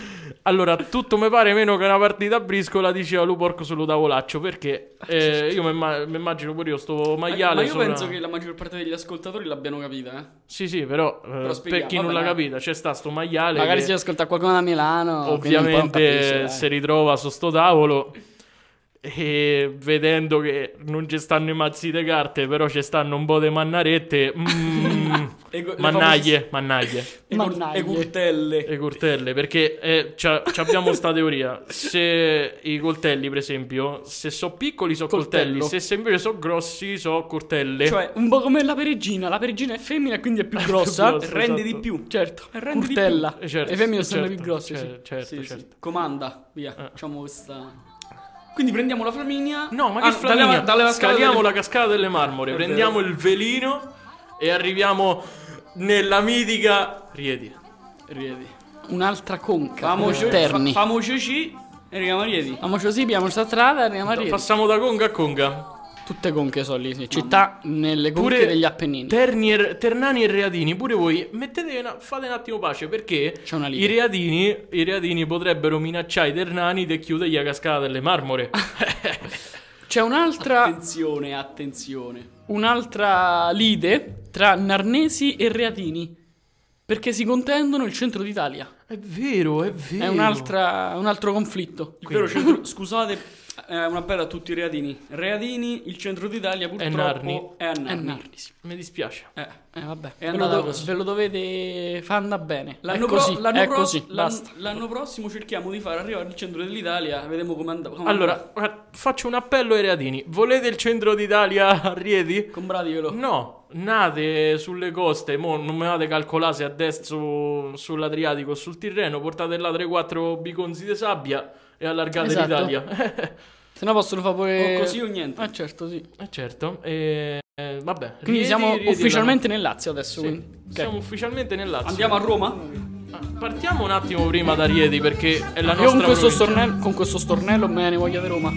[SPEAKER 2] Allora, tutto mi pare meno che una partita a briscola diceva lu porco sullo tavolaccio, perché eh, io mi imma- mi immagino pure io sto
[SPEAKER 4] Ma,
[SPEAKER 2] maiale
[SPEAKER 4] ma io
[SPEAKER 2] sopra-
[SPEAKER 4] penso che la maggior parte degli ascoltatori l'abbiano capita, eh.
[SPEAKER 2] Sì, sì, però, eh, per
[SPEAKER 4] spieghiamo,
[SPEAKER 2] chi non l'ha
[SPEAKER 4] vabbè, dai.
[SPEAKER 2] capita, c'è sta sto maiale
[SPEAKER 3] Magari
[SPEAKER 2] che-
[SPEAKER 3] si ascolta qualcuno da Milano. quindi un po' capisce,
[SPEAKER 2] ovviamente
[SPEAKER 3] dai.
[SPEAKER 2] si ritrova su sto tavolo e vedendo che non ci stanno i mazzi di carte, però ci stanno un po' di mannarette, mm,
[SPEAKER 4] E go- le
[SPEAKER 2] mannaglie, mannaglie
[SPEAKER 4] E, cur-
[SPEAKER 3] Mannaglie.
[SPEAKER 4] e curtelle.
[SPEAKER 2] e coltelle, perché eh, c'ha- abbiamo questa teoria, se i coltelli per esempio, se sono piccoli sono coltelli, se
[SPEAKER 3] Coltello.
[SPEAKER 2] se invece sono grossi sono coltelle.
[SPEAKER 4] Cioè,
[SPEAKER 3] Un po' come la perigina. La perigina è femmina e quindi è più grossa.
[SPEAKER 2] grossa,
[SPEAKER 4] rende
[SPEAKER 2] esatto.
[SPEAKER 4] di più.
[SPEAKER 3] Certo.
[SPEAKER 4] rende di
[SPEAKER 3] Curtella.
[SPEAKER 2] Eh, certo,
[SPEAKER 3] e femmine sono
[SPEAKER 2] certo,
[SPEAKER 3] più grosse. sì.
[SPEAKER 2] cer- certo,
[SPEAKER 4] Sì, sì.
[SPEAKER 2] certo.
[SPEAKER 4] Comanda, via.
[SPEAKER 2] Eh.
[SPEAKER 4] Facciamo questa. Quindi prendiamo la Flaminia.
[SPEAKER 2] No, ma
[SPEAKER 4] Ah,
[SPEAKER 2] che Flaminia?
[SPEAKER 4] Dalle, dalle vascate
[SPEAKER 2] Scaliamo
[SPEAKER 4] delle-
[SPEAKER 2] la cascata delle marmore,
[SPEAKER 4] È
[SPEAKER 2] prendiamo
[SPEAKER 4] vero.
[SPEAKER 2] il velino e arriviamo nella mitica Rieti.
[SPEAKER 4] Rieti.
[SPEAKER 3] Eh, Un'altra conca.
[SPEAKER 4] Famoci,
[SPEAKER 3] Famoci Terni.
[SPEAKER 4] fa- famoci ci e richiamo Rieti.
[SPEAKER 3] Amo così, abbiamo sta strada, andiamo a Rieti.
[SPEAKER 2] Passiamo da conga a conga.
[SPEAKER 3] Tutte conche sono lì, sì. Città nelle conche
[SPEAKER 2] Pure
[SPEAKER 3] degli Appennini.
[SPEAKER 2] Terni e Re- Ternani e Reatini, pure voi mettete una- fate un attimo pace perché
[SPEAKER 3] C'è una lite.
[SPEAKER 2] i Reatini, i Reatini potrebbero minacciare i Ternani e chiudergli la cascata delle marmore.
[SPEAKER 3] C'è un'altra,
[SPEAKER 4] Attenzione, attenzione.
[SPEAKER 3] un'altra lide tra Narnesi e Reatini. Perché si contendono il centro d'Italia.
[SPEAKER 2] è vero, è vero.
[SPEAKER 3] È un'altra, un altro conflitto.
[SPEAKER 4] Il vero centro- scusate, eh, è una bella a tutti i Reatini. Reatini, il centro d'Italia purtroppo
[SPEAKER 2] Narni.
[SPEAKER 4] È a Narni.
[SPEAKER 3] È Narni, sì.
[SPEAKER 2] Mi dispiace.
[SPEAKER 4] Eh.
[SPEAKER 3] Eh, vabbè. Ve
[SPEAKER 4] È
[SPEAKER 3] lo,
[SPEAKER 4] andata
[SPEAKER 3] do-
[SPEAKER 4] così.
[SPEAKER 3] ve lo dovete fanda bene.
[SPEAKER 4] L'anno,
[SPEAKER 3] è
[SPEAKER 4] pro-
[SPEAKER 3] così,
[SPEAKER 4] l'anno
[SPEAKER 3] è
[SPEAKER 4] pro-
[SPEAKER 3] così,
[SPEAKER 4] l'anno-
[SPEAKER 3] basta.
[SPEAKER 4] l'anno prossimo cerchiamo di far arrivare il centro dell'Italia. Vedremo come andrà.
[SPEAKER 2] Allora, guarda, faccio un appello ai Reatini. Volete il centro d'Italia a Rieti?
[SPEAKER 4] compratevelo.
[SPEAKER 2] No, nate sulle coste, mo non me fate calcolare se a destra su- sull'Adriatico o sul Tirreno, portate là 3-4 bigonzi di sabbia e allargate
[SPEAKER 3] Esatto.
[SPEAKER 2] l'Italia.
[SPEAKER 3] Se no possono fare pure...
[SPEAKER 4] O così o niente.
[SPEAKER 3] Ah, certo, sì.
[SPEAKER 2] Eh, certo, e, eh, vabbè.
[SPEAKER 3] Quindi
[SPEAKER 2] Rieti-
[SPEAKER 3] siamo
[SPEAKER 2] Rieti
[SPEAKER 3] ufficialmente nel Lazio adesso.
[SPEAKER 2] la- Sì,
[SPEAKER 3] quindi. Ok.
[SPEAKER 2] Siamo ufficialmente nel Lazio.
[SPEAKER 4] Andiamo a Roma?
[SPEAKER 2] Ah, Partiamo un attimo prima da Rieti perché è la
[SPEAKER 3] Io con
[SPEAKER 2] nostra
[SPEAKER 3] questo,
[SPEAKER 2] provincia.
[SPEAKER 3] stornello, con questo stornello me ne voglio di Roma.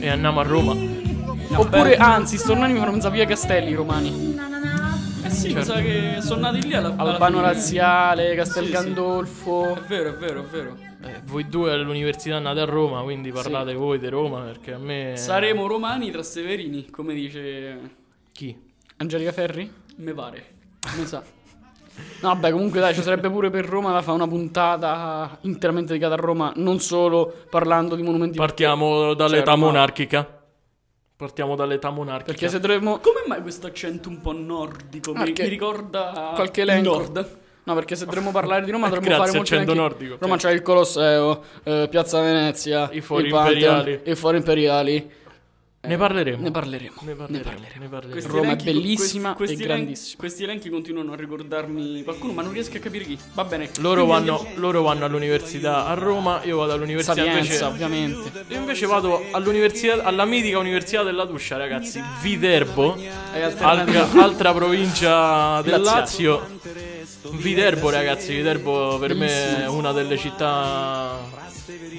[SPEAKER 2] E andiamo a Roma.
[SPEAKER 3] Oppure, anzi, stornelli mi fanno pensare via Castelli romani.
[SPEAKER 4] Eh sì, mi sa
[SPEAKER 3] Certo.
[SPEAKER 4] che sono nati lì alla, alla
[SPEAKER 3] Albano
[SPEAKER 4] fine.
[SPEAKER 3] Laziale, Castel
[SPEAKER 4] Sì, sì.
[SPEAKER 3] Gandolfo.
[SPEAKER 4] È vero, è vero, è vero.
[SPEAKER 2] Eh, voi due all'università andate a Roma, quindi parlate voi di Roma perché a me...
[SPEAKER 4] Saremo romani tra severini, come dice...
[SPEAKER 2] Chi?
[SPEAKER 3] Angelica Ferri?
[SPEAKER 4] Me pare.
[SPEAKER 3] Non sa. No, vabbè, comunque dai, ci sarebbe pure per Roma da fare una puntata interamente dedicata a Roma, non solo parlando di monumenti.
[SPEAKER 2] Partiamo dall'età
[SPEAKER 3] Roma-
[SPEAKER 2] monarchica. Partiamo dall'età monarchica.
[SPEAKER 3] Certo, perché se dovremmo...
[SPEAKER 4] Come mai questo accento un po' nordico? Mi,
[SPEAKER 3] Perché-
[SPEAKER 4] mi ricorda
[SPEAKER 3] Qualche
[SPEAKER 4] il
[SPEAKER 3] elenco.
[SPEAKER 4] Nord.
[SPEAKER 3] No, perché se dovremmo parlare di Roma dovremmo
[SPEAKER 2] Grazie,
[SPEAKER 3] fare molti
[SPEAKER 2] accento
[SPEAKER 3] elenchi.
[SPEAKER 2] nordico.
[SPEAKER 3] Roma c'è il Colosseo, eh, Piazza Venezia,
[SPEAKER 2] I Fori
[SPEAKER 3] il Pantheon,
[SPEAKER 2] Imperiali.
[SPEAKER 3] i Fori Imperiali.
[SPEAKER 2] ne parleremo.
[SPEAKER 3] Ne parleremo.
[SPEAKER 2] Ne parleremo, ne parleremo.
[SPEAKER 4] Questi
[SPEAKER 3] Roma è
[SPEAKER 4] elenchi-
[SPEAKER 3] bellissima
[SPEAKER 4] questi- questi
[SPEAKER 3] e
[SPEAKER 4] elenchi-
[SPEAKER 3] grandissima.
[SPEAKER 4] Questi elenchi continuano a ricordarmi qualcuno, ma non riesco a capire chi. Va bene.
[SPEAKER 2] Loro,
[SPEAKER 4] Quindi
[SPEAKER 2] vanno, loro vanno all'università a Roma, io vado all'università
[SPEAKER 3] Sapienza,
[SPEAKER 2] invece.
[SPEAKER 3] ovviamente.
[SPEAKER 2] Io invece vado all'università, alla mitica università della Tuscia, ragazzi. Viterbo, altra, altra provincia del Lazio. Viterbo, ragazzi, Viterbo per me è una delle città.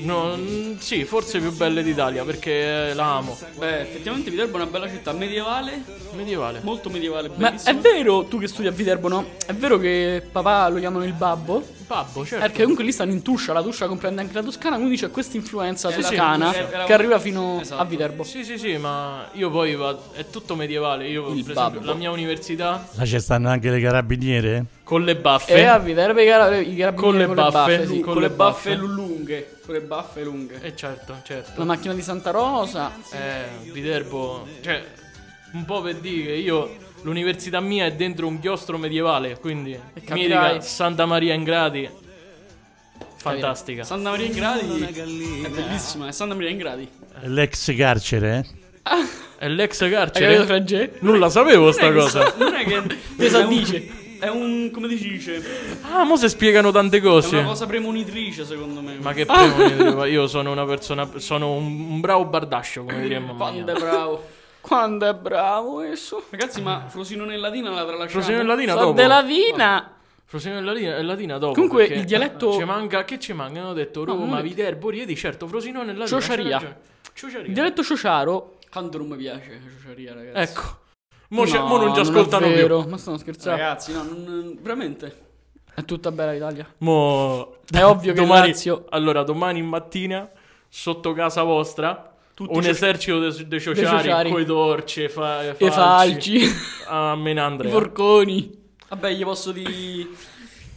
[SPEAKER 2] no, mm, sì, forse più belle d'Italia perché eh, la amo.
[SPEAKER 4] Beh, effettivamente Viterbo è una bella città medievale,
[SPEAKER 2] Medievale.
[SPEAKER 4] molto medievale,
[SPEAKER 3] Ma è
[SPEAKER 4] bellissima.
[SPEAKER 3] vero, tu che studi a Viterbo, no? È vero che papà lo chiamano il babbo?
[SPEAKER 2] Babbo, certo.
[SPEAKER 3] Perché comunque lì stanno in Tuscia, la Tuscia comprende anche la Toscana, quindi c'è questa influenza
[SPEAKER 4] Sì, sì,
[SPEAKER 3] toscana
[SPEAKER 4] sì, era-
[SPEAKER 3] che arriva fino
[SPEAKER 4] Esatto.
[SPEAKER 3] a Viterbo.
[SPEAKER 2] Sì, sì, sì, ma io poi vado- è tutto medievale. Io,
[SPEAKER 3] Il
[SPEAKER 2] per esempio,
[SPEAKER 3] babbo.
[SPEAKER 2] la mia università
[SPEAKER 8] Là ci stanno anche le carabiniere.
[SPEAKER 2] con le baffe.
[SPEAKER 3] E a Viterbo i cara- i carabinieri con le baffe, sì.
[SPEAKER 2] lu-
[SPEAKER 4] con, le baffe lu- lunghe, con le baffe lunghe.
[SPEAKER 2] Eh, certo, certo.
[SPEAKER 3] La macchina di Santa Rosa.
[SPEAKER 2] Eh, Viterbo, cioè, un po' per dire che io l'università mia è dentro un chiostro medievale, quindi
[SPEAKER 3] capirai.
[SPEAKER 2] mitica Santa Maria in Gradi. Fantastica.
[SPEAKER 4] Santa Maria in Gradi è bellissima, è Santa Maria in Gradi.
[SPEAKER 8] L'ex carcere, eh?
[SPEAKER 2] È l'ex
[SPEAKER 3] Hai capito,
[SPEAKER 2] carcere.
[SPEAKER 3] Frangè?
[SPEAKER 2] Non la sapevo
[SPEAKER 4] Non
[SPEAKER 2] sta
[SPEAKER 3] Eh,
[SPEAKER 4] è che-
[SPEAKER 3] esatto.
[SPEAKER 2] cosa.
[SPEAKER 4] Non è che
[SPEAKER 3] Cosa
[SPEAKER 4] è un-
[SPEAKER 3] dice?
[SPEAKER 4] È un come si dice?
[SPEAKER 2] Ah, mo se spiegano tante
[SPEAKER 4] È
[SPEAKER 2] cose.
[SPEAKER 4] una cosa premonitrice secondo me.
[SPEAKER 2] Ma
[SPEAKER 3] Ah!
[SPEAKER 2] che premo, io sono una persona, sono un, un bravo bardascio, come diremmo. a
[SPEAKER 4] Quando
[SPEAKER 2] Milano.
[SPEAKER 4] è bravo.
[SPEAKER 3] Quando è bravo eso.
[SPEAKER 4] Ragazzi, ma Frosino nella Dina la tralasciamo.
[SPEAKER 2] Frosino nella Dina
[SPEAKER 3] So
[SPEAKER 2] dopo.
[SPEAKER 3] della vina.
[SPEAKER 2] Frosino nella Dina, nella Dina dopo.
[SPEAKER 3] Comunque,
[SPEAKER 2] perché
[SPEAKER 3] il dialetto-
[SPEAKER 4] Cioè,
[SPEAKER 2] Ci manca, che ci manca? Hanno detto
[SPEAKER 3] non
[SPEAKER 2] Roma,
[SPEAKER 3] è-
[SPEAKER 2] Viterbo, Rieti, certo, Frosino nella Dina.
[SPEAKER 3] Ciociaria.
[SPEAKER 2] c'è ragione. Ciociaria.
[SPEAKER 3] Il dialetto sociaro.
[SPEAKER 4] Quanto non mi piace, Ciociaria, ragazzi.
[SPEAKER 2] Ecco. Mo, c'è-
[SPEAKER 3] No,
[SPEAKER 2] mo non ci
[SPEAKER 3] è
[SPEAKER 2] ascoltano più.
[SPEAKER 3] vero, Ma stanno scherzando.
[SPEAKER 4] Ragazzi, no, non- veramente.
[SPEAKER 3] È tutta bella l'Italia.
[SPEAKER 2] Mo...
[SPEAKER 3] È ovvio che il
[SPEAKER 2] domani,
[SPEAKER 3] Lazio-
[SPEAKER 2] Allora, domani mattina, sotto casa vostra,
[SPEAKER 4] Tutti
[SPEAKER 2] un
[SPEAKER 4] i
[SPEAKER 2] esercito dei de sociari,
[SPEAKER 3] sociari.
[SPEAKER 2] coi torce, fa,
[SPEAKER 3] E falci.
[SPEAKER 2] a Menandrea.
[SPEAKER 3] I porconi.
[SPEAKER 4] Vabbè, gli posso di...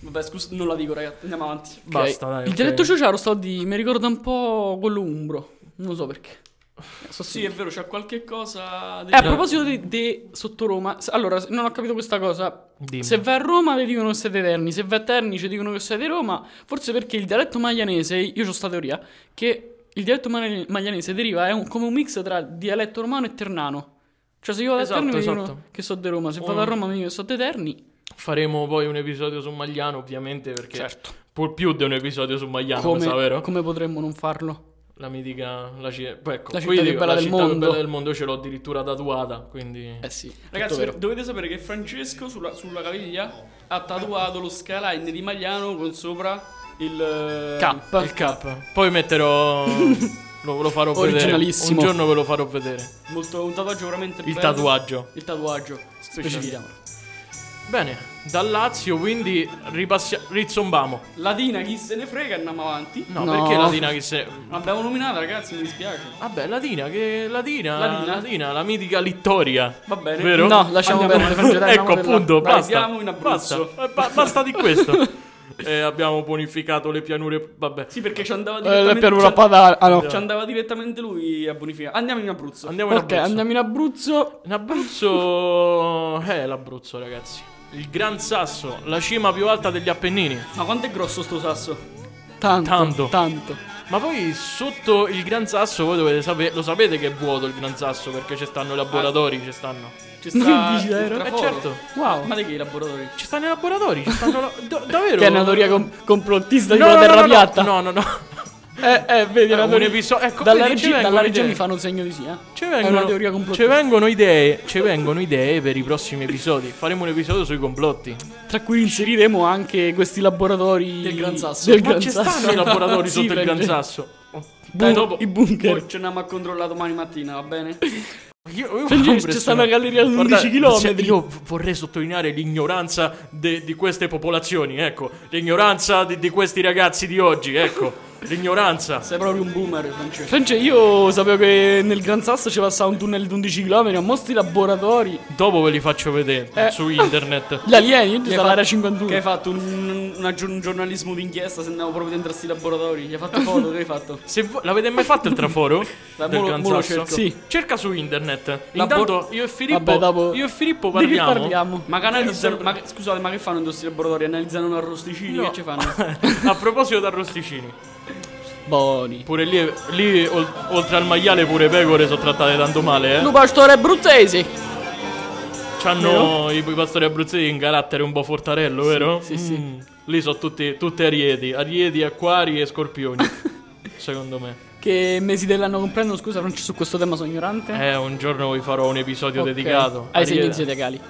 [SPEAKER 4] Vabbè, scusa, non la dico, ragazzi. Andiamo avanti.
[SPEAKER 2] Basta,
[SPEAKER 3] Ok.
[SPEAKER 2] dai.
[SPEAKER 3] Il
[SPEAKER 2] ok.
[SPEAKER 3] dialetto sociaro sta di... Mi ricorda un po' quello umbro. Non lo so perché. Eh, So
[SPEAKER 4] Sì, è vero, c'è qualche cosa... di-
[SPEAKER 3] Eh, a proposito di, di sotto Roma, s- allora s- non ho capito questa cosa.
[SPEAKER 2] Dimmi.
[SPEAKER 3] Se vai a Roma vi dicono che siete terni, se vai a Terni ci dicono che siete di Roma, forse perché il dialetto maglianese, io ho sta teoria, che il dialetto ma- maglianese deriva, è un- come un mix tra dialetto romano e ternano. Cioè se io vado
[SPEAKER 2] Esatto,
[SPEAKER 3] a Terni mi
[SPEAKER 2] esatto.
[SPEAKER 3] dicono che sono di Roma, se
[SPEAKER 2] Un-
[SPEAKER 3] vado a Roma mi dicono che sono di Terni,
[SPEAKER 2] Faremo poi un episodio su Magliano, ovviamente, perché...
[SPEAKER 3] Certo.
[SPEAKER 2] Pur più di un episodio su Magliano, mi sa,
[SPEAKER 3] come,
[SPEAKER 2] vero?
[SPEAKER 3] come potremmo non farlo?
[SPEAKER 2] La mitica... La, ci- poi ecco,
[SPEAKER 3] La città
[SPEAKER 2] qui
[SPEAKER 3] più
[SPEAKER 2] dico,
[SPEAKER 3] bella
[SPEAKER 2] la
[SPEAKER 3] del
[SPEAKER 2] città più
[SPEAKER 3] mondo.
[SPEAKER 2] bella del mondo ce l'ho addirittura tatuata, quindi...
[SPEAKER 3] Eh sì, tutto
[SPEAKER 4] Ragazzi,
[SPEAKER 3] vero.
[SPEAKER 4] dovete sapere che Francesco sulla, sulla caviglia ha tatuato lo skyline di Magliano con sopra il... eh,
[SPEAKER 3] K.
[SPEAKER 2] Il cap. Poi metterò... lo, lo farò vedere. Un
[SPEAKER 3] Originalissimo.
[SPEAKER 2] giorno ve lo farò vedere.
[SPEAKER 4] Molto, un tatuaggio veramente
[SPEAKER 2] Il
[SPEAKER 4] bello.
[SPEAKER 2] tatuaggio.
[SPEAKER 4] Il tatuaggio.
[SPEAKER 3] Specifichiamo.
[SPEAKER 2] Bene, dal Lazio quindi ripassiamo... Rizzombamo.
[SPEAKER 4] Latina, chi se ne frega, andiamo avanti.
[SPEAKER 2] No,
[SPEAKER 3] No.
[SPEAKER 2] perché Latina che se...
[SPEAKER 4] L'abbiamo nominata, ragazzi, mi dispiace.
[SPEAKER 2] Vabbè, Latina, che... Latina,
[SPEAKER 4] Latina?
[SPEAKER 2] Latina, la mitica Littoria.
[SPEAKER 4] Va bene.
[SPEAKER 2] Vero?
[SPEAKER 3] No, lasciamo
[SPEAKER 4] Andiamo
[SPEAKER 3] perdere Francesco, dai,
[SPEAKER 2] ecco
[SPEAKER 3] andiamo per la-
[SPEAKER 2] appunto,
[SPEAKER 4] Dai,
[SPEAKER 2] basta.
[SPEAKER 4] andiamo in Abruzzo.
[SPEAKER 2] basta. Eh, ba- basta di questo. Eh, abbiamo bonificato le pianure. Vabbè,
[SPEAKER 4] Sì, perché ci andava
[SPEAKER 3] Eh,
[SPEAKER 4] direttamente...
[SPEAKER 3] per una
[SPEAKER 4] ci-
[SPEAKER 3] padana. Ah, no.
[SPEAKER 4] Ci andava direttamente lui a bonificare. Andiamo in Abruzzo.
[SPEAKER 2] andiamo in
[SPEAKER 3] Ok,
[SPEAKER 2] Abruzzo.
[SPEAKER 3] andiamo in Abruzzo.
[SPEAKER 2] In Abruzzo, eh, l'Abruzzo, ragazzi. Il Gran Sasso, la cima più alta degli Appennini.
[SPEAKER 4] Ma quanto è grosso sto sasso?
[SPEAKER 3] Tanto,
[SPEAKER 2] Tanto.
[SPEAKER 3] tanto.
[SPEAKER 2] Ma poi sotto il Gran Sasso, voi dovete sapere, lo sapete che è vuoto il Gran Sasso perché ci stanno i laboratori, ci stanno.
[SPEAKER 4] Ci
[SPEAKER 3] Non
[SPEAKER 4] sta
[SPEAKER 3] dici,
[SPEAKER 4] il
[SPEAKER 3] dai,
[SPEAKER 2] Eh
[SPEAKER 4] traforo.
[SPEAKER 2] certo,
[SPEAKER 3] Wow.
[SPEAKER 4] Ma di che i laboratori?
[SPEAKER 2] ci stanno i laboratori, ci stanno la- da- davvero.
[SPEAKER 3] Che è una teoria com- complottista di
[SPEAKER 2] No,
[SPEAKER 3] quella
[SPEAKER 2] no, no,
[SPEAKER 3] terra
[SPEAKER 2] no,
[SPEAKER 3] piatta.
[SPEAKER 2] No, no, no.
[SPEAKER 3] Eh, eh, vedi, è una
[SPEAKER 2] un
[SPEAKER 3] teoria-
[SPEAKER 2] episodio- ecco,
[SPEAKER 3] dalla,
[SPEAKER 2] vedi, ci
[SPEAKER 3] regi-
[SPEAKER 2] vengono
[SPEAKER 3] dalla
[SPEAKER 2] le
[SPEAKER 3] regia
[SPEAKER 2] idee.
[SPEAKER 3] mi fanno un segno di sì, eh.
[SPEAKER 2] Ci
[SPEAKER 3] È
[SPEAKER 2] vengono,
[SPEAKER 3] una teoria
[SPEAKER 2] ci
[SPEAKER 3] complottista.
[SPEAKER 2] vengono idee, ci vengono idee per i prossimi episodi. Faremo un episodio sui complotti.
[SPEAKER 3] Tra cui inseriremo anche questi laboratori
[SPEAKER 4] Del Gran Sasso.
[SPEAKER 3] del
[SPEAKER 2] Ma
[SPEAKER 3] Gran
[SPEAKER 2] ci
[SPEAKER 3] Sasso.
[SPEAKER 2] stanno i laboratori
[SPEAKER 3] Sì,
[SPEAKER 2] sotto il
[SPEAKER 3] perché-
[SPEAKER 2] Gran Sasso.
[SPEAKER 3] Bun-
[SPEAKER 2] Dai, dopo.
[SPEAKER 3] I bunker.
[SPEAKER 4] Poi ce andiamo a controllare domani mattina, va
[SPEAKER 2] Io-
[SPEAKER 4] bene?
[SPEAKER 2] io
[SPEAKER 3] C'è-
[SPEAKER 2] ho
[SPEAKER 3] c'è
[SPEAKER 2] impressione.
[SPEAKER 3] sta una galleria di 11
[SPEAKER 2] se-
[SPEAKER 3] chilometri.
[SPEAKER 2] Io v- vorrei sottolineare l'ignoranza de- di queste popolazioni, ecco. L'ignoranza di, di questi ragazzi di oggi, ecco. L'ignoranza.
[SPEAKER 4] Sei proprio un boomer, Francesco.
[SPEAKER 3] Francia, io sapevo che nel Gran Sasso ci passava un tunnel di 11 km, ma mostri laboratori.
[SPEAKER 2] Dopo ve li faccio vedere
[SPEAKER 3] Eh.
[SPEAKER 2] su internet.
[SPEAKER 3] Gli alieni, io ci
[SPEAKER 4] Che
[SPEAKER 3] sta
[SPEAKER 4] fa-
[SPEAKER 3] l'area
[SPEAKER 4] Che hai
[SPEAKER 3] 51.
[SPEAKER 4] fatto un, una giu- un giornalismo d'inchiesta se andiamo proprio dentro a sti laboratori? Gli hai fatto foto, che hai fatto?
[SPEAKER 2] Se vo- l'avete mai fatto il traforo?
[SPEAKER 4] Dai,
[SPEAKER 2] del
[SPEAKER 4] mo lo-
[SPEAKER 2] Gran
[SPEAKER 4] mo lo
[SPEAKER 2] Sasso?
[SPEAKER 4] cerco.
[SPEAKER 3] Sì.
[SPEAKER 2] Cerca su internet.
[SPEAKER 3] La
[SPEAKER 2] Intanto
[SPEAKER 3] bo-
[SPEAKER 2] io e Filippo,
[SPEAKER 3] Vabbè, dopo-
[SPEAKER 2] io e Filippo
[SPEAKER 3] Di che
[SPEAKER 2] parliamo.
[SPEAKER 3] parliamo?
[SPEAKER 4] Ma che analizzano. Ma, che- scusate, ma che fanno in questi laboratori? Analizzano un arrosticino?
[SPEAKER 2] No.
[SPEAKER 4] Che ci fanno?
[SPEAKER 2] A proposito di arrosticini,
[SPEAKER 3] Buoni.
[SPEAKER 2] pure lì, lì ol- oltre al maiale pure pecore sono trattate tanto male, eh.
[SPEAKER 3] Lo pastore abruzzese.
[SPEAKER 2] C'hanno i, i pastori abruzzesi in carattere un po' fortarello, vero?
[SPEAKER 3] sì, sì.
[SPEAKER 2] Mm. Lì sono tutti, tutti arieti, arieti, acquari e scorpioni. secondo me.
[SPEAKER 3] Che mesi dell'anno comprendo, scusa Francia, su questo tema sono ignorante.
[SPEAKER 2] Eh, un giorno vi farò un episodio
[SPEAKER 3] Ok.
[SPEAKER 2] dedicato.
[SPEAKER 3] ai segni
[SPEAKER 2] Ariete.
[SPEAKER 3] zodiacali.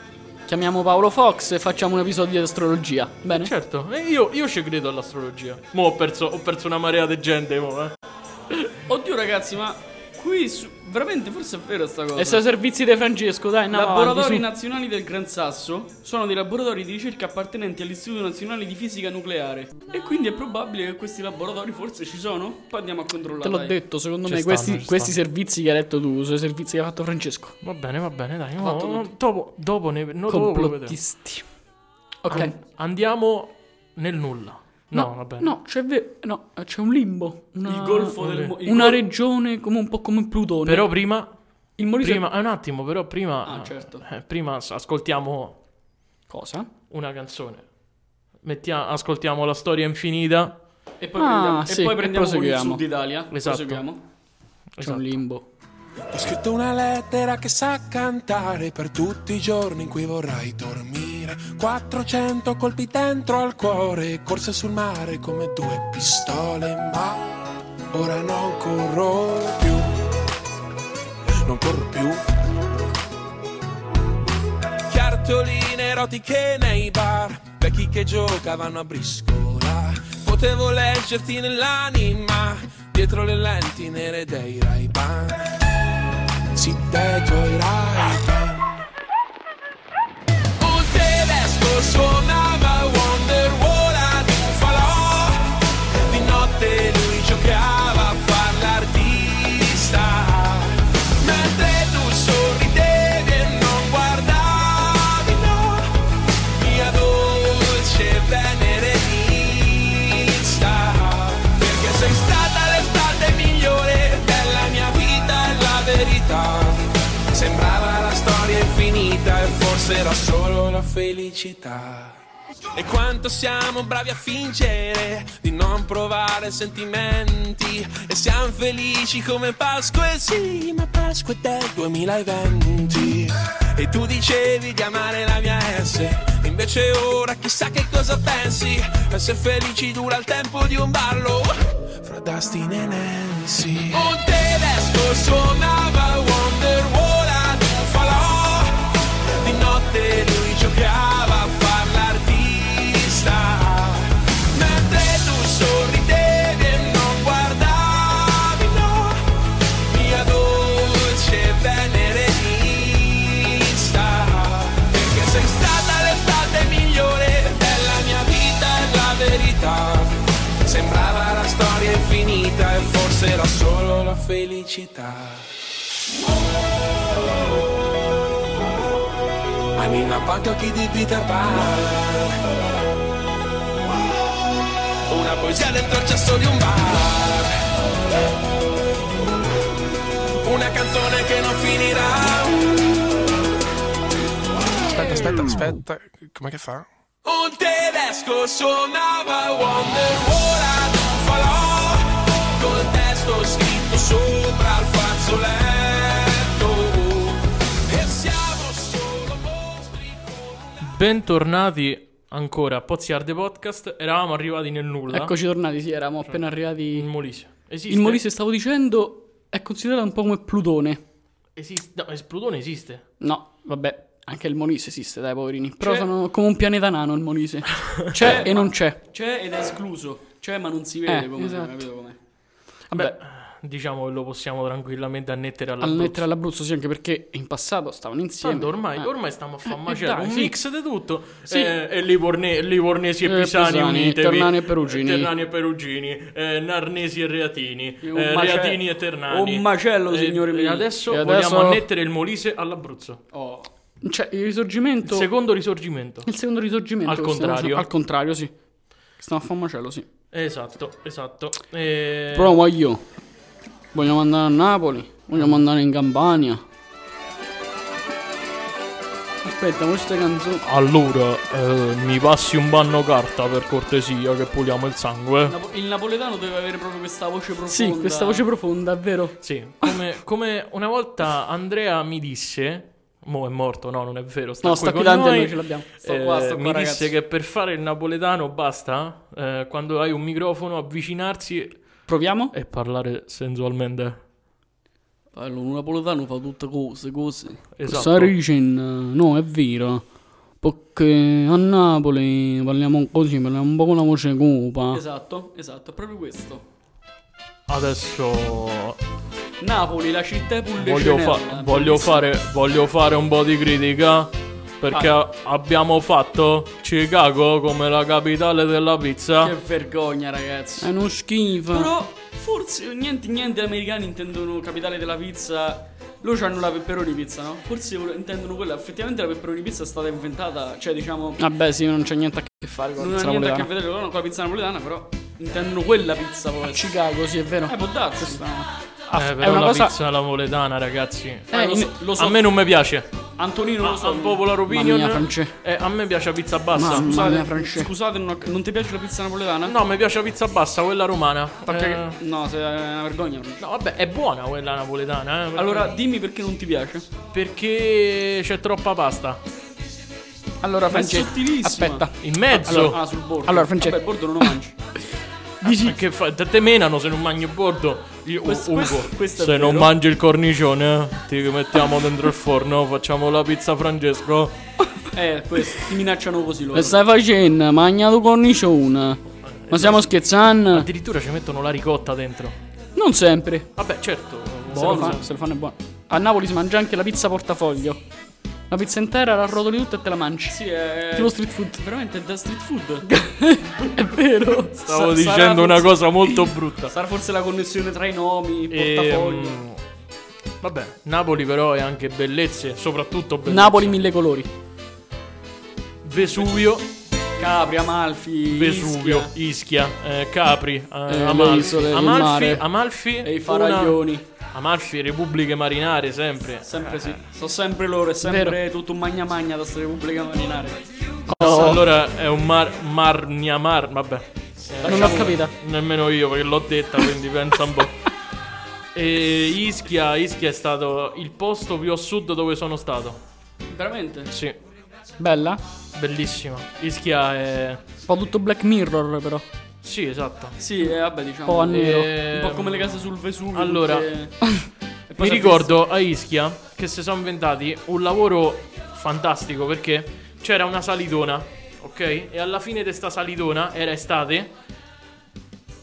[SPEAKER 3] Chiamiamo Paolo Fox e facciamo un episodio di astrologia. Bene?
[SPEAKER 2] Certo, e io, io ci credo all'astrologia. Mo ho perso, ho perso una marea di gente, mo, eh.
[SPEAKER 4] Oddio, ragazzi, ma qui su- veramente forse è vero sta cosa.
[SPEAKER 3] E sono i servizi di Francesco, dai, andiamo avanti,
[SPEAKER 4] Laboratori
[SPEAKER 3] su.
[SPEAKER 4] nazionali del Gran Sasso sono dei laboratori di ricerca appartenenti all'Istituto Nazionale di Fisica Nucleare. E quindi è probabile che questi laboratori forse ci sono? Poi andiamo a controllare.
[SPEAKER 3] Te l'ho
[SPEAKER 4] dai.
[SPEAKER 3] detto, secondo
[SPEAKER 2] Ci
[SPEAKER 3] me
[SPEAKER 2] stanno,
[SPEAKER 3] questi,
[SPEAKER 2] ci
[SPEAKER 3] questi servizi che hai letto tu sono i servizi che ha fatto Francesco.
[SPEAKER 2] Va bene, va bene, dai.
[SPEAKER 3] fatto
[SPEAKER 2] mo-
[SPEAKER 3] tutto.
[SPEAKER 2] dopo, dopo ne no, dopo ve lo vedo.
[SPEAKER 3] Complottisti. Ok.
[SPEAKER 2] An- Andiamo nel nulla. No, va bene.
[SPEAKER 3] No, c'è, ve- no, c'è un limbo. Una,
[SPEAKER 4] Il golfo del. mo- il
[SPEAKER 3] una
[SPEAKER 4] gol-
[SPEAKER 3] regione come un po' come Plutone.
[SPEAKER 2] Però prima,
[SPEAKER 3] il Molise
[SPEAKER 2] prima eh, un attimo, però prima
[SPEAKER 4] Ah, certo.
[SPEAKER 2] eh, prima s- ascoltiamo
[SPEAKER 3] cosa?
[SPEAKER 2] una canzone. Mettia- ascoltiamo la storia infinita.
[SPEAKER 4] E poi
[SPEAKER 3] Ah,
[SPEAKER 4] prendiamo,
[SPEAKER 3] sì,
[SPEAKER 4] e poi
[SPEAKER 3] e
[SPEAKER 4] prendiamo quelli del
[SPEAKER 3] proseguiamo.
[SPEAKER 4] sud Italia.
[SPEAKER 2] Esatto.
[SPEAKER 4] Proseguiamo.
[SPEAKER 3] C'è un limbo.
[SPEAKER 9] Ho scritto una lettera che sa cantare per tutti i giorni in cui vorrai dormire. 400 colpi dentro al cuore, corse sul mare come due pistole, ma ora non corro più. Non corro più.
[SPEAKER 7] erotiche nei bar, vecchi che giocavano a briscola. Potevo leggerti nell'anima, dietro le lenti nere dei Ray-Ban. Sì, dei tuoi Ray-Ban. Un tedesco suonava Wonder Woman di un falò. Di notte lui giocava a far l'artista. Mentre tu sorridevi e non guardavi, no. Mia dolce venerenista. Perché sei stata l'estate migliore della mia vita e la verità. Sembrava la storia infinita e forse era solo la felicità. E quanto siamo bravi a fingere di non provare sentimenti E siamo felici come Pasqua e sì, ma Pasqua è del 2020 E tu dicevi di amare la mia S e Invece ora chissà che cosa pensi Essere felici dura il tempo di un ballo Fra Dustin e Nancy Un tedesco suonava Wonder Woman di un falò di notte lui giocava a far l'artista Mentre tu sorridevi e non guardavi, no Mia dolce venerenista Perché sei stata l'estate migliore della mia vita e la verità Sembrava la storia infinita e forse era solo la felicità I'm in a pantocchi di Peter Pan Una poesia dentro il cesso di un bar Una canzone che non finirà Aspetta, aspetta, aspetta Com'è che fa? Un tedesco suonava Wonder Woman un falò Col testo scritto sopra il fazzoletto E siamo solo mostri
[SPEAKER 2] Bentornati ancora a Pozziarde Podcast. Eravamo arrivati nel nulla.
[SPEAKER 3] Eccoci tornati, sì, eravamo appena arrivati.
[SPEAKER 2] Il Molise. Esiste?
[SPEAKER 3] Il Molise, stavo dicendo, è considerato un po' come Plutone.
[SPEAKER 2] Esiste. No, es- Plutone esiste.
[SPEAKER 3] No, vabbè, anche il Molise esiste, dai, poverini. Però sono come un pianeta nano il Molise. C'è
[SPEAKER 4] Eh,
[SPEAKER 3] e non c'è.
[SPEAKER 4] C'è ed è escluso. C'è ma non si vede
[SPEAKER 3] Eh,
[SPEAKER 4] come
[SPEAKER 3] esatto.
[SPEAKER 4] capito com'è.
[SPEAKER 3] Vabbè,
[SPEAKER 2] Diciamo che lo possiamo tranquillamente annettere alla
[SPEAKER 3] annettere all'Abruzzo, sì, anche perché in passato stavano insieme.
[SPEAKER 2] Tanto ormai,
[SPEAKER 3] Eh.
[SPEAKER 2] ormai stiamo a fare un
[SPEAKER 3] Eh,
[SPEAKER 2] macello,
[SPEAKER 3] dai,
[SPEAKER 2] un
[SPEAKER 3] sì.
[SPEAKER 2] mix di tutto.
[SPEAKER 3] Sì.
[SPEAKER 2] Eh, e Livorne- Livornesi e
[SPEAKER 3] Eh,
[SPEAKER 2] Pisani,
[SPEAKER 3] Pisani,
[SPEAKER 2] unitevi.
[SPEAKER 3] Ternani e Perugini.
[SPEAKER 2] Eh, Ternani e Perugini, eh, Narnesi e Reatini,
[SPEAKER 4] Un
[SPEAKER 2] eh,
[SPEAKER 4] macello-
[SPEAKER 2] Reatini e Ternani.
[SPEAKER 4] un macello,
[SPEAKER 2] Eh,
[SPEAKER 4] signori miei.
[SPEAKER 2] E adesso
[SPEAKER 3] E
[SPEAKER 2] vogliamo
[SPEAKER 3] adesso-
[SPEAKER 2] annettere il Molise all'Abruzzo.
[SPEAKER 4] Oh,
[SPEAKER 3] Cioè, il risorgimento.
[SPEAKER 2] Il secondo risorgimento.
[SPEAKER 3] il secondo risorgimento.
[SPEAKER 2] Al
[SPEAKER 3] che stiamo
[SPEAKER 2] contrario.
[SPEAKER 3] facendo- Al contrario, sì. Stiamo a fare un macello, sì.
[SPEAKER 4] Eh.
[SPEAKER 2] Esatto, esatto. Eh,
[SPEAKER 3] Però voglio. Vogliamo andare a Napoli. Vogliamo andare in Campania. Aspetta, queste canzoni.
[SPEAKER 2] Allora, eh, mi passi un banno carta per cortesia che puliamo il sangue.
[SPEAKER 4] Napo- il napoletano deve avere proprio questa voce profonda. Ah,
[SPEAKER 3] Sì, questa voce profonda, è vero.
[SPEAKER 2] Sì, come, come una volta Andrea mi disse... Mo' è morto, no, non è vero. Sta
[SPEAKER 3] No,
[SPEAKER 2] qui
[SPEAKER 3] sta
[SPEAKER 2] con
[SPEAKER 3] qui davanti a
[SPEAKER 2] noi.
[SPEAKER 3] noi, ce l'abbiamo.
[SPEAKER 4] Sto qua,
[SPEAKER 2] Eh,
[SPEAKER 4] sto qua,
[SPEAKER 2] mi
[SPEAKER 4] ragazzi.
[SPEAKER 2] disse che per fare il napoletano basta eh, quando hai un microfono avvicinarsi
[SPEAKER 3] Proviamo?
[SPEAKER 2] e parlare sensualmente.
[SPEAKER 4] Allora, un napoletano fa tutte cose, cose.
[SPEAKER 2] Esatto.
[SPEAKER 3] Saricin, no, è vero. Perché a Napoli parliamo così, parliamo un po' con la voce
[SPEAKER 2] Ah.
[SPEAKER 3] cupa.
[SPEAKER 4] Esatto, esatto, è proprio questo.
[SPEAKER 2] Adesso
[SPEAKER 4] Napoli, la città pulle
[SPEAKER 2] voglio, fa- voglio fare, voglio fare un po' di critica perché
[SPEAKER 4] Ah.
[SPEAKER 2] abbiamo fatto Chicago come la capitale della
[SPEAKER 4] Che
[SPEAKER 2] pizza.
[SPEAKER 4] vergogna, ragazzi.
[SPEAKER 3] È uno schifo.
[SPEAKER 4] Però forse niente, niente, gli americani intendono capitale della pizza. Loro hanno la pepperoni pizza, no? Forse vol- intendono quella. Effettivamente la pepperoni pizza è stata inventata, cioè diciamo
[SPEAKER 2] Ah,
[SPEAKER 3] Vabbè, sì, non c'è niente a che fare con
[SPEAKER 4] non
[SPEAKER 3] la
[SPEAKER 4] ha
[SPEAKER 3] pizza
[SPEAKER 4] niente a che
[SPEAKER 3] napoletana.
[SPEAKER 4] vedere con la pizza napoletana, però intendono quella pizza poi.
[SPEAKER 3] Chicago, sì, è vero.
[SPEAKER 4] Eh, può darsi. Questa...
[SPEAKER 2] Eh, però
[SPEAKER 3] è una
[SPEAKER 2] la
[SPEAKER 3] cosa-
[SPEAKER 2] pizza napoletana, ragazzi.
[SPEAKER 4] Eh,
[SPEAKER 3] Eh,
[SPEAKER 4] lo so, lo so.
[SPEAKER 2] A me Ah, non mi piace.
[SPEAKER 4] Antonino lo so.
[SPEAKER 2] A popular opinion.
[SPEAKER 3] Mamma mia, France.
[SPEAKER 2] eh, a me piace la pizza bassa.
[SPEAKER 3] Mamma
[SPEAKER 2] Scusate.
[SPEAKER 3] mia, France.
[SPEAKER 4] Scusate, non, ho- non ti piace la pizza napoletana?
[SPEAKER 2] No, mi piace la pizza bassa, quella romana.
[SPEAKER 4] Perché-
[SPEAKER 2] Eh,
[SPEAKER 4] No, se- è una vergogna.
[SPEAKER 2] No, vabbè, è buona quella napoletana. Eh, perché-
[SPEAKER 4] Allora, dimmi perché non ti piace.
[SPEAKER 2] perché c'è troppa pasta
[SPEAKER 3] Allora,
[SPEAKER 4] Ma è
[SPEAKER 3] Francesco,
[SPEAKER 4] sottilissima.
[SPEAKER 3] aspetta.
[SPEAKER 2] in mezzo?
[SPEAKER 4] Ah, sul bordo.
[SPEAKER 3] Allora, Francesco-
[SPEAKER 4] Vabbè, il bordo non lo mangi.
[SPEAKER 2] Dici che fa? Te te menano se non mangi il bordo. Io-
[SPEAKER 4] Questo-
[SPEAKER 2] Ugo,
[SPEAKER 4] questo- questo è
[SPEAKER 2] se non
[SPEAKER 4] vero.
[SPEAKER 2] mangi il cornicione, ti mettiamo dentro il forno, facciamo la pizza Francesco.
[SPEAKER 4] Eh, questi ti minacciano così loro.
[SPEAKER 3] Che
[SPEAKER 2] Esatto.
[SPEAKER 3] stai facendo? Magnato cornicione. Ma
[SPEAKER 4] Esatto.
[SPEAKER 3] stiamo scherzando?
[SPEAKER 2] Addirittura ci mettono la ricotta dentro.
[SPEAKER 3] Non sempre.
[SPEAKER 2] Vabbè, certo.
[SPEAKER 3] Se lo,
[SPEAKER 2] buono.
[SPEAKER 3] fa- se lo fanno è buono. A Napoli si mangia anche la pizza portafoglio. La pizza intera la rotoli tutta e te la mangi.
[SPEAKER 4] Sì, è...
[SPEAKER 3] Tipo street food.
[SPEAKER 4] Veramente è da street food.
[SPEAKER 3] è vero.
[SPEAKER 2] Stavo
[SPEAKER 4] Sa- sarà
[SPEAKER 2] dicendo una
[SPEAKER 4] forse-
[SPEAKER 2] cosa molto brutta.
[SPEAKER 4] Sarà forse la connessione tra i nomi, portafoglio.
[SPEAKER 2] Ehm, Vabbè, Napoli però è anche bellezze, soprattutto bellezze.
[SPEAKER 3] Napoli mille colori.
[SPEAKER 4] Eh,
[SPEAKER 2] Vesuvio,
[SPEAKER 4] Capri, Amalfi,
[SPEAKER 2] Vesuvio,
[SPEAKER 4] Ischia
[SPEAKER 2] Ischia, eh, Capri, eh,
[SPEAKER 3] le
[SPEAKER 2] Amalfi,
[SPEAKER 3] isole, il
[SPEAKER 2] Amalfi,
[SPEAKER 3] mare.
[SPEAKER 2] Amalfi,
[SPEAKER 4] e i
[SPEAKER 2] una-
[SPEAKER 4] faraglioni.
[SPEAKER 2] Amalfi, Repubbliche Marinare sempre.
[SPEAKER 4] Sempre sì, sono sempre loro, è sempre tutto un magna magna da sta Repubblica Marinare.
[SPEAKER 2] Allora è un mar Marniamar, vabbè.
[SPEAKER 3] Non
[SPEAKER 4] diciamo
[SPEAKER 3] l'ho capita.
[SPEAKER 2] Nemmeno io perché l'ho detta, quindi pensa un po'. E Ischia, Ischia è stato il posto più a sud dove sono stato.
[SPEAKER 4] Veramente?
[SPEAKER 2] Sì,
[SPEAKER 3] Bella.
[SPEAKER 2] bellissima. Ischia è
[SPEAKER 3] Un po' tutto Black Mirror però.
[SPEAKER 2] Sì, esatto.
[SPEAKER 4] Sì, eh, vabbè, diciamo.
[SPEAKER 3] Po' a nero.
[SPEAKER 4] Un po' come le case sul Vesuvio.
[SPEAKER 2] Allora.
[SPEAKER 4] tutte- E
[SPEAKER 2] Mi
[SPEAKER 4] poi si è
[SPEAKER 2] ricordo a Ischia che si sono inventati un lavoro fantastico perché c'era una salidona, ok? E alla fine di sta salidona, era estate,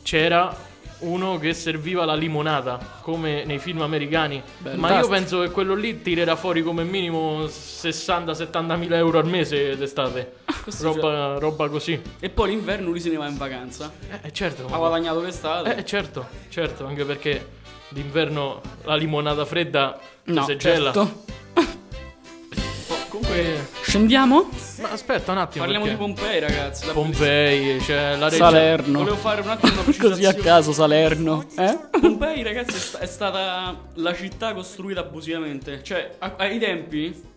[SPEAKER 2] c'era uno che serviva la limonata, come nei film americani. Ma io
[SPEAKER 3] fantastico.
[SPEAKER 2] penso che quello lì tirerà fuori come minimo 60-70 mila euro al mese d'estate.
[SPEAKER 4] Questo Eh,
[SPEAKER 2] roba, roba così.
[SPEAKER 4] visto- E poi l'inverno lui se ne va in vacanza.
[SPEAKER 2] Eh, certo.
[SPEAKER 4] Ha guadagnato l'estate.
[SPEAKER 2] Eh certo, certo, anche perché d'inverno la limonata fredda
[SPEAKER 3] No,
[SPEAKER 2] se gela.
[SPEAKER 3] certo.
[SPEAKER 4] Oh, comunque,
[SPEAKER 3] Scendiamo?
[SPEAKER 2] Ma aspetta un attimo.
[SPEAKER 4] parliamo di
[SPEAKER 2] perché
[SPEAKER 4] Pompei, ragazzi. la bellezza.
[SPEAKER 2] Pompei, cioè la regione.
[SPEAKER 4] Volevo
[SPEAKER 3] Salerno.
[SPEAKER 4] fare un attimo una
[SPEAKER 3] Così a
[SPEAKER 4] precisazione.
[SPEAKER 3] caso Salerno. Eh?
[SPEAKER 4] Pompei, ragazzi, è, sta- è stata la città costruita abusivamente. Cioè, a- ai tempi.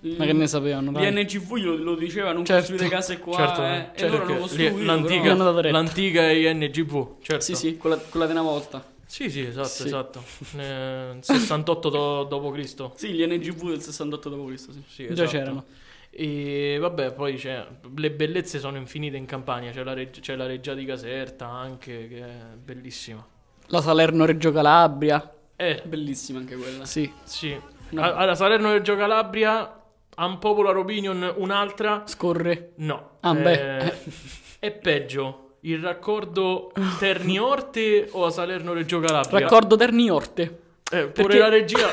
[SPEAKER 3] Ma che ne sapevano?
[SPEAKER 4] Gli
[SPEAKER 3] dai.
[SPEAKER 4] NGV lo, lo diceva, non
[SPEAKER 3] Certo.
[SPEAKER 4] costruite case qua.
[SPEAKER 2] Certo,
[SPEAKER 4] eh.
[SPEAKER 2] certo,
[SPEAKER 4] e loro hanno
[SPEAKER 2] perché
[SPEAKER 4] costruito.
[SPEAKER 2] lì-
[SPEAKER 3] Gli
[SPEAKER 2] l'antica,
[SPEAKER 3] hanno dato retta.
[SPEAKER 2] l'antica INGV, certo.
[SPEAKER 4] Sì, sì, quella, quella di una volta.
[SPEAKER 2] Sì, sì, esatto,
[SPEAKER 3] Sì.
[SPEAKER 2] esatto. Eh, 68 do- dopo Cristo.
[SPEAKER 4] Sì, gli NGV del 68 d.C. sì.
[SPEAKER 2] Sì,
[SPEAKER 3] Già
[SPEAKER 2] esatto.
[SPEAKER 3] c'erano.
[SPEAKER 2] E vabbè, poi c'è le bellezze sono infinite in Campania, c'è la, reg- c'è la reggia di Caserta anche che è bellissima.
[SPEAKER 3] La Salerno Reggio Calabria.
[SPEAKER 2] Eh,
[SPEAKER 4] Bellissima anche quella.
[SPEAKER 3] Sì.
[SPEAKER 2] Sì. A- Alla Salerno Reggio Calabria, un Popular Opinion un'altra.
[SPEAKER 3] Scorre.
[SPEAKER 2] No.
[SPEAKER 3] Ah,
[SPEAKER 2] Eh,
[SPEAKER 3] beh.
[SPEAKER 2] È peggio. Il raccordo Terni-Orte o a Salerno Reggio Calabria?
[SPEAKER 3] Raccordo Terni Orte.
[SPEAKER 2] Eh, pure
[SPEAKER 3] perché-
[SPEAKER 2] la regia.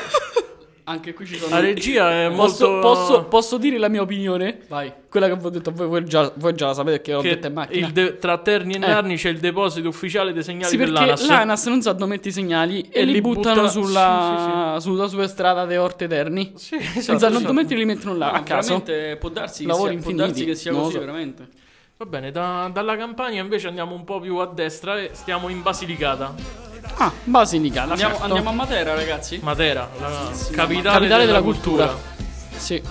[SPEAKER 4] Anche qui ci sono.
[SPEAKER 2] La regia è
[SPEAKER 3] Posso,
[SPEAKER 2] molto
[SPEAKER 3] posso- posso dire la mia opinione?
[SPEAKER 4] Vai.
[SPEAKER 3] Quella che vi ho detto a voi, voi già, voi già la sapete perché l'ho
[SPEAKER 2] che
[SPEAKER 3] detta in macchina. Eh.
[SPEAKER 2] il de- tra Terni e Narni c'è il deposito ufficiale dei segnali
[SPEAKER 3] Sì, perché
[SPEAKER 2] dell'ANAS.
[SPEAKER 3] l'ANAS. non sa dove mette i segnali e, li, buttano
[SPEAKER 2] butta-
[SPEAKER 3] sulla, sulla superstrada di Orte Terni.
[SPEAKER 2] Sì,
[SPEAKER 3] Non
[SPEAKER 2] esatto,
[SPEAKER 3] sanno
[SPEAKER 2] esatto.
[SPEAKER 3] dove metterli, li mettono là
[SPEAKER 4] Ah,
[SPEAKER 3] a caso.
[SPEAKER 4] veramente può darsi che
[SPEAKER 3] Lavori
[SPEAKER 4] sia, può
[SPEAKER 3] infiniti,
[SPEAKER 4] darsi che sia
[SPEAKER 3] non lo
[SPEAKER 4] così,
[SPEAKER 3] so. Certo.
[SPEAKER 4] veramente.
[SPEAKER 2] Va bene, da- dalla Campania invece andiamo un po' più a destra e stiamo in Basilicata.
[SPEAKER 3] Ah, Basilicata.
[SPEAKER 4] Andiamo,
[SPEAKER 3] certo.
[SPEAKER 4] andiamo a Matera, ragazzi.
[SPEAKER 2] Matera, la
[SPEAKER 4] Sì, sì,
[SPEAKER 2] capitale,
[SPEAKER 3] Capitale
[SPEAKER 2] della,
[SPEAKER 3] della
[SPEAKER 2] cultura.
[SPEAKER 3] Sì.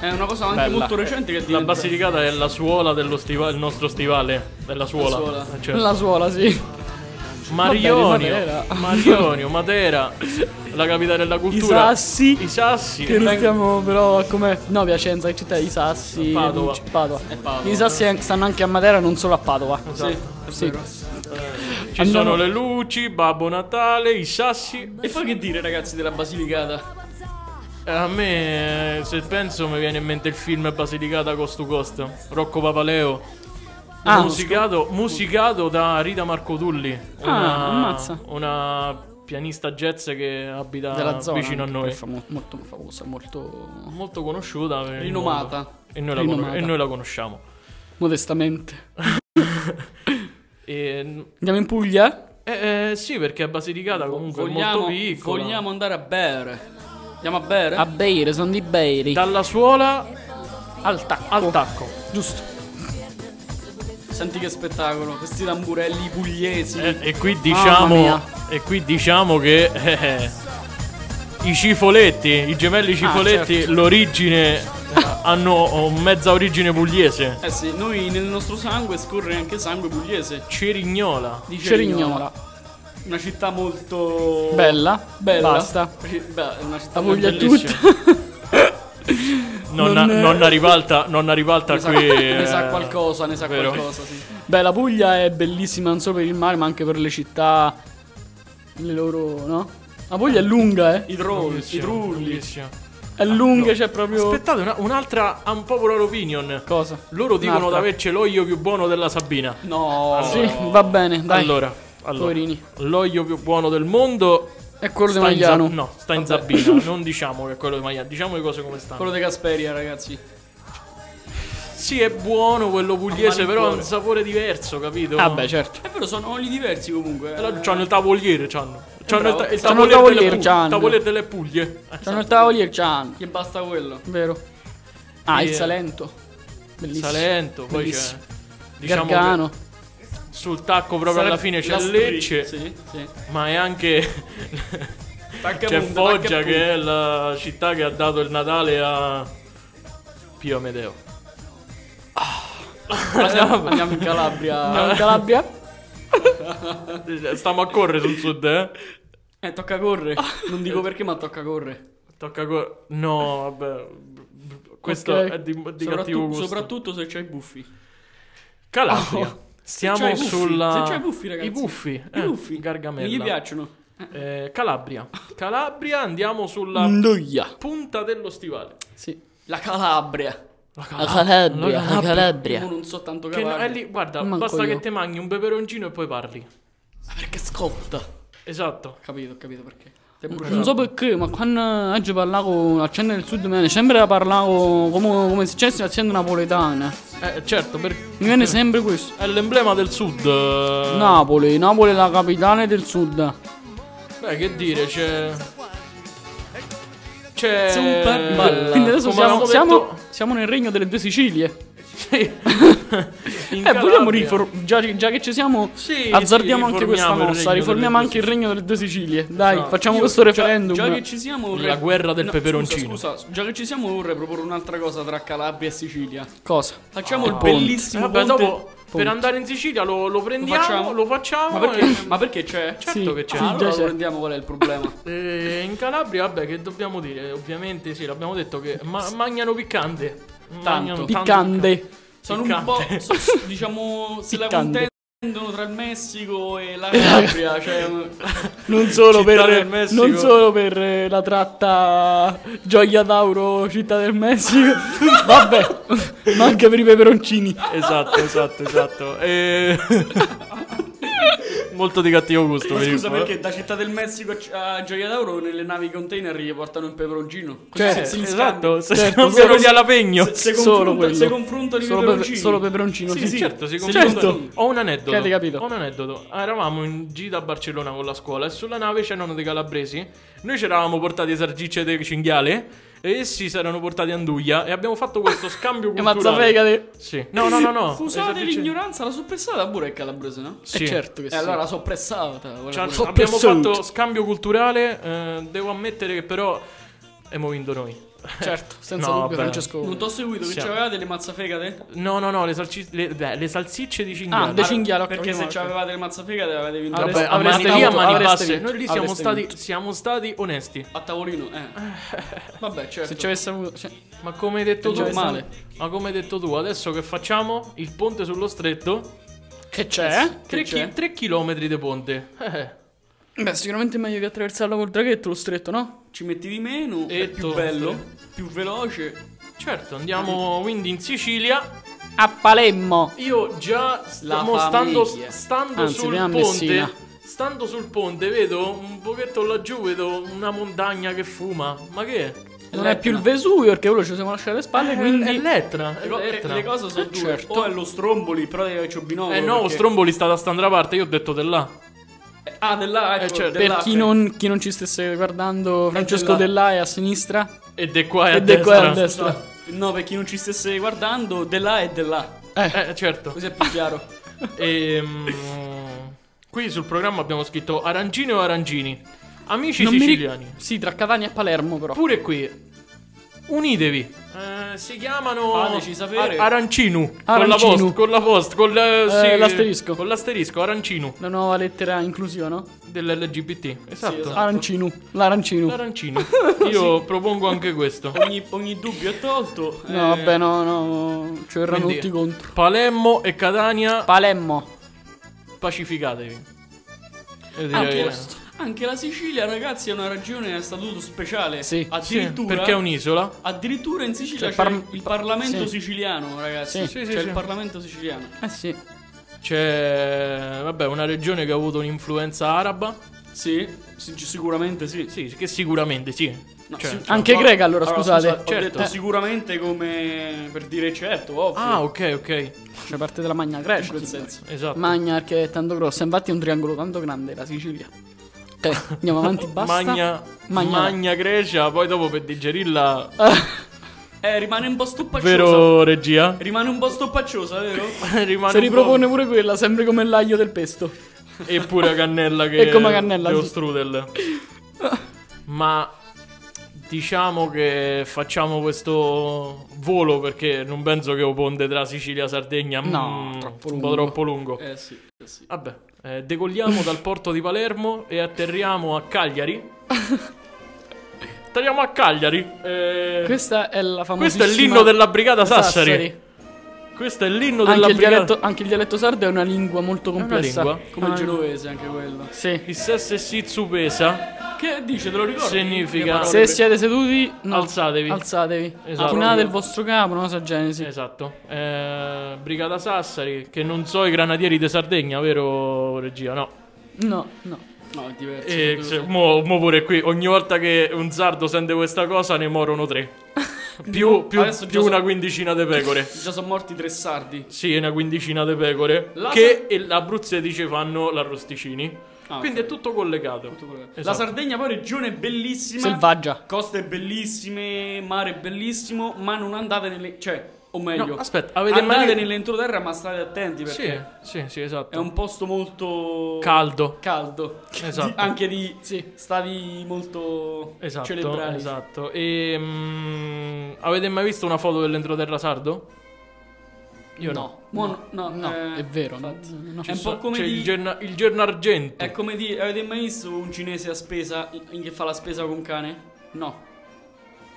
[SPEAKER 4] È una cosa anche
[SPEAKER 3] Bella.
[SPEAKER 4] molto recente che
[SPEAKER 2] La
[SPEAKER 4] diventa-
[SPEAKER 2] Basilicata è la suola dello stiva- il nostro stivale, della suola.
[SPEAKER 4] suola.
[SPEAKER 2] Eh, certo.
[SPEAKER 3] La suola, sì.
[SPEAKER 2] Marionio,
[SPEAKER 3] Va bene, Matera.
[SPEAKER 2] Marionio, Matera, la capitale della cultura.
[SPEAKER 3] I sassi.
[SPEAKER 2] I Sassi.
[SPEAKER 3] Che non stiamo però come... No, Piacenza, che città i sassi.
[SPEAKER 2] Padova.
[SPEAKER 3] non c- Padova.
[SPEAKER 4] Padova.
[SPEAKER 3] I sassi an- stanno anche a Matera, non solo a Padova.
[SPEAKER 4] Sì, è
[SPEAKER 3] Sì.
[SPEAKER 4] vero.
[SPEAKER 2] Ci sono le luci, Babbo Natale, i
[SPEAKER 3] Ah,
[SPEAKER 2] Sassi.
[SPEAKER 4] E poi che dire, ragazzi, della Basilicata?
[SPEAKER 2] Eh, A me, eh, se penso, mi viene in mente il film Basilicata Cost to Cost, Rocco Papaleo.
[SPEAKER 3] Ah.
[SPEAKER 2] musicato, musicato da Rita Marcotulli,
[SPEAKER 3] Ah,
[SPEAKER 2] una,
[SPEAKER 3] ammazza.
[SPEAKER 2] una pianista jazz che abita
[SPEAKER 3] Della zona.
[SPEAKER 2] Ah, vicino a
[SPEAKER 3] anche,
[SPEAKER 2] noi.
[SPEAKER 3] è famo- molto famosa, molto...
[SPEAKER 2] molto conosciuta per il
[SPEAKER 4] Rinomata.
[SPEAKER 2] mondo. e noi, la,
[SPEAKER 3] Rinomata.
[SPEAKER 2] conos- e noi la conosciamo
[SPEAKER 3] Modestamente.
[SPEAKER 2] e,
[SPEAKER 3] Andiamo in Puglia?
[SPEAKER 2] eh, eh, sì perché Basilicata comunque è
[SPEAKER 4] Vogliamo,
[SPEAKER 2] molto piccola
[SPEAKER 4] vogliamo andare a bere. Andiamo a bere?
[SPEAKER 3] A Beire, sono di Beiri.
[SPEAKER 2] dalla suola
[SPEAKER 3] al tacco.
[SPEAKER 4] Oh.
[SPEAKER 2] al tacco
[SPEAKER 3] Giusto.
[SPEAKER 4] Senti che spettacolo, questi tamburelli pugliesi.
[SPEAKER 2] Eh, e qui
[SPEAKER 3] Mamma
[SPEAKER 2] diciamo
[SPEAKER 3] mia.
[SPEAKER 2] e qui diciamo che eh, i cifoletti i
[SPEAKER 4] Ah,
[SPEAKER 2] gemelli cifoletti
[SPEAKER 3] certo.
[SPEAKER 2] l'origine eh, hanno mezza origine pugliese
[SPEAKER 4] Eh sì, noi nel nostro sangue scorre anche sangue pugliese.
[SPEAKER 2] Cerignola
[SPEAKER 4] Di Cerignola.
[SPEAKER 3] Cerignola.
[SPEAKER 4] Una città molto
[SPEAKER 3] Bella.
[SPEAKER 4] Bella.
[SPEAKER 3] Basta.
[SPEAKER 4] Ci- beh, è una città
[SPEAKER 3] La Puglia è
[SPEAKER 4] bellissima.
[SPEAKER 3] tutta.
[SPEAKER 2] nonna,
[SPEAKER 3] Non-
[SPEAKER 2] nonna ribalta nonna ribalta
[SPEAKER 4] Ne sa,
[SPEAKER 2] qui
[SPEAKER 4] ne sa
[SPEAKER 2] eh,
[SPEAKER 4] qualcosa, ne sa
[SPEAKER 2] vero.
[SPEAKER 4] qualcosa, sì.
[SPEAKER 3] Beh, la Puglia è bellissima non solo per il mare, ma anche per le città le loro, no? La voglia è lunga, eh.
[SPEAKER 4] I troll, i
[SPEAKER 2] Lunghissimo,
[SPEAKER 4] trulli.
[SPEAKER 2] lunghissimo.
[SPEAKER 3] È lunga,
[SPEAKER 2] No.
[SPEAKER 3] c'è proprio...
[SPEAKER 2] Aspettate una- un'altra unpopular opinion.
[SPEAKER 3] Cosa?
[SPEAKER 2] Loro dicono
[SPEAKER 3] Un'altra.
[SPEAKER 2] di averci l'olio più buono della Sabina.
[SPEAKER 4] No,
[SPEAKER 3] Sì, va bene, dai.
[SPEAKER 2] Allora, allora,
[SPEAKER 3] Poverini.
[SPEAKER 2] l'olio più buono del mondo
[SPEAKER 3] È quello di
[SPEAKER 2] sta in Za-
[SPEAKER 3] Magliano.
[SPEAKER 2] no, sta in Zabina. non diciamo che è quello di Magliano, diciamo le cose come stanno.
[SPEAKER 4] quello di Casperia, ragazzi.
[SPEAKER 2] Sì, è buono quello pugliese,
[SPEAKER 4] A
[SPEAKER 2] però ha un
[SPEAKER 4] malincuore.
[SPEAKER 2] sapore diverso, capito?
[SPEAKER 3] Ah, beh, certo.
[SPEAKER 4] È vero, Eh, sono oli diversi comunque. eh.
[SPEAKER 2] Allora, c'hanno il tavoliere, c'hanno. C'hanno il, ta- il
[SPEAKER 3] Eh, C'hanno il
[SPEAKER 2] tavoliere,
[SPEAKER 3] tavoliere,
[SPEAKER 2] delle, Pug-
[SPEAKER 3] c'hanno.
[SPEAKER 2] tavoliere delle Puglie. Eh,
[SPEAKER 3] C'hanno il tavoli e il Cian,
[SPEAKER 4] Che basta quello.
[SPEAKER 3] vero? Ah, il
[SPEAKER 2] Eh,
[SPEAKER 3] Salento. Bellissimo.
[SPEAKER 2] Salento, poi
[SPEAKER 3] Bellissimo.
[SPEAKER 2] c'è... Diciamo che
[SPEAKER 3] Gargano.
[SPEAKER 2] sul tacco proprio
[SPEAKER 4] Sarebbe
[SPEAKER 2] alla fine c'è
[SPEAKER 4] la stri-
[SPEAKER 2] Lecce,
[SPEAKER 4] Sì, sì.
[SPEAKER 2] ma è anche...
[SPEAKER 4] Tacca
[SPEAKER 2] c'è
[SPEAKER 4] punta,
[SPEAKER 2] Foggia
[SPEAKER 4] tacca
[SPEAKER 2] che è la città che ha dato il Natale a Pio Amedeo.
[SPEAKER 4] punta. Andiamo, andiamo in Calabria.
[SPEAKER 3] No, in Calabria?
[SPEAKER 2] Stiamo a correre sul sud, eh?
[SPEAKER 4] Eh, tocca correre. Non dico perché, ma tocca correre.
[SPEAKER 2] Tocca co- No, vabbè. Questo
[SPEAKER 3] Ok.
[SPEAKER 2] è di, di cattivo
[SPEAKER 4] Soprattutto,
[SPEAKER 2] gusto.
[SPEAKER 4] soprattutto se c'hai i buffi. Oh,
[SPEAKER 2] Calabria.
[SPEAKER 4] c'hai
[SPEAKER 2] Siamo
[SPEAKER 4] Cioè, i buffi,
[SPEAKER 2] sulla...
[SPEAKER 4] se c'hai i buffi, ragazzi.
[SPEAKER 2] I buffi.
[SPEAKER 4] I
[SPEAKER 2] eh,
[SPEAKER 4] buffi.
[SPEAKER 2] Gargamella.
[SPEAKER 4] Mi piacciono.
[SPEAKER 2] Eh, Calabria. Calabria, andiamo sulla
[SPEAKER 3] Ndoia.
[SPEAKER 2] punta dello stivale.
[SPEAKER 3] Sì.
[SPEAKER 4] La Calabria.
[SPEAKER 3] La Calabria,
[SPEAKER 2] la Calabria.
[SPEAKER 4] Io non so tanto
[SPEAKER 2] Che no- eh,
[SPEAKER 4] Calabria.
[SPEAKER 2] è lì- guarda,
[SPEAKER 3] Manco
[SPEAKER 2] basta
[SPEAKER 3] io.
[SPEAKER 2] che te mangi un peperoncino e poi parli.
[SPEAKER 4] Ma Perché scotta?
[SPEAKER 2] Esatto.
[SPEAKER 4] Capito, capito perché. Ti è
[SPEAKER 3] Non
[SPEAKER 4] bruciato.
[SPEAKER 3] so perché, ma quando oggi parlavo con l'accento del sud, mi viene sempre da parlare con- come, come se c'esse l'accento napoletana.
[SPEAKER 2] Eh, certo, perché...
[SPEAKER 3] Mi viene sempre questo.
[SPEAKER 2] È l'emblema del sud. eh.
[SPEAKER 3] Napoli, Napoli è la capitale del sud.
[SPEAKER 4] Eh,
[SPEAKER 2] Beh, che dire, c'è. C'è.
[SPEAKER 3] Super
[SPEAKER 2] Balla.
[SPEAKER 3] Quindi adesso
[SPEAKER 2] Come
[SPEAKER 3] siamo,
[SPEAKER 2] avevamo
[SPEAKER 3] siamo,
[SPEAKER 2] detto-
[SPEAKER 3] siamo nel regno delle due Sicilie.
[SPEAKER 2] In
[SPEAKER 3] Eh, vogliamo
[SPEAKER 2] Calabria.
[SPEAKER 3] riformare. Già, già che ci siamo,
[SPEAKER 2] Sì,
[SPEAKER 3] azzardiamo
[SPEAKER 2] sì,
[SPEAKER 3] anche questa
[SPEAKER 2] riformiamo il
[SPEAKER 3] mossa.
[SPEAKER 2] regno
[SPEAKER 3] Riformiamo
[SPEAKER 2] delle
[SPEAKER 3] anche il regno delle due Sicilie. Dai,
[SPEAKER 2] Esatto.
[SPEAKER 3] facciamo
[SPEAKER 4] Io-
[SPEAKER 3] questo
[SPEAKER 4] già-
[SPEAKER 3] referendum.
[SPEAKER 4] Già, che ci siamo vorrei-
[SPEAKER 2] La guerra del peperoncino.
[SPEAKER 4] Scusa, scusa, già che ci siamo vorrei proporre un'altra cosa tra Calabria e Sicilia.
[SPEAKER 3] Cosa?
[SPEAKER 4] Facciamo il
[SPEAKER 3] ponte.
[SPEAKER 2] Eh,
[SPEAKER 4] bellissimo
[SPEAKER 2] vabbè,
[SPEAKER 4] ponte-
[SPEAKER 2] dopo, per andare in Sicilia lo, lo prendiamo, lo facciamo.
[SPEAKER 4] facciamo? Ma perché, ma perché c'è?
[SPEAKER 2] Certo
[SPEAKER 3] Sì,
[SPEAKER 2] che c'è.
[SPEAKER 3] sì,
[SPEAKER 4] Ah,
[SPEAKER 3] già
[SPEAKER 4] allora lo
[SPEAKER 3] c'è.
[SPEAKER 4] prendiamo qual è il problema.
[SPEAKER 2] e- e in Calabria, vabbè, che dobbiamo dire? Ovviamente, sì, l'abbiamo detto che ma- mangiano piccante. Mangiano tanto
[SPEAKER 3] Piccante.
[SPEAKER 4] Sono un
[SPEAKER 2] Piccante.
[SPEAKER 4] po'. so- so- diciamo, se la
[SPEAKER 3] Piccante.
[SPEAKER 4] contendono tra il Messico e la Calabria. cioè,
[SPEAKER 3] Non solo,
[SPEAKER 2] Città del
[SPEAKER 3] per,
[SPEAKER 2] Messico.
[SPEAKER 3] non solo per eh, la tratta Gioia Tauro, Città del Messico, vabbè, ma anche per i peperoncini.
[SPEAKER 2] Esatto, esatto, esatto. E- Molto di cattivo gusto, eh.
[SPEAKER 4] ma
[SPEAKER 2] per il-
[SPEAKER 4] eh, scusa, perché da Città del Messico a Gioia d'Auro nelle navi container gli portano il peperoncino? Così
[SPEAKER 3] Cioè,
[SPEAKER 4] se- se li Cioè,
[SPEAKER 2] Esatto, se
[SPEAKER 3] Certo,
[SPEAKER 2] non
[SPEAKER 3] solo-
[SPEAKER 2] sono di alapegno.
[SPEAKER 4] scambi- Se,
[SPEAKER 3] solo
[SPEAKER 4] confronta,
[SPEAKER 3] quello.
[SPEAKER 4] se confrontano i
[SPEAKER 3] Solo,
[SPEAKER 4] peperoncini.
[SPEAKER 3] pepe- solo peperoncino, sì,
[SPEAKER 2] Sì, certo, si
[SPEAKER 3] Certo.
[SPEAKER 2] confrontano. Ho un aneddoto.
[SPEAKER 3] Che avete capito?
[SPEAKER 2] Ho un aneddoto. Ah, Eravamo in gita a Barcellona con la scuola e sulla nave c'erano dei calabresi. Noi ci eravamo portati sargicce di cinghiale e essi si erano portati anduglia e abbiamo fatto questo scambio
[SPEAKER 3] E
[SPEAKER 2] culturale.
[SPEAKER 3] mazzafegate.
[SPEAKER 2] Sì. No, no, no, no.
[SPEAKER 4] Scusate
[SPEAKER 2] Le sargicce-
[SPEAKER 4] l'ignoranza, la soppressata pure è calabrese, no?
[SPEAKER 2] Sì.
[SPEAKER 3] Eh, certo che sì.
[SPEAKER 4] E allora la soppressata. quella
[SPEAKER 2] Ci hanno-
[SPEAKER 4] pure.
[SPEAKER 2] abbiamo
[SPEAKER 3] Sold.
[SPEAKER 2] fatto scambio culturale. eh, devo ammettere che però abbiamo vinto noi.
[SPEAKER 3] certo, senza
[SPEAKER 2] No,
[SPEAKER 3] dubbio,
[SPEAKER 2] vabbè.
[SPEAKER 3] Francesco.
[SPEAKER 4] Non t'ho seguito, che
[SPEAKER 2] Siamo.
[SPEAKER 4] c'aveva delle mazzafegate?
[SPEAKER 2] No, no, no, le, salci- le- beh, le salsicce di cinghiale.
[SPEAKER 3] Ah, De Cinghiale, ho
[SPEAKER 4] Perché se
[SPEAKER 3] capito.
[SPEAKER 4] c'avevate le mazzafegate avete vinto
[SPEAKER 3] Vabbè,
[SPEAKER 4] Avreste-
[SPEAKER 2] Ah, ma
[SPEAKER 3] avreste
[SPEAKER 2] lì a
[SPEAKER 3] vinto,
[SPEAKER 2] mani
[SPEAKER 3] avreste
[SPEAKER 2] basse.
[SPEAKER 3] vinto,
[SPEAKER 2] Noi lì siamo
[SPEAKER 3] avreste
[SPEAKER 2] stati,
[SPEAKER 3] vinto.
[SPEAKER 2] siamo stati onesti.
[SPEAKER 4] a tavolino, eh. Vabbè, certo.
[SPEAKER 3] Se ci avesse avuto... cioè,
[SPEAKER 2] Ma come hai detto
[SPEAKER 4] È
[SPEAKER 2] tu,
[SPEAKER 4] normale.
[SPEAKER 2] ma come hai detto tu, adesso che facciamo il ponte sullo stretto,
[SPEAKER 3] che c'è?
[SPEAKER 2] 3,
[SPEAKER 4] c'è?
[SPEAKER 2] km di ponte. Eh,
[SPEAKER 3] Beh, sicuramente è meglio che attraversarlo col traghetto, lo stretto, no?
[SPEAKER 4] Ci metti di meno,
[SPEAKER 2] E
[SPEAKER 4] è più
[SPEAKER 2] toste.
[SPEAKER 4] bello, più veloce.
[SPEAKER 2] certo, andiamo quindi in Sicilia.
[SPEAKER 3] A Palermo.
[SPEAKER 2] Io già st-
[SPEAKER 4] La
[SPEAKER 2] mo stando,
[SPEAKER 4] famiglia.
[SPEAKER 2] stando
[SPEAKER 3] Anzi,
[SPEAKER 2] sul
[SPEAKER 3] prima
[SPEAKER 2] ponte,
[SPEAKER 3] Messina.
[SPEAKER 2] stando sul ponte, vedo un pochetto laggiù, vedo una montagna che fuma. Ma che è? Eh,
[SPEAKER 3] Non è più il Vesuvio, perché quello ci siamo lasciati alle spalle, Ah, quindi...
[SPEAKER 2] È l'Etna, è
[SPEAKER 4] Le, co- le-
[SPEAKER 2] l'Etna.
[SPEAKER 4] le cose sono due.
[SPEAKER 3] certo.
[SPEAKER 4] O è lo stromboli, però devi averci un binocolo.
[SPEAKER 2] Eh no,
[SPEAKER 4] perché-
[SPEAKER 2] Stromboli sta da st'altra parte, io ho detto di là.
[SPEAKER 4] Eh, Ah, dell'A, ecco,
[SPEAKER 2] certo.
[SPEAKER 4] dell'A,
[SPEAKER 3] Per chi non, chi non ci stesse guardando, Francesco
[SPEAKER 4] là.
[SPEAKER 3] Dellà è a sinistra
[SPEAKER 2] E de qua è a
[SPEAKER 3] ed è qua a
[SPEAKER 2] destra.
[SPEAKER 3] destra.
[SPEAKER 4] No, per chi non ci stesse guardando, dell'A e dell'A.
[SPEAKER 2] Eh, certo.
[SPEAKER 4] Così è più chiaro.
[SPEAKER 2] Ehm, qui sul programma abbiamo scritto arancini o arancini. Amici
[SPEAKER 3] Non mi ri-
[SPEAKER 2] siciliani.
[SPEAKER 3] Sì, tra Catania e Palermo però.
[SPEAKER 2] Pure qui. Unitevi. Eh, si chiamano
[SPEAKER 4] Fateci
[SPEAKER 2] Ar-
[SPEAKER 4] sapere.
[SPEAKER 2] arancinu.
[SPEAKER 3] Arancinu.
[SPEAKER 2] Con la post, con la post, con eh, sì,
[SPEAKER 3] l'asterisco.
[SPEAKER 2] Con l'asterisco, arancinu
[SPEAKER 3] La nuova lettera inclusiva, no?
[SPEAKER 2] dell'LGBT. Esatto.
[SPEAKER 3] Arancino. L'arancino.
[SPEAKER 2] L'arancino. Io propongo anche questo.
[SPEAKER 4] Ogni, ogni dubbio è tolto. eh,
[SPEAKER 3] No, vabbè, no, no. Ci verranno
[SPEAKER 2] Quindi-
[SPEAKER 3] tutti contro.
[SPEAKER 2] Palermo e Catania,
[SPEAKER 3] Palermo.
[SPEAKER 4] Ah,
[SPEAKER 2] pacificatevi. Io direi-
[SPEAKER 4] anche, Anche la Sicilia, ragazzi, è una regione a statuto speciale.
[SPEAKER 3] Sì,
[SPEAKER 4] addirittura,
[SPEAKER 2] Perché è un'isola?
[SPEAKER 4] Addirittura in Sicilia
[SPEAKER 3] Cioè, par-
[SPEAKER 4] c'è il Parlamento
[SPEAKER 3] sì.
[SPEAKER 4] siciliano,
[SPEAKER 3] Sì,
[SPEAKER 4] ragazzi.
[SPEAKER 2] sì,
[SPEAKER 4] c'è
[SPEAKER 2] sì.
[SPEAKER 4] il Parlamento siciliano.
[SPEAKER 3] Eh sì.
[SPEAKER 2] C'è, vabbè, una regione che ha avuto un'influenza araba.
[SPEAKER 4] Sì, sic- sicuramente sì.
[SPEAKER 2] Sì, che sicuramente sì.
[SPEAKER 4] No,
[SPEAKER 2] Cioè-
[SPEAKER 4] sì,
[SPEAKER 3] Anche
[SPEAKER 4] qua-
[SPEAKER 3] greca, allora, scusate.
[SPEAKER 4] scusa, ho
[SPEAKER 2] Certo.
[SPEAKER 4] detto
[SPEAKER 2] Eh.
[SPEAKER 4] sicuramente come per dire certo, ovvio.
[SPEAKER 2] Ah, ok, ok.
[SPEAKER 3] C'è parte della Magna
[SPEAKER 4] in
[SPEAKER 3] Grecia.
[SPEAKER 4] quel senso.
[SPEAKER 2] Esatto.
[SPEAKER 3] Magna perché è tanto grossa. Infatti è un triangolo tanto grande, la Sicilia. Ok, andiamo avanti, basta.
[SPEAKER 2] Magna,
[SPEAKER 3] Magna-
[SPEAKER 2] Magna. Grecia, poi dopo per digerirla.
[SPEAKER 4] Eh, rimane un po' stoppacciosa.
[SPEAKER 2] Vero, regia?
[SPEAKER 4] Rimane un po' stoppacciosa, vero?
[SPEAKER 2] Rimane
[SPEAKER 3] Si
[SPEAKER 2] un po'-
[SPEAKER 3] ripropone pure quella, sempre come l'aglio del pesto.
[SPEAKER 2] Eppure a cannella che
[SPEAKER 3] E come cannella,
[SPEAKER 2] dello
[SPEAKER 3] sì.
[SPEAKER 2] strudel. Ma diciamo che facciamo questo volo perché non penso che o ponte tra Sicilia e Sardegna
[SPEAKER 3] No,
[SPEAKER 2] mm,
[SPEAKER 3] troppo
[SPEAKER 2] un
[SPEAKER 3] lungo.
[SPEAKER 2] po' troppo lungo.
[SPEAKER 4] Eh sì, eh sì.
[SPEAKER 2] Vabbè, eh, decolliamo dal porto di Palermo e atterriamo a Cagliari. Atterriamo a Cagliari. eh,
[SPEAKER 3] Questa è la famosissima
[SPEAKER 2] questo è l'inno della brigata Sassari.
[SPEAKER 3] Sassari.
[SPEAKER 2] Questo è l'inno della
[SPEAKER 3] Anche il,
[SPEAKER 2] brigata
[SPEAKER 3] dialetto, anche il dialetto sardo è una lingua molto
[SPEAKER 2] una
[SPEAKER 3] complessa.
[SPEAKER 2] lingua.
[SPEAKER 4] Come
[SPEAKER 3] Ah,
[SPEAKER 4] il genovese anche quello.
[SPEAKER 3] Sì.
[SPEAKER 2] Il sessissitsu pesa.
[SPEAKER 4] Che dice, te lo ricordi?
[SPEAKER 2] Significa-
[SPEAKER 4] Le parole
[SPEAKER 3] Se
[SPEAKER 4] pre-
[SPEAKER 3] siete seduti, no,
[SPEAKER 2] Alzatevi.
[SPEAKER 3] Alzatevi.
[SPEAKER 2] Esatto.
[SPEAKER 3] Chinate il vostro capo, una cosa genesi.
[SPEAKER 2] Esatto. Eh, brigata Sassari, che non so i granatieri di Sardegna, vero regia? No.
[SPEAKER 3] No, no. Eh,
[SPEAKER 4] No, è diverso.
[SPEAKER 2] E
[SPEAKER 4] Dove-
[SPEAKER 2] se- mo, mo pure qui, ogni volta che un sardo sente questa cosa ne morono tre. Più, più-
[SPEAKER 4] Adesso
[SPEAKER 2] più
[SPEAKER 4] già so-
[SPEAKER 2] una quindicina di pecore.
[SPEAKER 4] Già sono morti tre sardi.
[SPEAKER 2] Sì, una quindicina di pecore.
[SPEAKER 4] La-
[SPEAKER 2] Che e l'Abruzzeti ci fanno l'arrosticini.
[SPEAKER 4] Ah,
[SPEAKER 2] Quindi
[SPEAKER 4] ok.
[SPEAKER 2] è tutto collegato.
[SPEAKER 4] La
[SPEAKER 2] Esatto.
[SPEAKER 4] Sardegna poi regione bellissima.
[SPEAKER 3] Selvaggia.
[SPEAKER 4] Coste bellissime, mare bellissimo, ma non andate nelle... Cioè, o meglio...
[SPEAKER 2] No, aspetta, avete
[SPEAKER 4] andate
[SPEAKER 2] mai-
[SPEAKER 4] nell'entroterra ma state attenti perché
[SPEAKER 2] Sì, sì, sì, esatto.
[SPEAKER 4] è un posto molto...
[SPEAKER 2] caldo.
[SPEAKER 4] caldo.
[SPEAKER 2] Esatto.
[SPEAKER 4] Di- anche di... Sì, stavi molto...
[SPEAKER 2] Esatto,
[SPEAKER 4] Celebrati.
[SPEAKER 2] esatto. E, mm, avete mai visto una foto dell'entroterra sardo? Io no.
[SPEAKER 4] Mo no, no,
[SPEAKER 3] No,
[SPEAKER 4] eh,
[SPEAKER 3] è vero.
[SPEAKER 4] infatti.
[SPEAKER 3] no, no.
[SPEAKER 4] È un po' come
[SPEAKER 2] C'è
[SPEAKER 4] di...
[SPEAKER 2] cioè,
[SPEAKER 4] Ecco.
[SPEAKER 2] il, gerna- il gerno argento.
[SPEAKER 4] È come di... Avete mai visto un cinese a spesa in- che fa la spesa con cane? No.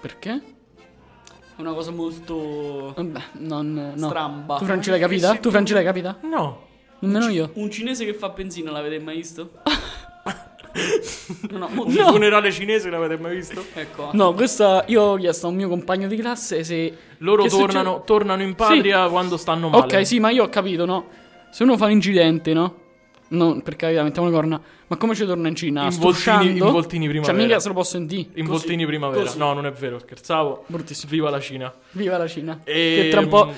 [SPEAKER 3] Perché?
[SPEAKER 4] È una cosa molto...
[SPEAKER 3] Vabbè, non, no.
[SPEAKER 4] Stramba.
[SPEAKER 3] Tu Franci l'hai capita? Tu Franci l'hai capita?
[SPEAKER 2] No.
[SPEAKER 3] Nemmeno io.
[SPEAKER 4] Un cinese che fa benzina l'avete mai visto? no, no, mo-
[SPEAKER 2] Un funerale cinese l'avete mai visto?
[SPEAKER 4] Ecco.
[SPEAKER 3] No,
[SPEAKER 2] Ah.
[SPEAKER 3] questa io ho chiesto a un mio compagno di classe se...
[SPEAKER 2] Loro
[SPEAKER 3] che succede-
[SPEAKER 2] tornano, tornano in patria quando stanno male.
[SPEAKER 3] Ok, sì, ma io ho capito, no? Se uno fa un incidente, no? No, per carità, mettiamo le corna. Ma come ci torna in Cina?
[SPEAKER 2] In
[SPEAKER 3] Sto
[SPEAKER 2] voltini-
[SPEAKER 3] uscendo?
[SPEAKER 2] in voltini primavera.
[SPEAKER 3] Cioè, mica se lo posso sentire.
[SPEAKER 2] In voltini primavera.
[SPEAKER 4] così.
[SPEAKER 2] No, non è vero, scherzavo.
[SPEAKER 3] Bruttissimo.
[SPEAKER 2] Viva la Cina. Ehm,
[SPEAKER 3] Viva la Cina.
[SPEAKER 2] E-
[SPEAKER 3] Che tra un, po',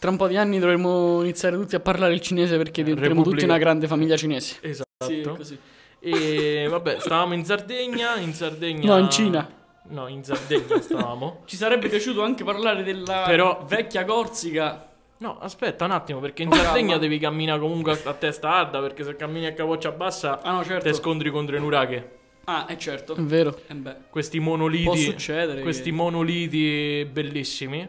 [SPEAKER 3] tra un po' di anni dovremmo iniziare tutti a parlare il cinese perché diventeremo tutti
[SPEAKER 2] Eh, Repubblica.
[SPEAKER 3] una grande famiglia cinese.
[SPEAKER 2] Esatto.
[SPEAKER 4] Sì, è così.
[SPEAKER 2] E vabbè, stavamo in Sardegna, in Sardegna...
[SPEAKER 3] No, in Cina.
[SPEAKER 2] No, in Sardegna stavamo.
[SPEAKER 4] Ci sarebbe piaciuto anche parlare della
[SPEAKER 2] Però-
[SPEAKER 4] vecchia Corsica.
[SPEAKER 2] No, aspetta un attimo, perché in
[SPEAKER 4] Oh,
[SPEAKER 2] Sardegna
[SPEAKER 4] calma.
[SPEAKER 2] devi camminare comunque a- a testa alta, perché se cammini a capoccia bassa
[SPEAKER 4] Ah, no, certo.
[SPEAKER 2] te scontri contro i nuraghe.
[SPEAKER 4] Ah, è certo.
[SPEAKER 3] È vero.
[SPEAKER 4] Eh beh.
[SPEAKER 2] Questi monoliti...
[SPEAKER 4] Può succedere
[SPEAKER 2] Questi
[SPEAKER 4] che-
[SPEAKER 2] monoliti bellissimi,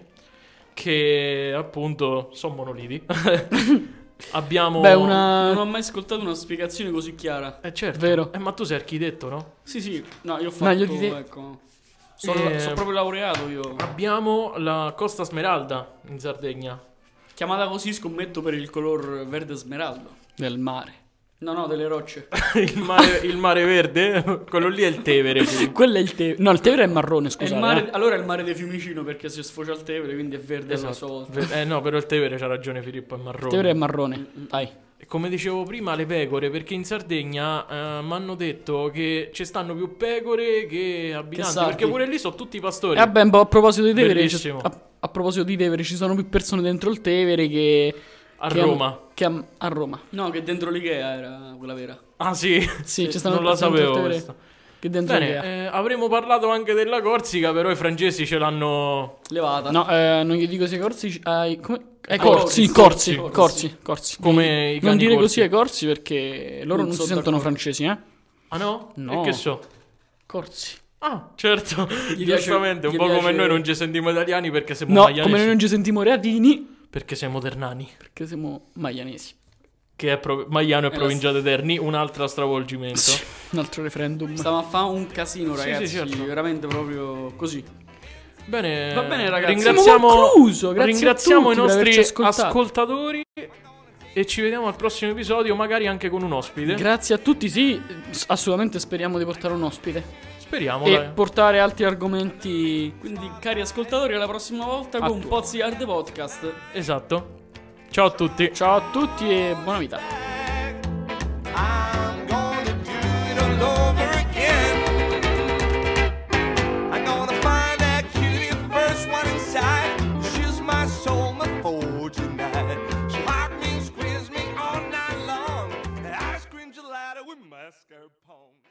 [SPEAKER 2] che appunto sono monoliti. Abbiamo...
[SPEAKER 3] Beh, una...
[SPEAKER 4] Non ho mai ascoltato una spiegazione così chiara.
[SPEAKER 2] Eh certo.
[SPEAKER 3] Vero.
[SPEAKER 2] Eh, ma tu sei architetto, no?
[SPEAKER 4] Sì, sì. No, io ho fatto...
[SPEAKER 3] Meglio di te.
[SPEAKER 4] Ecco. Sono,
[SPEAKER 2] Eh,
[SPEAKER 4] sono proprio laureato io.
[SPEAKER 2] Abbiamo la Costa Smeralda in Sardegna.
[SPEAKER 4] Chiamata così scommetto per il color verde smeraldo.
[SPEAKER 3] Del mare.
[SPEAKER 4] No, no, delle rocce.
[SPEAKER 2] il, mare, il mare verde, quello lì è il Tevere.
[SPEAKER 3] Quello è il Tevere. No, il Tevere è marrone,
[SPEAKER 4] È il
[SPEAKER 3] scusate.
[SPEAKER 4] mare-
[SPEAKER 3] eh.
[SPEAKER 4] allora è il mare di Fiumicino perché si sfocia il Tevere, quindi è verde alla sua
[SPEAKER 2] Esatto.
[SPEAKER 4] volta.
[SPEAKER 2] Eh no, però il Tevere c'ha ragione Filippo, è marrone.
[SPEAKER 3] Il Tevere è marrone.
[SPEAKER 2] Mm,
[SPEAKER 3] Dai.
[SPEAKER 2] E Come dicevo prima, le pecore, perché in Sardegna mi hanno detto che ci stanno più pecore che abitanti,
[SPEAKER 3] sardi.
[SPEAKER 2] perché pure lì sono tutti pastori.
[SPEAKER 3] E Eh, vabbè, un po' a proposito di Tevere... ci-
[SPEAKER 2] Bellissimo.
[SPEAKER 3] A, a proposito di Tevere, ci sono più persone dentro il Tevere che...
[SPEAKER 2] A
[SPEAKER 3] che am-
[SPEAKER 2] Roma.
[SPEAKER 3] che am- a Roma.
[SPEAKER 4] No, che dentro l'Ikea era quella vera.
[SPEAKER 2] Ah sì?
[SPEAKER 3] Sì, ci stanno
[SPEAKER 2] Non la
[SPEAKER 3] più persone dentro il
[SPEAKER 2] sapevo
[SPEAKER 3] Tevere
[SPEAKER 2] questa.
[SPEAKER 3] Che dentro
[SPEAKER 2] Bene,
[SPEAKER 3] l'Ikea.
[SPEAKER 2] eh, avremmo parlato anche della Corsica, però i francesi ce l'hanno...
[SPEAKER 4] Levata.
[SPEAKER 3] No, eh, non gli dico se corsi. Ai, come? Ai
[SPEAKER 2] Ah,
[SPEAKER 3] corsi,
[SPEAKER 2] corsi,
[SPEAKER 3] corsi, corsi,
[SPEAKER 2] corsi.
[SPEAKER 3] corsi,
[SPEAKER 2] Come i
[SPEAKER 3] non
[SPEAKER 2] cani
[SPEAKER 3] dire
[SPEAKER 2] corsi.
[SPEAKER 3] così ai corsi perché loro non,
[SPEAKER 4] Non
[SPEAKER 3] si
[SPEAKER 4] sono
[SPEAKER 3] sentono
[SPEAKER 4] d'accordo.
[SPEAKER 3] francesi, eh?
[SPEAKER 2] Ah no?
[SPEAKER 3] No.
[SPEAKER 2] E che so?
[SPEAKER 3] Corsi.
[SPEAKER 2] Ah, certo,
[SPEAKER 4] Gli piace-
[SPEAKER 2] giustamente, un
[SPEAKER 4] gli
[SPEAKER 2] po' come
[SPEAKER 4] piace-
[SPEAKER 2] noi non ci sentiamo italiani perché siamo
[SPEAKER 3] No,
[SPEAKER 2] maianesi.
[SPEAKER 3] come noi non ci sentiamo reatini
[SPEAKER 2] Perché siamo ternani.
[SPEAKER 3] perché siamo maianesi.
[SPEAKER 2] che è pro- Maiano e
[SPEAKER 3] Eh,
[SPEAKER 4] la-
[SPEAKER 2] provincia di Terni, un altro stravolgimento.
[SPEAKER 3] Un altro referendum.
[SPEAKER 4] Stiamo a fare un casino,
[SPEAKER 2] Sì,
[SPEAKER 4] ragazzi.
[SPEAKER 2] sì, certo.
[SPEAKER 4] Veramente proprio così.
[SPEAKER 2] Bene,
[SPEAKER 4] Va bene, ragazzi.
[SPEAKER 2] ringraziamo,
[SPEAKER 3] Abbiamo concluso, grazie a
[SPEAKER 2] ringraziamo
[SPEAKER 3] tutti
[SPEAKER 2] i
[SPEAKER 3] per
[SPEAKER 2] nostri
[SPEAKER 3] averci ascoltato.
[SPEAKER 2] ascoltatori E ci vediamo al prossimo episodio, magari anche con un ospite.
[SPEAKER 3] Grazie a tutti, sì, s- assolutamente speriamo di portare un ospite
[SPEAKER 2] Speriamo.
[SPEAKER 3] e
[SPEAKER 2] dai.
[SPEAKER 3] portare altri argomenti.
[SPEAKER 10] Quindi, cari ascoltatori, alla prossima volta con
[SPEAKER 3] Attua.
[SPEAKER 10] Pozzi Hard Podcast.
[SPEAKER 2] Esatto. Ciao a tutti.
[SPEAKER 3] Ciao a tutti e buona vita.
[SPEAKER 7] I'm gonna do it all over again. I'm gonna find that cutie, the first one inside. She's my soul, my foe tonight. She locked me and squeezed me all night long. That ice cream gelato with mascarpone.